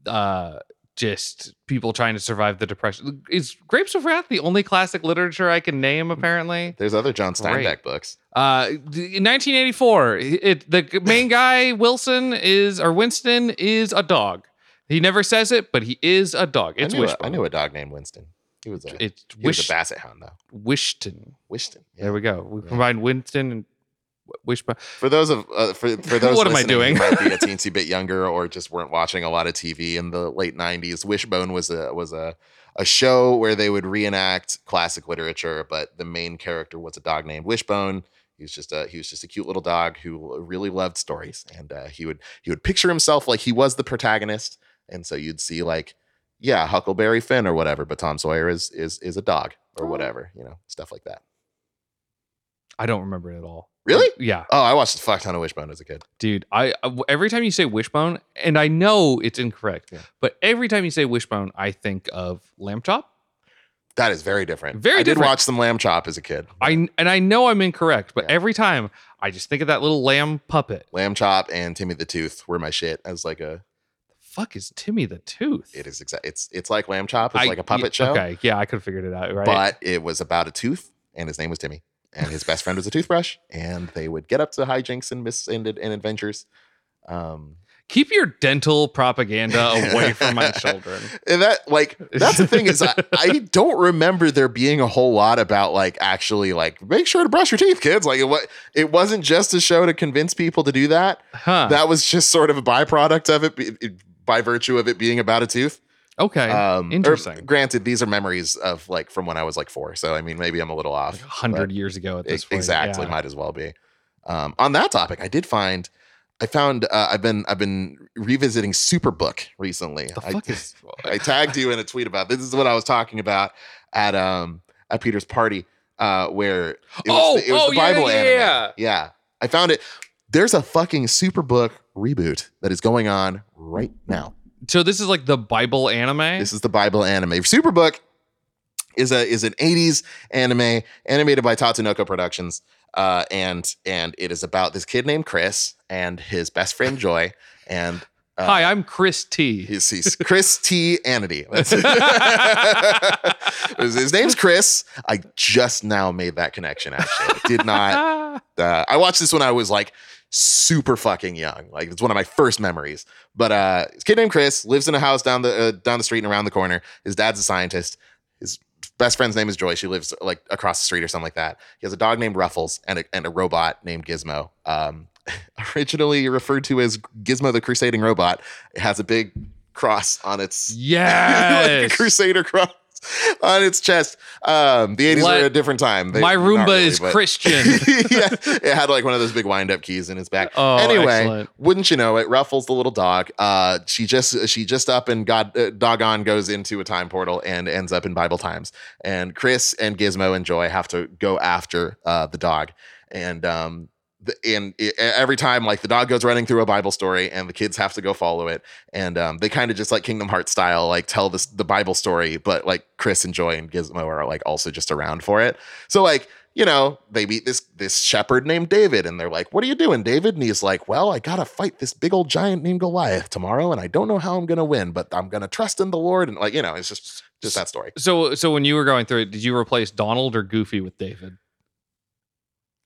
S2: uh just people trying to survive the depression. Is Grapes of Wrath the only classic literature I can name apparently?
S3: There's other John Steinbeck
S2: Great.
S3: books.
S2: Uh, th- in 1984, it the main guy Wilson is or Winston is a dog. He never says it, but he is a dog. It's
S3: I knew, a,
S2: Wishbone.
S3: I knew a dog named Winston. He was a
S2: It's
S3: he was
S2: Wish
S3: a basset hound though.
S2: Wishton.
S3: Wishton. Yeah.
S2: There we go. We
S3: Yeah.
S2: combine Winston and Wi- Wishbone.
S3: For those of uh, for for those
S2: <laughs> What am I
S3: listening who
S2: doing?
S3: might
S2: <laughs>
S3: be a teensy bit younger or just weren't watching a lot of TV in the late '90s. Wishbone was a was a a show where they would reenact classic literature, but the main character was a dog named Wishbone. He was just a he was just a cute little dog who really loved stories, and uh, he would he would picture himself like he was the protagonist, and so you'd see like yeah Huckleberry Finn or whatever, but Tom Sawyer is is is a dog or
S2: Oh.
S3: whatever, you know, stuff like that.
S2: I don't remember it at all.
S3: Really?
S2: Yeah,
S3: Oh, I watched a fuck ton of Wishbone as a kid.
S2: dude. I I- every time you say Wishbone, and I know it's incorrect,
S3: Yeah.
S2: but every time you say Wishbone, I think of lamb chop.
S3: That is very different.
S2: Very
S3: I did
S2: different.
S3: watch some lamb chop as a kid.
S2: I and I know I'm incorrect, but
S3: Yeah.
S2: every time I just think of that little lamb puppet.
S3: lamb chop and Timmy the Tooth were my shit as like a
S2: fuck is Timmy the Tooth?
S3: it is exa- it's it's like lamb chop. It's like a puppet
S2: yeah,
S3: show,
S2: Okay, yeah, I could have figured it out, right?
S3: but it was about a tooth and his name was Timmy and his best friend was a toothbrush and they would get up to hijinks and mis and, and adventures. Um,
S2: Keep your
S3: <laughs>
S2: dental propaganda away from my children.
S3: and that like that's the thing is
S2: <laughs>
S3: I, I don't remember there being a whole lot about like actually like make sure to brush your teeth, kids. Like it was it wasn't just a show to convince people to do that.
S2: Huh.
S3: that was just sort of a byproduct of it, be- it- by virtue of it being about a tooth.
S2: okay.
S3: Um, or
S2: Interesting.
S3: granted, these are memories of like from when I was like four, so I mean maybe I'm a little off.
S2: like 100
S3: but
S2: years ago at
S3: E-
S2: this point.
S3: exactly,
S2: yeah.
S3: might as well be. Um, on that topic, I did find. I found uh, I've been I've been revisiting Superbook recently.
S2: The
S3: I,
S2: fuck is.
S3: I tagged you in a tweet about this is what I was talking about at um at Peter's party uh where it was
S2: Oh,
S3: the, it was
S2: oh,
S3: the
S2: yeah,
S3: Bible
S2: yeah,
S3: anime.
S2: yeah.
S3: yeah. I found it. There's a fucking Superbook reboot that is going on right now.
S2: So this is like the Bible anime.
S3: This is the Bible anime. Superbook is a is an 80s anime animated by Tatsunoko Productions. Uh, and and it is about this kid named Chris and his best friend Joy and uh,
S2: Hi, I'm Chris T.
S3: He's, he's Chris T. Anity. That's- <laughs> His his name's Chris. I just now made that connection. Actually, I did not. <laughs>
S2: Ah.
S3: Uh, I watched this when I was like super fucking young. Like it's one of my first memories. But uh, this kid named Chris lives in a house down the uh, down the street and around the corner. His dad's a scientist. His best friend's name is Joy. She lives like across the street or something like that. He has a dog named Ruffles and a, and a robot named Gizmo. Um, <laughs> originally referred to as Gizmo the Crusading Robot, it has a big cross on its <laughs> like a
S2: Yes.
S3: crusader cross <laughs> on its chest. Um, the 80s
S2: Let-
S3: were a different time. They-
S2: My
S3: not
S2: Roomba
S3: really,
S2: is
S3: but- <laughs>
S2: Christian.
S3: yeah, it had like one of those big wind up keys in its back.
S2: <laughs> Oh,
S3: anyway,
S2: excellent.
S3: wouldn't you know it? Ruffles the little dog. Uh, she just she just up and got uh, doggone goes into a time portal and ends up in Bible times. And Chris and Gizmo and Joy have to go after uh, the dog. And um, the, and it, every time like the dog goes running through a Bible story and the kids have to go follow it. And um, they kind of just like Kingdom Hearts style, like tell this the Bible story, but like Chris and Joy and Gizmo are like also just around for it. So like, you know, they meet this this shepherd named David, and they're like, "What are you doing, David?" And he's like, "Well, I gotta fight this big old giant named Goliath tomorrow, and I don't know how I'm gonna win, but I'm gonna trust in the Lord." And like, you know, it's just just that story.
S2: So, so when you were going through it, did you replace Donald or Goofy with David?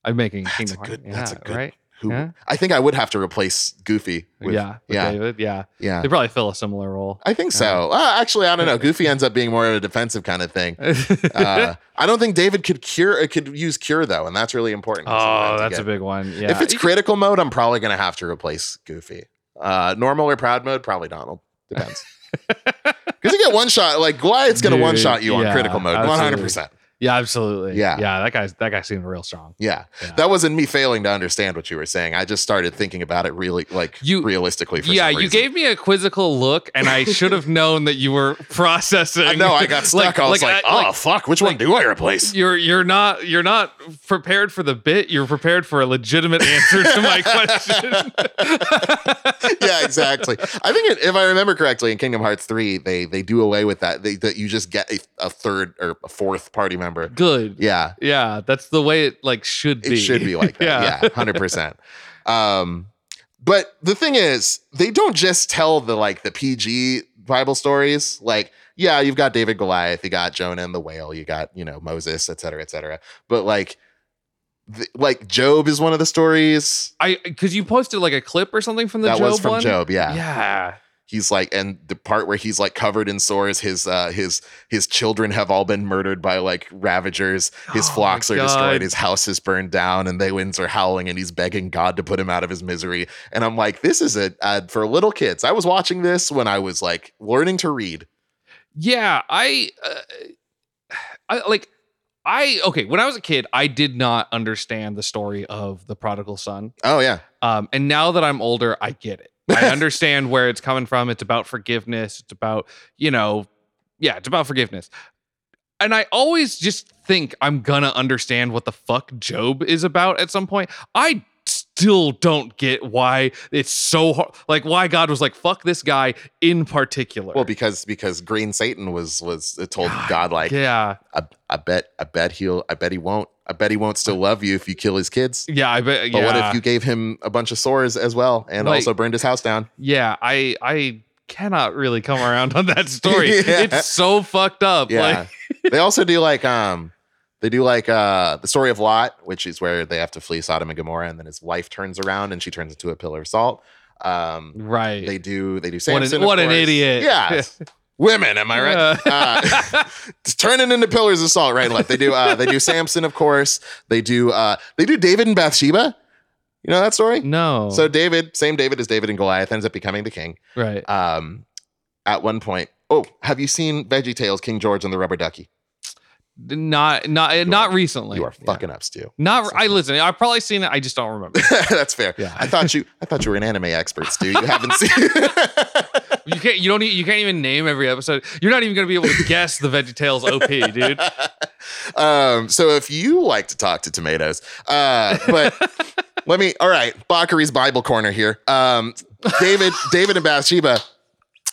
S2: I'm making
S3: That's
S2: Kingdom
S3: a
S2: Hearts.
S3: good- that's a
S2: Yeah,
S3: good-
S2: right?
S3: Who
S2: Yeah.
S3: I think I would have to replace Goofy. With,
S2: yeah, with
S3: yeah.
S2: David. Yeah,
S3: yeah.
S2: they probably fill a similar role.
S3: I think so. Uh, actually, I don't know. Goofy ends up being more of a defensive kind of
S2: <laughs>
S3: thing. Uh, I don't think David could cure. uh, Could use cure though, and that's really important.
S2: oh,
S3: sometimes to
S2: that's
S3: get.
S2: a big one. Yeah,
S3: If it's critical mode, I'm probably gonna
S2: <laughs>
S3: have to replace Goofy. Uh, normal or proud mode, probably Donald. Depends. Because you get one shot, like Goliath's gonna
S2: Dude,
S3: one shot you on
S2: yeah,
S3: critical mode, one hundred percent.
S2: Yeah, absolutely.
S3: Yeah.
S2: yeah. That guy's that guy seemed real strong.
S3: Yeah,
S2: Yeah.
S3: that wasn't me failing to understand what you were saying. I just started thinking about it really, like
S2: You-
S3: realistically. For
S2: yeah,
S3: some
S2: you
S3: reason.
S2: gave me a quizzical look, and I
S3: <laughs>
S2: should have known that you were processing. uh,
S3: I know I
S2: <laughs>
S3: got stuck. I was like, oh fuck, which one
S2: like-
S3: do I
S2: <laughs>
S3: replace? <laughs>
S2: you're you're not you're not prepared for the bit. You're prepared for a legitimate answer
S3: <laughs>
S2: to my question.
S3: yeah, exactly. I think it, if I remember correctly, in Kingdom Hearts three, they they do away with that. They that you just get a, a third or a fourth party member.
S2: Good.
S3: Yeah,
S2: Yeah, that's the way it like should
S3: it
S2: be.
S3: should be like that. yeah, hundred percent. Um, but the thing is, they don't just tell the like the PG Bible stories. Like, yeah, you've got David Goliath, you got Jonah and the whale, you got you know Moses, et cetera, et cetera. But like, th- like Job is one of the stories
S2: I because you posted like a clip or something from the
S3: that
S2: Job
S3: was from
S2: one.
S3: Job.
S2: Yeah.
S3: he's like and the part where he's like covered in sores his uh his his children have all been murdered by like ravagers his
S2: Oh my
S3: flocks are destroyed
S2: God.
S3: his house is burned down and the winds are howling and he's begging god to put him out of his misery and i'm like this is a uh, for little kids i was watching this when i was like learning to read
S2: Yeah, I, uh, I like, I okay. When I was a kid, I did not understand the story of the prodigal son.
S3: oh yeah
S2: Um, and now that I'm older, I get it. I understand where it's coming from. It's about forgiveness. It's about you know, yeah, it's about forgiveness. And I always just think I'm gonna understand what the fuck Job is about at some point. I still don't get why it's so hard. Like why God was like fuck this guy in particular.
S3: well because because green satan was was uh, told
S2: God,
S3: god, like
S2: yeah.
S3: I, I bet i bet he'll i bet he won't i bet he won't still love you if you kill his kids
S2: Yeah, I bet.
S3: but
S2: yeah,
S3: what if you gave him a bunch of sores as well and
S2: Like-
S3: also burned his house down
S2: yeah, I I cannot really come around on that story.
S3: <laughs> Yeah.
S2: It's so fucked up.
S3: Yeah.
S2: Like, <laughs>
S3: they also do like um they do like uh the story of Lot, which is where they have to flee Sodom and Gomorrah and then his wife turns around and she turns into a pillar of salt. Um
S2: right.
S3: they do they do
S2: What an-
S3: Samson. of
S2: what an
S3: course.
S2: idiot.
S3: Yeah. Women, am I right?
S2: Yeah.
S3: Uh, it's turning into pillars of salt, right and left. They do uh they do Samson, of course. They do uh they do David and Bathsheba. You know that story?
S2: <laughs> no.
S3: So David, same David as David and Goliath, ends up becoming the king.
S2: right.
S3: Um at one point. Oh, have you seen Veggie Tales, King George and the Rubber Ducky?
S2: Not not
S3: You
S2: not
S3: are-
S2: recently.
S3: you are
S2: Yeah.
S3: fucking up, Stu. <laughs>
S2: Not. I listen. I've probably seen it. I just don't remember.
S3: That's fair.
S2: Yeah.
S3: I thought you I thought you were an anime expert, Stu. You haven't seen <laughs>
S2: <laughs> you can't. You don't. e- You can't even name every episode. You're not even gonna be able to guess the VeggieTales OP, dude.
S3: um, so if you like to talk to tomatoes, uh,
S2: <laughs>
S3: but let me all right, Bakari's Bible corner here. Um, David, David and Bathsheba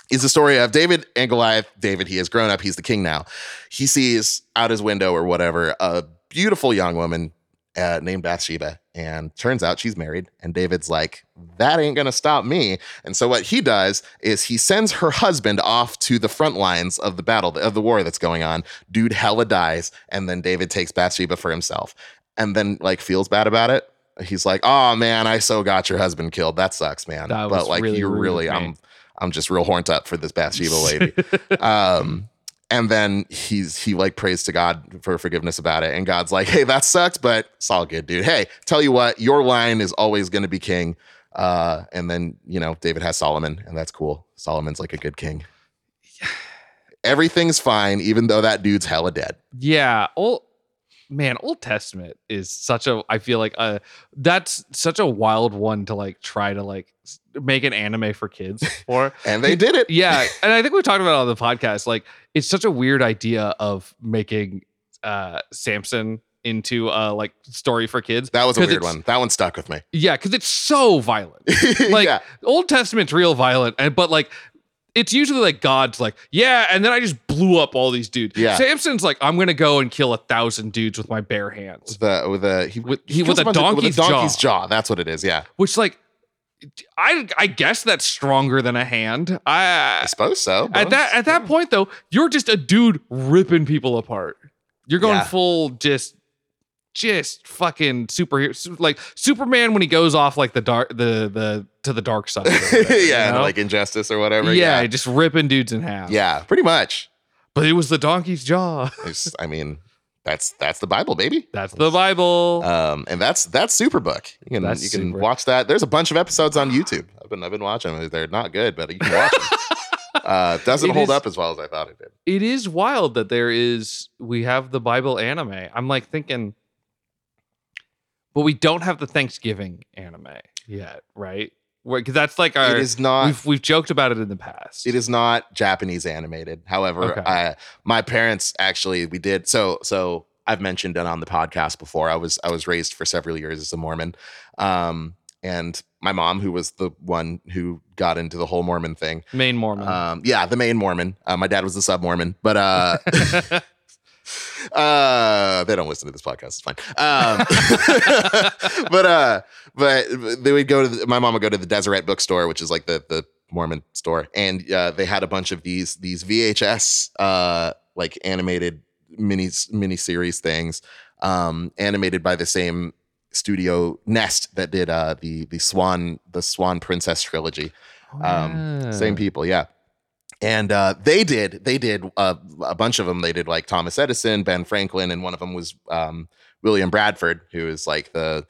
S3: is the story of David and Goliath. David, he has grown up, he's the king now. He sees out his window or whatever a beautiful young woman uh, named Bathsheba, and turns out she's married. And David's like, that ain't gonna stop me. And so what he does is he sends her husband off to the front lines of the battle of the war that's going on. Dude hella dies, and then David takes Bathsheba for himself, and then like feels bad about it. He's like, oh man, I so got your husband killed. That sucks, man.
S2: That was
S3: but like,
S2: really
S3: you
S2: rude of
S3: really,
S2: me.
S3: I'm, I'm just real horned up for this
S2: <laughs>
S3: Bathsheba lady um and then he's he like prays to god for forgiveness about it and god's like hey that sucks but it's all good dude hey tell you what your line is always going to be king uh and then you know david has solomon and that's cool solomon's like a good
S2: <sighs>
S3: king everything's fine even though that dude's hella dead
S2: Yeah, old man, Old Testament is such a I feel like uh that's such a wild one to like try to like s- make an anime for kids for.
S3: and they did
S2: <laughs>
S3: it
S2: yeah, and I think we talked about it on the podcast like it's such a weird idea of making uh Samson into a like story for kids.
S3: that was a
S2: 'Cause
S3: weird
S2: it's-
S3: one that one stuck with me <laughs>
S2: Yeah, cuz it's so violent. Like
S3: yeah
S2: Old Testament's real violent, and but like it's usually like God's like, yeah, and then I just blew up all these dudes.
S3: Yeah.
S2: Samson's like, I'm gonna go and kill a thousand dudes with my bare hands.
S3: the with a he,
S2: With-
S3: he
S2: he- with
S3: kills
S2: a
S3: bunch of-
S2: donkey's
S3: with a
S2: jaw.
S3: donkey's jaw. that's what it is yeah
S2: Which like I I guess that's stronger than a hand.
S3: i
S2: I
S3: suppose so
S2: at that at that point though, you're just a dude ripping people apart. You're going
S3: Yeah.
S2: full just just fucking superhero su- like Superman when he goes off like the dark the the to the dark
S3: <laughs>
S2: side. or whatever, you
S3: yeah
S2: know?
S3: like injustice or whatever
S2: yeah, just ripping dudes in half.
S3: Yeah, pretty much.
S2: But it was the donkey's jaw. <laughs>
S3: It's- I mean, that's that's the Bible, baby.
S2: That's the Bible.
S3: Um, and that's that's Superbook. You can
S2: That's
S3: you can
S2: Superbook.
S3: watch that. There's a bunch of episodes on YouTube. I've been I've been watching them. They're not good, but you can watch them.
S2: <laughs>
S3: Uh, doesn't
S2: It
S3: hold
S2: is-
S3: up as well as I thought it did.
S2: it is wild that there is we have the Bible anime. I'm like thinking, but we don't have the Thanksgiving anime yet, right? Because that's like our
S3: it is not.
S2: we've we've joked about it in the past.
S3: It is not Japanese animated. However,
S2: Okay.
S3: I, my parents actually we did so so I've mentioned it on the podcast before. I was I was raised for several years as a Mormon. Um and my mom who was the one who got into the whole Mormon thing.
S2: main Mormon. <laughs>
S3: Um yeah, the main Mormon. Uh, my dad was the sub Mormon, but uh uh they don't listen to this podcast it's fine um <laughs> but uh but they would go to the, my mom would go to the deseret bookstore which is like the the mormon store and uh they had a bunch of these these vhs uh like animated mini mini series things um animated by the same studio nest that did uh the the swan the swan princess trilogy
S2: Oh,
S3: um, same
S2: Uh-huh.
S3: people yeah and uh, they did they did uh, a bunch of them they did like thomas edison ben franklin and one of them was um, william bradford who is like the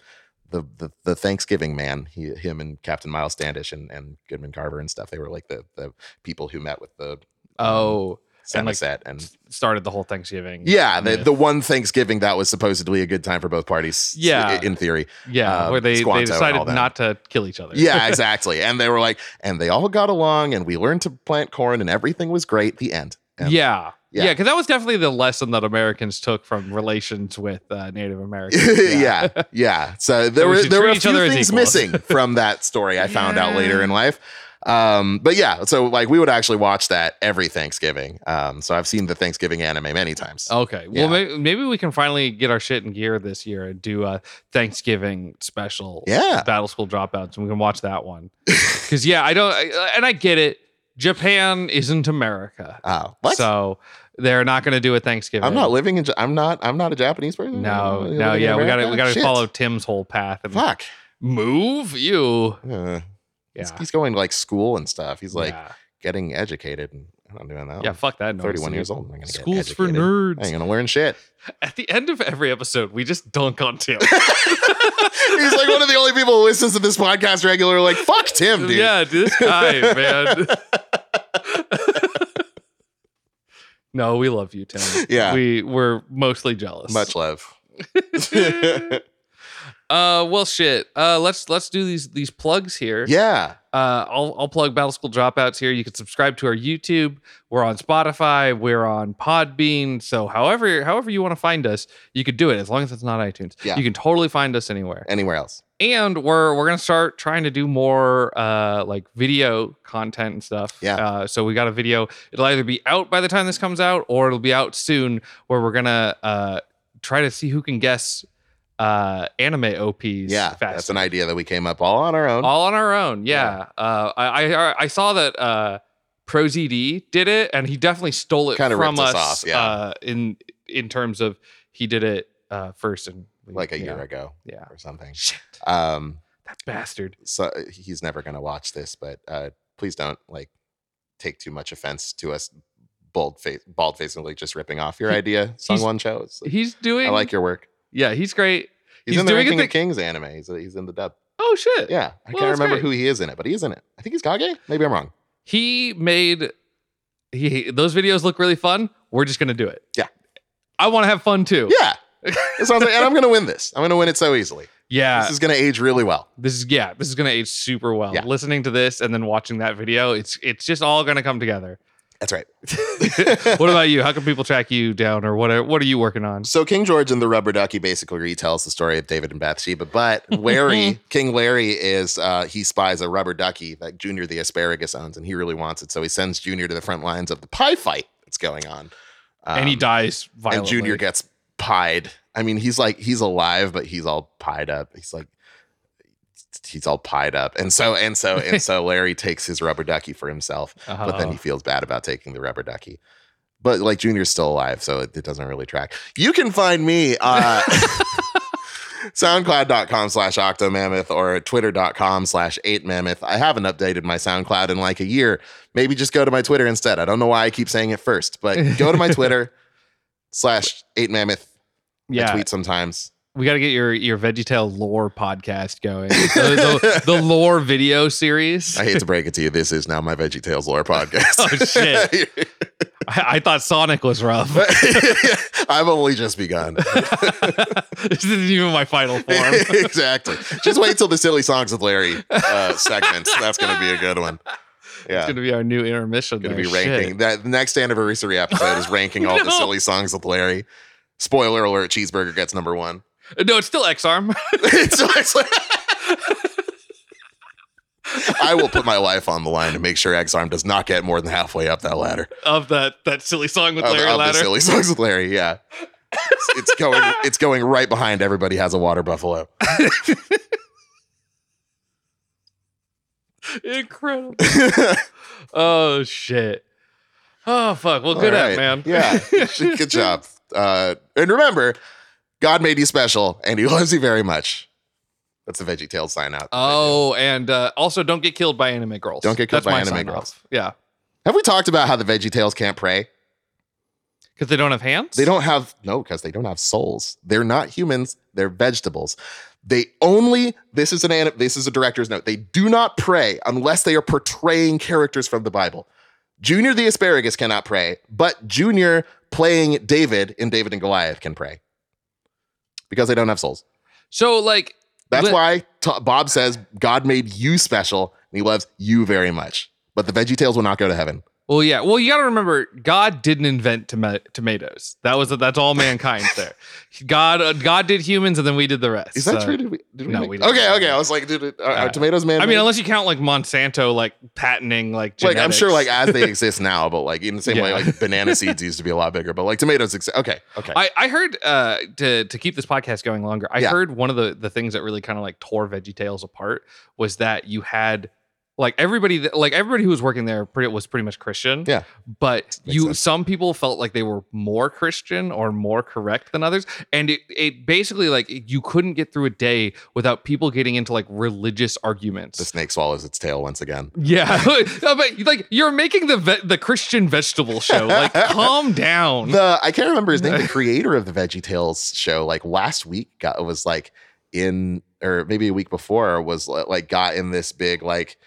S3: the, the, the Thanksgiving man, he, him and Captain Miles Standish and, and Goodman Carver and stuff, they were like the, the people who met with the
S2: Oh, And, like,
S3: Samoset. And,
S2: started the whole Thanksgiving.
S3: yeah, the,
S2: myth.
S3: the one Thanksgiving that was supposedly a good time for both parties.
S2: Yeah.
S3: In theory.
S2: yeah,
S3: um,
S2: where they,
S3: Squanto
S2: they
S3: and all
S2: decided
S3: that.
S2: not to kill each other. <laughs>
S3: Yeah, exactly. and they were like, and they all got along and we learned to plant corn and everything was great. The end. And
S2: yeah,
S3: Yeah.
S2: yeah, because that was definitely the lesson that Americans took from relations with uh, Native Americans.
S3: <laughs> yeah, yeah. So there
S2: we
S3: were
S2: should
S3: there were
S2: treat
S3: a
S2: each
S3: few
S2: other as
S3: things
S2: equals.
S3: missing
S2: <laughs>
S3: from that story. I found out later
S2: Yeah.
S3: in life. Um, but yeah, so like we would actually watch that every Thanksgiving. Um, so I've seen the Thanksgiving anime many times.
S2: Okay. Well,
S3: Yeah.
S2: maybe, maybe we can finally get our shit in gear this year and do a Thanksgiving special.
S3: Yeah.
S2: Battle School Dropouts, and we can watch
S3: <laughs>
S2: that one. Because yeah, I don't, I, and I get it. Japan isn't America,
S3: Oh, what?
S2: so they're not going to do a Thanksgiving.
S3: I'm not living in. Ja- I'm not. I'm not a Japanese person.
S2: No,
S3: I'm
S2: no,
S3: living in
S2: yeah, we got to
S3: America?
S2: we got to
S3: Shit.
S2: follow Tim's whole path and
S3: Fuck.
S2: move you.
S3: Uh, he's,
S2: Yeah.
S3: he's going to like school and stuff. He's like
S2: yeah.
S3: getting educated. and I'm not doing that.
S2: Yeah, fuck that. noise.
S3: 31 years old. I'm gonna get
S2: Schools for
S3: educated. I
S2: <laughs> nerds.
S3: ain't gonna learn shit.
S2: At the end of every episode, we just dunk
S3: <laughs>
S2: on Tim. <laughs>
S3: He's like one of the only people who listens to this podcast regularly. Like, fuck Tim, dude.
S2: Yeah, dude, this
S3: <laughs>
S2: guy, man. no, we love you, Tim.
S3: Yeah.
S2: We we're mostly jealous.
S3: Much
S2: <laughs>
S3: love.
S2: uh well shit. Uh let's let's do these these plugs here.
S3: yeah.
S2: Uh I'll I'll plug Battle School Dropouts here. You can subscribe to our YouTube. We're on Spotify, we're on Podbean. So however however you want to find us, you could do it as long as it's not iTunes.
S3: Yeah.
S2: You can totally find us anywhere.
S3: Anywhere else.
S2: and we're we're gonna start trying to do more uh like video content and stuff
S3: Yeah.
S2: uh, so we got a video it'll either be out by the time this comes out or it'll be out soon where we're gonna uh try to see who can guess uh anime ops
S3: Yeah. That's
S2: fast
S3: an idea that we came up all on our own.
S2: all on our own yeah, uh I, I i saw that uh prozd did it and he definitely stole it
S3: Kinda
S2: from
S3: ripped us
S2: us,
S3: off, yeah.
S2: uh in in terms of he did it uh first and we-
S3: like a
S2: yeah.
S3: year ago
S2: yeah
S3: or something.
S2: shit
S3: Um,
S2: that bastard
S3: so uh, he's never gonna watch this, but uh please don't like take too much offense to us bold face bald facedly just ripping off your
S2: He-
S3: idea. Sung Won Cho. It's like,
S2: He's doing.
S3: I like your work.
S2: Yeah, he's great.
S3: He's,
S2: He's
S3: in the
S2: doing a
S3: Ranking of
S2: thing-
S3: Kings anime. He's, uh, he's in the dub.
S2: Oh shit!
S3: Yeah. I
S2: Well,
S3: can't
S2: that's
S3: remember
S2: great.
S3: who he is in it, but he's in it. I think he's Kage. Maybe I'm wrong.
S2: He made. He those videos look really fun. We're just gonna do it.
S3: Yeah.
S2: I want to have fun too.
S3: Yeah. It sounds like, and I'm gonna win this. I'm gonna win it so easily.
S2: <laughs> Yeah,
S3: this is gonna age really well.
S2: This is yeah. This is gonna age super well.
S3: Yeah.
S2: Listening to this and then watching that video, it's it's just all gonna come together.
S3: That's
S2: <laughs>
S3: right. <laughs>
S2: what about you? How can people track you down, or what? Are, what are you working on?
S3: So King George and the Rubber Ducky basically retells the story of David and Bathsheba, but
S2: <laughs> Mm-hmm.
S3: Larry, King Larry is uh, he spies a rubber ducky that Junior the asparagus owns, and he really wants it, so he sends Junior to the front lines of the pie fight that's going on. Um,
S2: and he dies violently.
S3: and Junior gets pied. I mean, he's like he's alive, but he's all pied up. He's like he's all pied up, and so and so
S2: <laughs>
S3: and so Larry takes his rubber ducky for himself. but
S2: Uh-huh.
S3: then he feels bad about taking the rubber ducky. But like Junior's still alive, so it, it doesn't really track. You can find me uh <laughs> SoundCloud.com slash octomammoth or twitter.com slash eight mammoth. I haven't updated my SoundCloud in like a year. Maybe just go to my Twitter instead. I don't know why I keep saying it
S2: <laughs>
S3: first, but go to my Twitter slash eight mammoth. I
S2: yeah.
S3: tweet sometimes.
S2: we got to get your your VeggieTale lore podcast going. the, the-
S3: <laughs>
S2: the lore video series.
S3: I
S2: I,
S3: hate to break it to you, this is now my Veggie Tales lore podcast.
S2: <laughs> Oh, shit.
S3: <laughs>
S2: I thought Sonic was rough.
S3: <laughs> I've only just begun.
S2: <laughs> this isn't even my final form.
S3: <laughs> exactly. Just wait till the silly songs of Larry uh, segment. That's going to be a good one.
S2: It's
S3: Yeah.
S2: gonna be our new intermission.
S3: going to be
S2: there. Shit.
S3: ranking that the next anniversary episode is ranking all the
S2: <laughs> No.
S3: silly songs of Larry. Spoiler alert: Cheeseburger gets number one. <laughs>
S2: No, it's still X arm. <laughs>
S3: It's like- I will put my life on the line to make sure Exarm does not get more than halfway up that ladder.
S2: of that that silly song with
S3: Of-
S2: Larry
S3: of, the
S2: Ladder.
S3: silly songs with Larry, yeah. It's- It's going. It's going right behind. Everybody has a water buffalo. <laughs>
S2: Incredible. Oh shit. Oh fuck. Well, good
S3: All right.
S2: at man.
S3: Yeah. Good job. Uh, and remember, God made you special, and He <laughs> loves you very much. That's the Veggie Tales sign out.
S2: <laughs> Oh, and uh, also don't get killed by anime girls.
S3: Don't get killed by
S2: my
S3: anime
S2: sign
S3: girls.
S2: off. Yeah,
S3: have we talked about how the Veggie Tales can't pray?
S2: because they don't have hands.
S3: They don't have no, because they don't have souls. They're not humans. They're vegetables. They only this is an anim- this is a director's note. They do not pray unless they are portraying characters from the Bible. Junior the asparagus cannot pray, but Junior playing David in David and Goliath can pray because they don't have souls.
S2: So like
S3: That's
S2: But-
S3: why t- Bob says God made you special and He loves you very much. But the Veggie Tales will not go to heaven.
S2: Well, yeah. Well, you got to remember, God didn't invent toma- tomatoes. That was that's all mankind.
S3: <laughs>
S2: there, God, uh, God did humans, and then we did the rest.
S3: Is that
S2: So-
S3: true? Did we, did we
S2: no,
S3: make-
S2: we didn't.
S3: Okay, okay. I was like, dude, are, are
S2: Uh,
S3: tomatoes man?
S2: I mean, unless you count like Monsanto, like patenting, like
S3: like I'm sure like
S2: genetics.
S3: as they exist now, but like in the same way
S2: Yeah.
S3: like banana seeds used to be a lot bigger, but like tomatoes. Ex- okay, okay.
S2: I, I heard uh, to to keep this podcast going longer. I
S3: Yeah.
S2: heard one of the the things that really kind of like tore Veggie Tales apart was that you had like everybody that, like everybody who was working there pretty, was pretty much Christian.
S3: Yeah.
S2: but
S3: Makes
S2: you
S3: sense.
S2: some people felt like they were more Christian or more correct than others, and it it basically like you couldn't get through a day without people getting into like religious arguments.
S3: the snake swallows its tail once again.
S2: yeah, <laughs> No, but like you're making the ve- the Christian vegetable show.
S3: <laughs>
S2: Like, calm down.
S3: The I can't remember his name.
S2: <laughs>
S3: The creator of the Veggie Tales show, like last week, got was like in or maybe a week before was li- like got in this big like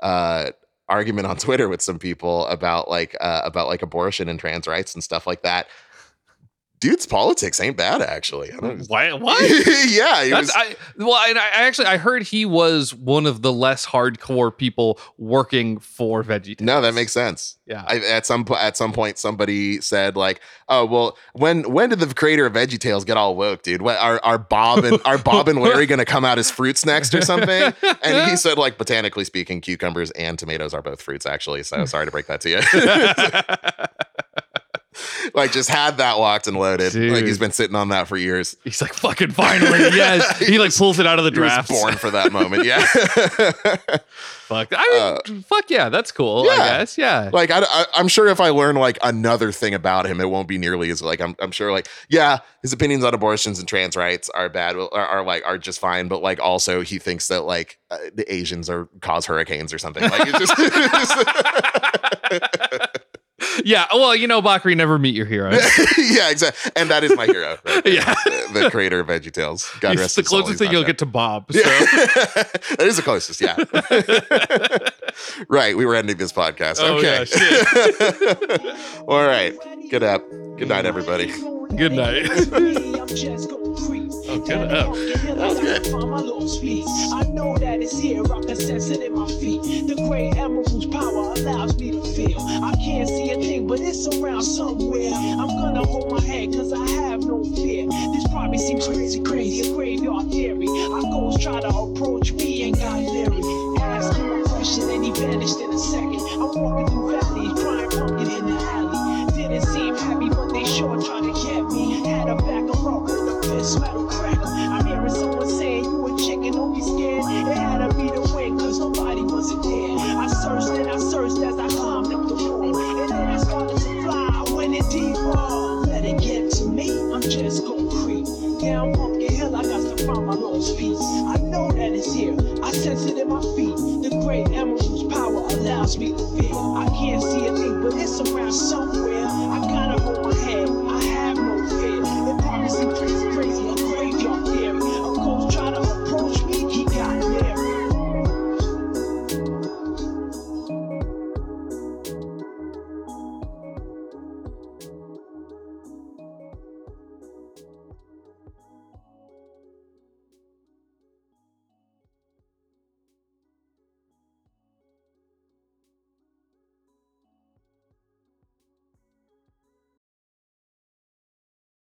S3: uh argument on Twitter with some people about like uh about like abortion and trans rights and stuff like that. Dude's politics ain't bad actually. I don't,
S2: Why?
S3: <laughs>
S2: What?
S3: yeah, he
S2: That's,
S3: was-
S2: I, well, and I I actually I heard he was one of the less hardcore people working for Veggie.
S3: no, that makes sense.
S2: yeah.
S3: I, at some po- at some point, somebody said like, "Oh well, when when did the creator of VeggieTales get all woke, dude? What, are are Bob and are Bob and Larry gonna come out as fruits next or something?" And he said like, botanically speaking, cucumbers and tomatoes are both fruits actually. So sorry to break that to you. <laughs> like, just had that locked and loaded. Like
S2: Dude.
S3: he's been sitting on that for years.
S2: He's like
S3: <laughs>
S2: fucking finally yes. He like pulls it out of the
S3: He was
S2: draft.
S3: born for that moment. Yeah. <laughs>
S2: Fuck. I mean, fuck yeah, that's cool. I
S3: uh, yeah.
S2: guess yeah.
S3: like I, I, I'm sure if I learn like another thing about him, it won't be nearly as like I'm. I'm sure like yeah, his opinions on abortions and trans rights are bad, are, are like are just fine, but like also he thinks that like uh, the Asians are cause hurricanes or something. Like it's just
S2: yeah. Well, you know, Bakri, never meet your heroes.
S3: yeah, exactly. And that is my hero, right there.
S2: Yeah.
S3: the, the creator of VeggieTales. <laughs> God
S2: It's
S3: rest
S2: the
S3: his soul,
S2: closest
S3: he's
S2: thing
S3: not
S2: you'll
S3: dead.
S2: get to Bob. So.
S3: Yeah. <laughs> that is the closest, yeah.
S2: <laughs>
S3: right, we were ending this podcast.
S2: Oh,
S3: okay.
S2: yeah,
S3: All right. <laughs> Good up. Good night, everybody.
S2: Good night.
S4: <laughs> oh,
S2: good up.
S4: That was good. I know that it's here, I can sense it in my feet. The great emerald's power allows me to feel. I can't see a thing, but it's around somewhere. I'm gonna hold my head, cause I have no fear. This probably seems crazy, crazy, a graveyard theory. I goes try to approach me and got leery. Asked him a question and he vanished in a second. I'm walking through